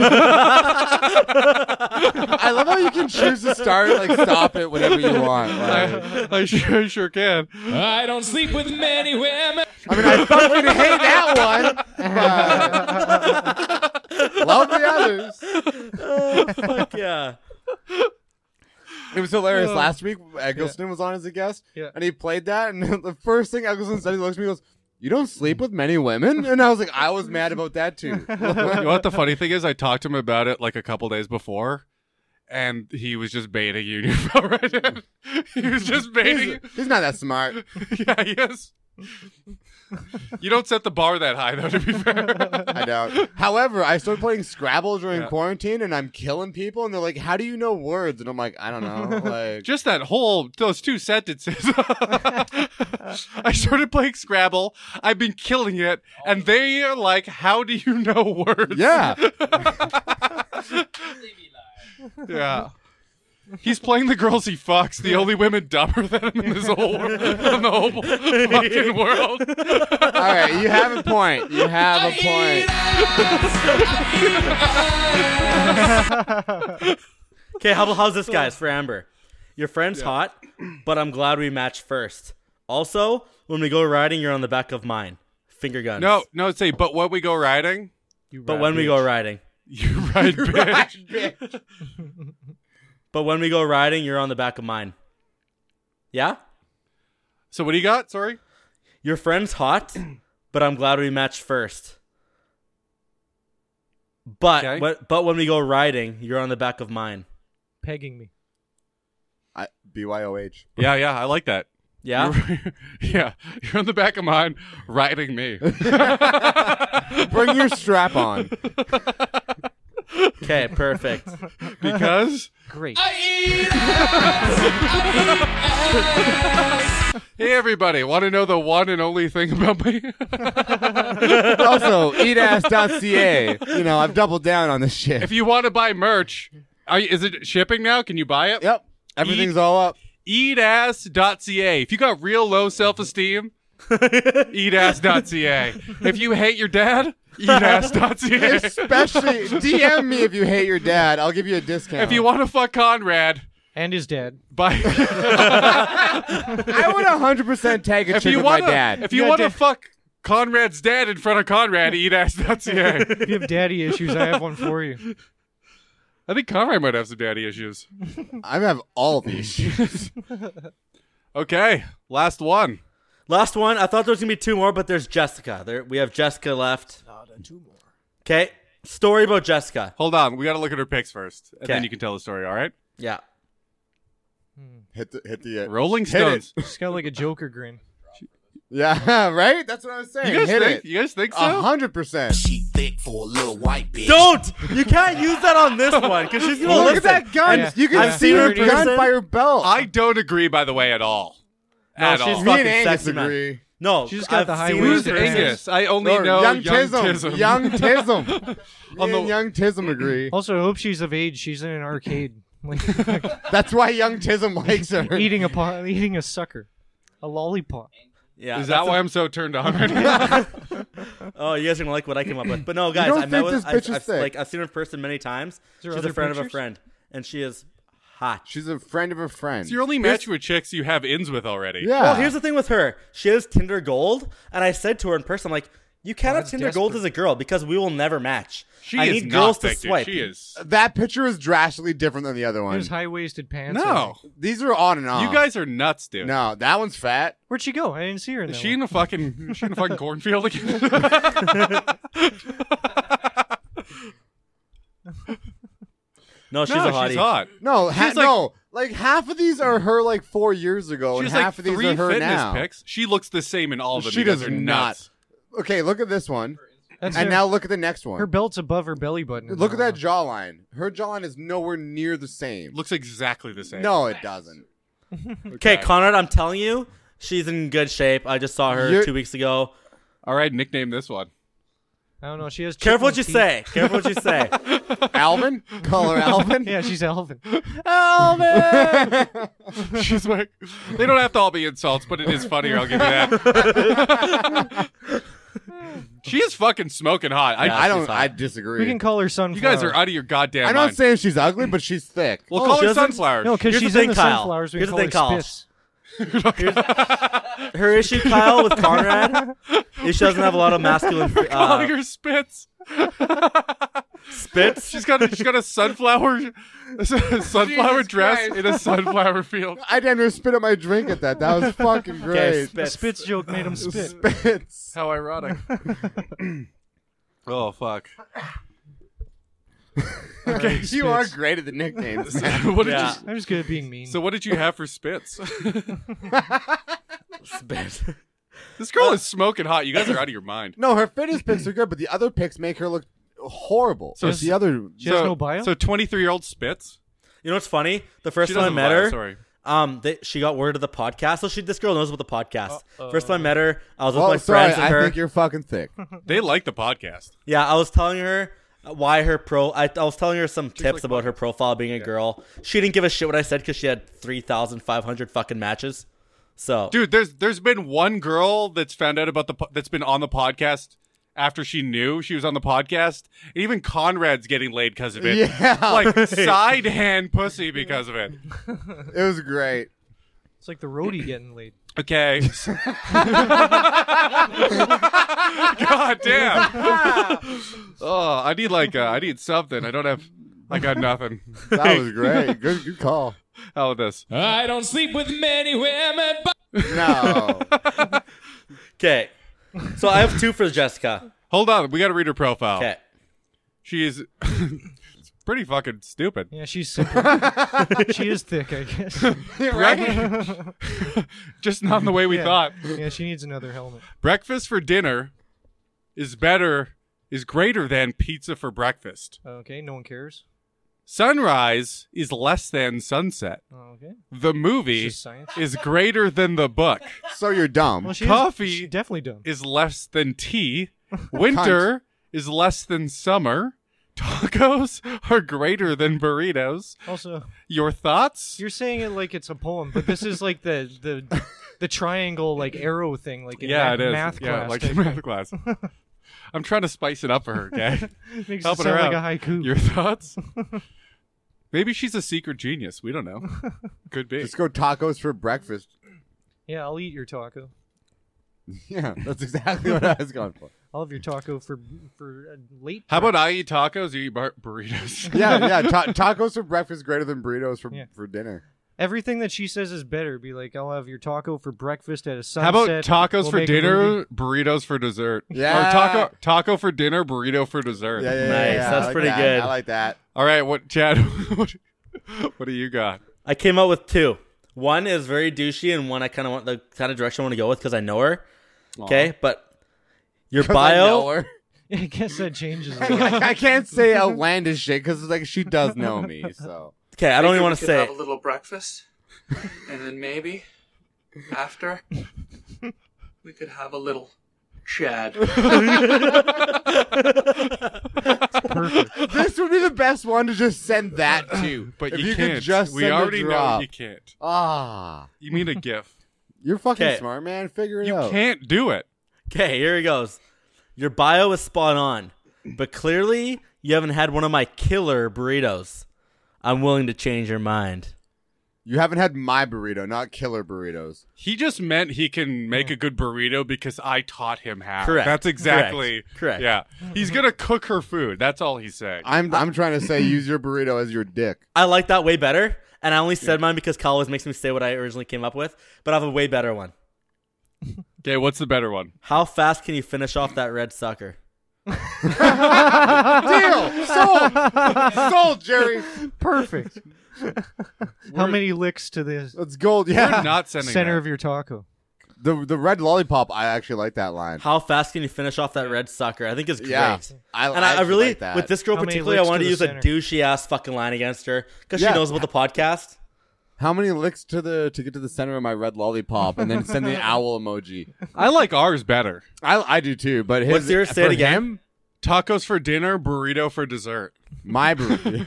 Speaker 4: love how you can choose to start like stop it whenever you want. Like,
Speaker 3: I, I sure, I sure can.
Speaker 10: I don't sleep with many women.
Speaker 4: I mean, I fucking hate that one. but love the others.
Speaker 2: Fuck yeah.
Speaker 4: It was hilarious. Last week, Eggleston was on as a guest,
Speaker 5: Yeah.
Speaker 4: and he played that. And the first thing Eggleston said, he looks at me, and goes, "You don't sleep with many women," and I was like, I was mad about that too.
Speaker 3: you know what the funny thing is? I talked to him about it like a couple days before, and he was just baiting you. You fell right in. He was just baiting you.
Speaker 4: he's, he's not that smart.
Speaker 3: Yeah, he is. You don't set the bar that high, though, to be fair.
Speaker 4: I don't. However, I started playing Scrabble during quarantine, and I'm killing people, and they're like, "How do you know words?" And I'm like, "I don't know." Like,
Speaker 3: Just that whole, those two sentences. I started playing Scrabble. I've been killing it. And they are like, how do you know words?
Speaker 4: yeah,
Speaker 3: Yeah. He's playing the girls he fucks, the only women dumber than him in this whole world, in the whole fucking world.
Speaker 4: all right, you have a point. You have a point.
Speaker 2: Okay, how how's this guys for Amber? Your friend's hot, but I'm glad we matched first. Also, when we go riding, you're on the back of mine. Finger guns.
Speaker 3: No, no, say, but when we go riding,
Speaker 5: You
Speaker 2: But
Speaker 5: ride
Speaker 2: when we
Speaker 5: bitch.
Speaker 2: go riding.
Speaker 3: you ride bitch.
Speaker 2: But when we go riding, you're on the back of mine. Yeah?
Speaker 3: So what do you got? Sorry?
Speaker 2: Your friend's hot, but I'm glad we matched first. But
Speaker 3: Okay.
Speaker 2: but but when we go riding, you're on the back of mine.
Speaker 5: pegging me.
Speaker 4: I, BYOH.
Speaker 3: Yeah, yeah, I like that.
Speaker 2: Yeah?
Speaker 3: You're- yeah. You're in the back of mine riding me.
Speaker 4: Bring your strap on.
Speaker 2: Okay, perfect.
Speaker 3: Because
Speaker 5: Great.
Speaker 3: hey everybody, want to know the one and only thing about me?
Speaker 4: also, eatass.ca. You know, I've doubled down on this shit.
Speaker 3: if you want to buy merch, are you, is it shipping now? Can you buy it?
Speaker 4: yep. Everything's all up.
Speaker 3: eatass.ca. If you got real low self esteem, eatass.ca. If you hate your dad, eatass.ca.
Speaker 4: Especially DM me if you hate your dad. I'll give you a discount.
Speaker 3: If you want to fuck Conrad,
Speaker 5: and his dad.
Speaker 3: buy.
Speaker 4: I would 100% tag a
Speaker 3: if
Speaker 4: chick
Speaker 3: you
Speaker 4: with
Speaker 3: want
Speaker 4: my dad.
Speaker 3: to, if you want to fuck Conrad's dad in front of Conrad, eatass.ca.
Speaker 5: If you have daddy issues, I have one for you.
Speaker 3: I think Conrad might have some daddy issues.
Speaker 4: I have all these.
Speaker 3: Okay, last one.
Speaker 2: Last one. I thought there was gonna be two more, but there's Jessica. There we have Jessica left. Okay. Story about Jessica.
Speaker 3: Hold on, we got to look at her pics first, and then
Speaker 2: Okay.
Speaker 3: you can tell the story. All right?
Speaker 2: Yeah.
Speaker 4: hit the hit the. Uh,
Speaker 3: Rolling
Speaker 4: Hit it.
Speaker 3: Stones.
Speaker 5: Just got like a Joker grin.
Speaker 4: yeah, right. That's what I was saying.
Speaker 3: You guys
Speaker 4: hit
Speaker 3: think?
Speaker 4: it.
Speaker 3: You guys think
Speaker 4: A
Speaker 3: so?
Speaker 4: hundred percent.
Speaker 7: She thick for a little white bitch.
Speaker 2: Don't! You can't use that on this one because she's gonna
Speaker 4: Look
Speaker 2: listen.
Speaker 4: at that gun.
Speaker 5: Yeah.
Speaker 4: You can
Speaker 5: I've
Speaker 4: see
Speaker 5: seen
Speaker 4: her
Speaker 5: her
Speaker 4: gun
Speaker 2: person.
Speaker 4: by her belt.
Speaker 3: I don't agree, by the way, at all.
Speaker 2: No,
Speaker 3: at
Speaker 2: she's
Speaker 3: all.
Speaker 4: me
Speaker 2: fucking
Speaker 4: and Angus
Speaker 2: sexy man.
Speaker 4: agree.
Speaker 2: No,
Speaker 5: She's got
Speaker 2: I've
Speaker 5: the high
Speaker 2: seen
Speaker 5: waist
Speaker 3: Who's
Speaker 2: her
Speaker 5: Angus.
Speaker 2: pictures.
Speaker 3: Angus? I only
Speaker 4: Or
Speaker 3: know
Speaker 4: young,
Speaker 3: Young
Speaker 4: Tism.
Speaker 3: Tism.
Speaker 4: Young Tism. Me
Speaker 3: On the-
Speaker 4: and Young Tism agree.
Speaker 5: Also, I hope she's of age. She's in an arcade, like,
Speaker 4: That's why Young Tism likes her.
Speaker 5: eating a po- eating a sucker, a lollipop.
Speaker 2: Yeah.
Speaker 3: Is that
Speaker 2: that's
Speaker 3: why
Speaker 2: a-
Speaker 3: i I'm so turned on right now?
Speaker 2: Oh, you guys are gonna like what I came up with. But no, guys,
Speaker 4: don't
Speaker 2: I met
Speaker 4: think
Speaker 2: with
Speaker 4: this bitch is
Speaker 2: I've, I've,
Speaker 4: thick?
Speaker 2: like I've seen her in person many times.
Speaker 5: there
Speaker 2: She's
Speaker 5: other
Speaker 2: a friend of a
Speaker 5: pictures?
Speaker 2: friend, and she is hot.
Speaker 4: She's a friend of a friend.
Speaker 3: So you're only matching with chicks you have ins with already.
Speaker 4: yeah.
Speaker 2: Well, here's the thing with her. She has Tinder Gold, and I said to her in person, I'm like, you cannot
Speaker 5: that's
Speaker 2: Tinder Gold
Speaker 5: desperate.
Speaker 2: as a girl because we will never match.
Speaker 3: She
Speaker 2: I
Speaker 3: is
Speaker 2: need
Speaker 3: not
Speaker 2: girls
Speaker 3: thick,
Speaker 2: to
Speaker 3: dude.
Speaker 2: swipe.
Speaker 3: She is.
Speaker 4: that picture is drastically different than the other one.
Speaker 5: There's high waisted pants. I
Speaker 3: No.
Speaker 5: think.
Speaker 4: These are on and off.
Speaker 3: You guys are nuts, dude.
Speaker 4: No, that one's fat.
Speaker 5: Where'd she go? I didn't see her. In
Speaker 3: Is
Speaker 5: that
Speaker 3: she
Speaker 5: one.
Speaker 3: in a fucking is she in a fucking cornfield again?
Speaker 2: No, she's
Speaker 3: no,
Speaker 2: a hottie.
Speaker 3: she's hot.
Speaker 4: No, ha-
Speaker 3: She's like-
Speaker 4: no. Like half of these are her like four years ago,
Speaker 3: She's
Speaker 4: and
Speaker 3: like
Speaker 4: half of these
Speaker 3: three
Speaker 4: are her
Speaker 3: fitness
Speaker 4: now.
Speaker 3: pics. She looks the same in all of them.
Speaker 4: She
Speaker 3: You guys
Speaker 4: does
Speaker 3: are
Speaker 4: not.
Speaker 3: nuts.
Speaker 4: Okay, look at this one,
Speaker 5: That's
Speaker 4: and
Speaker 5: her,
Speaker 4: now look at the next one.
Speaker 5: her belt's above her belly button. in
Speaker 4: look at
Speaker 5: one.
Speaker 4: that jawline. Her jawline is nowhere near the same.
Speaker 3: Looks exactly the same.
Speaker 4: no, it doesn't.
Speaker 2: Okay, Conrad, I'm telling you, she's in good shape. I just saw her
Speaker 4: You're-
Speaker 2: two weeks ago.
Speaker 3: All right, nickname this one.
Speaker 5: I don't know. She has.
Speaker 2: Careful what you
Speaker 5: chipmunk teeth.
Speaker 2: say. Careful what you say.
Speaker 4: Alvin, call her Alvin.
Speaker 5: Yeah, she's Alvin.
Speaker 3: She's like, they don't have to all be insults, but it is funnier. I'll give you that. she is fucking smoking hot. I,
Speaker 4: I
Speaker 2: she's
Speaker 4: don't.
Speaker 2: hot.
Speaker 4: I disagree.
Speaker 5: We can call her Sunflower.
Speaker 3: you guys are out of your goddamn
Speaker 4: I'm
Speaker 3: mind.
Speaker 4: not saying she's ugly, but she's thick.
Speaker 3: well,
Speaker 2: Oh,
Speaker 3: call
Speaker 2: she
Speaker 3: her
Speaker 2: doesn't-
Speaker 3: sunflower.
Speaker 5: No, because
Speaker 2: Here's the
Speaker 5: she's in
Speaker 2: thing,
Speaker 5: the
Speaker 2: Kyle.
Speaker 5: sunflowers. We
Speaker 2: Here's
Speaker 5: can
Speaker 2: the
Speaker 5: call
Speaker 2: thing,
Speaker 5: her
Speaker 2: Kyle.
Speaker 5: Spiffs.
Speaker 2: Her issue, Kyle, with Conrad, is she doesn't have a lot of masculine
Speaker 3: Call
Speaker 2: uh,
Speaker 3: her Spitz.
Speaker 2: spits.
Speaker 3: She's got a, she's got a sunflower a sunflower dress in a sunflower field.
Speaker 4: I damn near spit up my drink at that. That was fucking
Speaker 2: Okay,
Speaker 4: great.
Speaker 5: The
Speaker 2: spits.
Speaker 5: Spitz joke made him spit.
Speaker 4: Spits.
Speaker 3: How ironic. oh fuck.
Speaker 5: Okay,
Speaker 4: You are great at the nicknames. man.
Speaker 3: what did
Speaker 2: Yeah.
Speaker 3: you,
Speaker 5: I'm just good at being mean.
Speaker 3: so what did you have for Spitz?
Speaker 2: Spits.
Speaker 3: this girl is smoking hot. You guys are out of your mind.
Speaker 4: no, her fitness pics are good, but the other pics make her look horrible.
Speaker 3: So
Speaker 4: So
Speaker 3: it's-
Speaker 4: the other.
Speaker 5: she has
Speaker 3: so,
Speaker 5: no bio.
Speaker 3: So 23 year old Spitz.
Speaker 2: You know what's funny? The first
Speaker 3: She
Speaker 2: time I
Speaker 3: doesn't
Speaker 2: met
Speaker 3: lie,
Speaker 2: her,
Speaker 3: sorry.
Speaker 2: um, they, she got word of the podcast. So she, this girl knows about the podcast. First time I met her, I was with
Speaker 4: Well,
Speaker 2: my
Speaker 4: sorry,
Speaker 2: friends and
Speaker 4: I
Speaker 2: her.
Speaker 4: think you're fucking thick.
Speaker 3: They like the podcast.
Speaker 2: Yeah, I was telling her why her pro. I, I was telling her some tips about her profile being a girl. She didn't give a shit what I said because she had three thousand five hundred fucking matches. So
Speaker 3: Dude, there's there's been one girl that's found out about the po- that's been on the podcast after she knew she was on the podcast. And even Conrad's getting laid because of it.
Speaker 4: Yeah.
Speaker 3: Like side hand pussy because of it.
Speaker 4: It was great.
Speaker 5: it's like the roadie getting laid.
Speaker 3: Okay. God damn. oh, I need like uh, I need something. I don't have I got nothing.
Speaker 4: That was great. Good, good call.
Speaker 3: How about this?
Speaker 10: I don't sleep with many women, but
Speaker 4: No.
Speaker 2: okay, so I have two for Jessica.
Speaker 3: Oh. Hold on, we got to read her profile.
Speaker 2: Okay,
Speaker 3: She is pretty fucking stupid.
Speaker 5: Yeah, she's simple. she is thick, I guess.
Speaker 3: Right? Just not in the way we
Speaker 5: Yeah.
Speaker 3: thought.
Speaker 5: Yeah, she needs another helmet.
Speaker 3: Breakfast for dinner is better, is greater than pizza for breakfast.
Speaker 5: Okay, no one cares.
Speaker 3: Sunrise is less than sunset.
Speaker 5: Okay.
Speaker 3: The movie
Speaker 5: It's just science.
Speaker 3: is greater than the book.
Speaker 4: So you're dumb.
Speaker 5: Well, she is-
Speaker 3: Coffee
Speaker 5: she's definitely dumb.
Speaker 3: Is less than tea. Winter is less than summer. Tacos are greater than burritos.
Speaker 5: Also,
Speaker 3: Your thoughts?
Speaker 5: you're saying it like it's a poem, but this is like the the the triangle like arrow thing, like in
Speaker 3: yeah,
Speaker 5: math,
Speaker 3: it is.
Speaker 5: math
Speaker 3: yeah,
Speaker 5: class.
Speaker 3: like
Speaker 5: type
Speaker 3: in math class. I'm trying to spice it up for her, okay?
Speaker 5: thing. Makes it
Speaker 3: Helping
Speaker 5: sound
Speaker 3: her out.
Speaker 5: like a haiku.
Speaker 3: Your thoughts? Maybe she's a secret genius. We don't know. Could be.
Speaker 4: Just go tacos for breakfast.
Speaker 5: Yeah, I'll eat your taco.
Speaker 4: Yeah, that's exactly what I was going for.
Speaker 5: I'll have your taco for for uh, late.
Speaker 3: How about I eat tacos, you eat bur- burritos?
Speaker 4: Yeah, yeah. Ta- tacos for breakfast greater than burritos for
Speaker 5: Yeah.
Speaker 4: for dinner.
Speaker 5: Everything that she says is better. Be like, I'll have your taco for breakfast at a
Speaker 3: How
Speaker 5: sunset.
Speaker 3: about tacos
Speaker 5: We'll
Speaker 3: for
Speaker 5: make a movie."
Speaker 3: dinner, burritos for dessert?
Speaker 4: Yeah.
Speaker 3: Or taco taco for dinner, burrito for dessert.
Speaker 4: Yeah, yeah, yeah,
Speaker 2: Nice,
Speaker 4: yeah, I
Speaker 2: that's
Speaker 4: like
Speaker 2: pretty
Speaker 4: that,
Speaker 2: good.
Speaker 4: I like that.
Speaker 3: All right, what Chad? what, what do you got?
Speaker 2: I came up with two. One is very douchey, and one I kind of want the kind of direction I want to go with because I know her. Okay, but your
Speaker 4: 'Cause I know
Speaker 2: bio,
Speaker 4: her.
Speaker 5: I guess that changes. a lot.
Speaker 4: I can't say outlandish shit because like she does know me. So
Speaker 2: okay, I don't
Speaker 6: Maybe
Speaker 2: even
Speaker 6: we
Speaker 2: want to
Speaker 6: could
Speaker 2: say.
Speaker 6: Have a little breakfast, and then maybe after we could have a little Chad.
Speaker 4: this would be the best one to just send that to.
Speaker 3: But
Speaker 4: if
Speaker 3: you,
Speaker 4: you,
Speaker 3: can't.
Speaker 4: could just
Speaker 3: we
Speaker 4: send a
Speaker 3: already know
Speaker 4: drop.
Speaker 3: you can't.
Speaker 4: Ah,
Speaker 3: You mean a gif?
Speaker 4: you're fucking
Speaker 2: 'Kay.
Speaker 4: smart, man. Figure it
Speaker 3: You
Speaker 4: out.
Speaker 3: can't do it.
Speaker 2: Okay, here he goes. Your bio is spot on, but clearly you haven't had one of my killer burritos. I'm willing to change your mind.
Speaker 4: You haven't had my burrito, not killer burritos.
Speaker 3: He just meant he can make a good burrito because I taught him how.
Speaker 2: Correct.
Speaker 3: That's exactly
Speaker 2: Correct. Correct.
Speaker 3: Yeah, he's gonna cook her food. That's all he's saying.
Speaker 4: I'm I'm trying to say use your burrito as your dick.
Speaker 2: I like that way better, and I only said mine because Kyle always makes me say what I originally came up with. But I have a way better one.
Speaker 3: Okay, what's the better one?
Speaker 2: How fast can you finish off that red sucker?
Speaker 4: Deal sold, sold, Jerry.
Speaker 5: Perfect. How many licks to the
Speaker 4: Let's gold.
Speaker 3: We're
Speaker 4: Yeah,
Speaker 3: not sending
Speaker 5: center
Speaker 3: that.
Speaker 5: of your taco?
Speaker 4: the the red lollipop. I actually like that line.
Speaker 2: How fast can you finish off that red sucker? I think it's great.
Speaker 4: Yeah, Oh, I,
Speaker 2: And I, I
Speaker 4: actually
Speaker 2: really,
Speaker 4: like that.
Speaker 2: with this girl
Speaker 5: How many
Speaker 2: particularly, I
Speaker 5: licks
Speaker 2: wanted
Speaker 5: to
Speaker 2: to use
Speaker 5: the
Speaker 2: a
Speaker 5: center?
Speaker 2: douchey ass fucking line against her because
Speaker 4: Yeah.
Speaker 2: she knows about the podcast.
Speaker 4: How many licks to the to get to the center of my red lollipop, and then send the owl emoji?
Speaker 3: I like ours better.
Speaker 4: I I do too, but his,
Speaker 2: What's yours? Say it
Speaker 4: for
Speaker 2: again.
Speaker 4: him,
Speaker 3: Tacos for dinner, burrito for dessert.
Speaker 4: my burrito.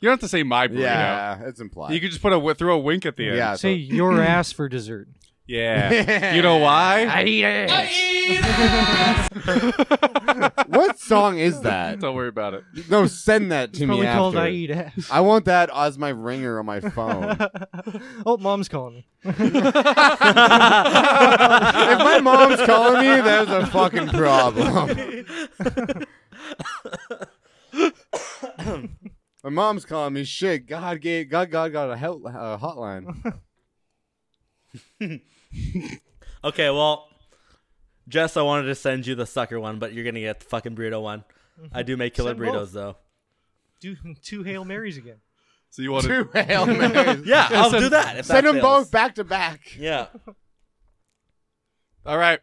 Speaker 3: You don't have to say my burrito.
Speaker 4: yeah, it's implied.
Speaker 3: You could just put a throw a wink at the end.
Speaker 4: yeah,
Speaker 5: Say your ass for dessert.
Speaker 3: Yeah. you know why?
Speaker 4: so- what song is that?
Speaker 3: Don't worry about it.
Speaker 4: No, send that to me
Speaker 5: Probably called
Speaker 4: after.
Speaker 5: I eat ass.
Speaker 4: I want that as my ringer on my phone.
Speaker 5: Oh, mom's calling me.
Speaker 4: if my mom's calling me, there's a fucking problem. my mom's calling me. Shit, God gave God God got a help, uh, hotline.
Speaker 2: Okay, well, Jess, I wanted to send you the sucker one, but you're gonna get the fucking burrito one. I do make killer
Speaker 5: Send
Speaker 2: burritos
Speaker 5: both.
Speaker 2: though.
Speaker 5: Do two hail marys again.
Speaker 3: So you want to
Speaker 4: Two hail marys.
Speaker 2: Yeah, I'll
Speaker 3: send-
Speaker 2: do that. If
Speaker 4: Send
Speaker 2: that
Speaker 4: them
Speaker 2: fails.
Speaker 4: both back to back.
Speaker 2: Yeah.
Speaker 3: All right.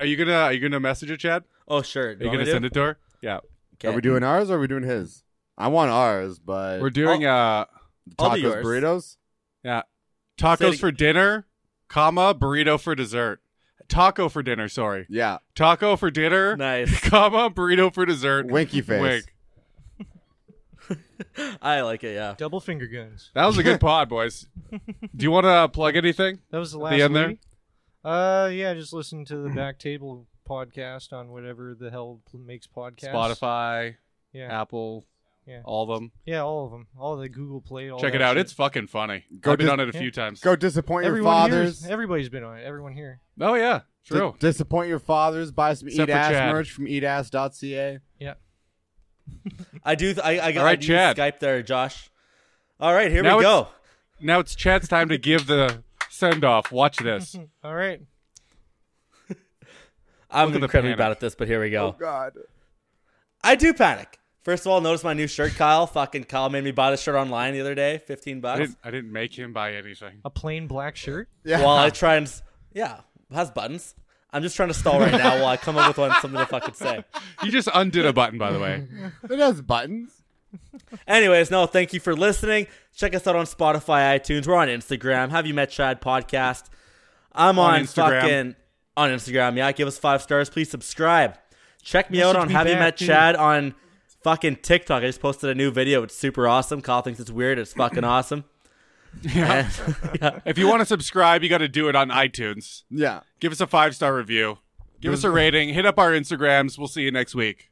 Speaker 3: Are you gonna are you gonna message her, Chad?
Speaker 2: Oh sure.
Speaker 3: Are you gonna send it to her? Yeah.
Speaker 2: Okay.
Speaker 4: Are we doing ours or are we doing his? I want ours, but
Speaker 3: We're doing
Speaker 4: oh.
Speaker 3: uh
Speaker 2: I'll
Speaker 4: tacos
Speaker 2: do yours.
Speaker 4: burritos.
Speaker 3: yeah.
Speaker 2: Say it
Speaker 3: Tacos
Speaker 2: ag-
Speaker 3: for dinner, comma, burrito for dessert. Taco for dinner, sorry.
Speaker 4: Yeah,
Speaker 3: Taco for dinner,
Speaker 2: Nice.
Speaker 3: comma, burrito for dessert.
Speaker 4: winky face.
Speaker 3: Wink.
Speaker 2: I like it. Yeah.
Speaker 5: Double finger guns.
Speaker 3: That was a good pod, boys. Do you want to plug anything?
Speaker 5: That was the last
Speaker 3: end there?
Speaker 5: movie. Uh, yeah, just listen to the Back Table podcast on whatever the hell pl- makes podcasts.
Speaker 3: Spotify,
Speaker 5: Yeah,
Speaker 3: Apple,
Speaker 5: Yeah.
Speaker 3: all of them.
Speaker 5: yeah, all of them. All the Google Play. All
Speaker 3: Check
Speaker 5: that
Speaker 3: it out.
Speaker 5: shit.
Speaker 3: It's fucking funny.
Speaker 4: Go
Speaker 3: I've been
Speaker 4: dis-
Speaker 3: on it a
Speaker 5: yeah.
Speaker 3: few times.
Speaker 4: Go disappoint your
Speaker 5: everyone
Speaker 4: fathers.
Speaker 5: here's, Everybody's been on it. Everyone here.
Speaker 3: Oh yeah,
Speaker 4: Di-
Speaker 3: true.
Speaker 4: disappoint your fathers. Buy some
Speaker 3: Except
Speaker 4: eat
Speaker 3: for
Speaker 4: ass
Speaker 3: Chad.
Speaker 4: merch from eatass.ca.
Speaker 5: Yeah.
Speaker 2: I do. Th- I I got
Speaker 3: All right,
Speaker 2: I do
Speaker 3: Chad.
Speaker 2: Skype there, Josh. All right, here
Speaker 3: Now
Speaker 2: we
Speaker 3: it's-
Speaker 2: go.
Speaker 3: now it's Chad's time to give the send off. Watch this.
Speaker 5: All right.
Speaker 2: I'm
Speaker 3: Look at the
Speaker 2: incredibly
Speaker 3: panic.
Speaker 4: Oh,
Speaker 2: bad at this, but here we go.
Speaker 4: God.
Speaker 2: I do panic. First of all, notice my new shirt, Kyle. Fucking Kyle made me buy this shirt online the other day, fifteen
Speaker 3: I
Speaker 2: bucks.
Speaker 3: didn't, I didn't make him buy anything.
Speaker 5: A plain black shirt.
Speaker 2: While I try and s- yeah, it has buttons. I'm just trying to stall right now while I come up with one something to fucking say.
Speaker 3: You just undid a button, by the way.
Speaker 4: It has buttons.
Speaker 2: Anyways, no, thank you for listening. Check us out on Spotify, iTunes. We're on Instagram. Have you met Chad podcast? I'm
Speaker 3: On
Speaker 2: on,
Speaker 3: Instagram.
Speaker 2: fucking on Instagram. Yeah, give us five stars. Please subscribe. Check me out
Speaker 5: Message
Speaker 2: on
Speaker 5: me
Speaker 2: Have You
Speaker 5: back,
Speaker 2: Met
Speaker 5: too.
Speaker 2: Chad on fucking TikTok. I just posted a new video. It's super awesome. Kyle thinks it's weird. It's fucking awesome.
Speaker 3: Yeah.
Speaker 2: And- yeah.
Speaker 3: If you want to subscribe, you got to do it on iTunes.
Speaker 4: Yeah.
Speaker 3: Give us a five star review. Give us a rating. Hit up our Instagrams. We'll see you next week.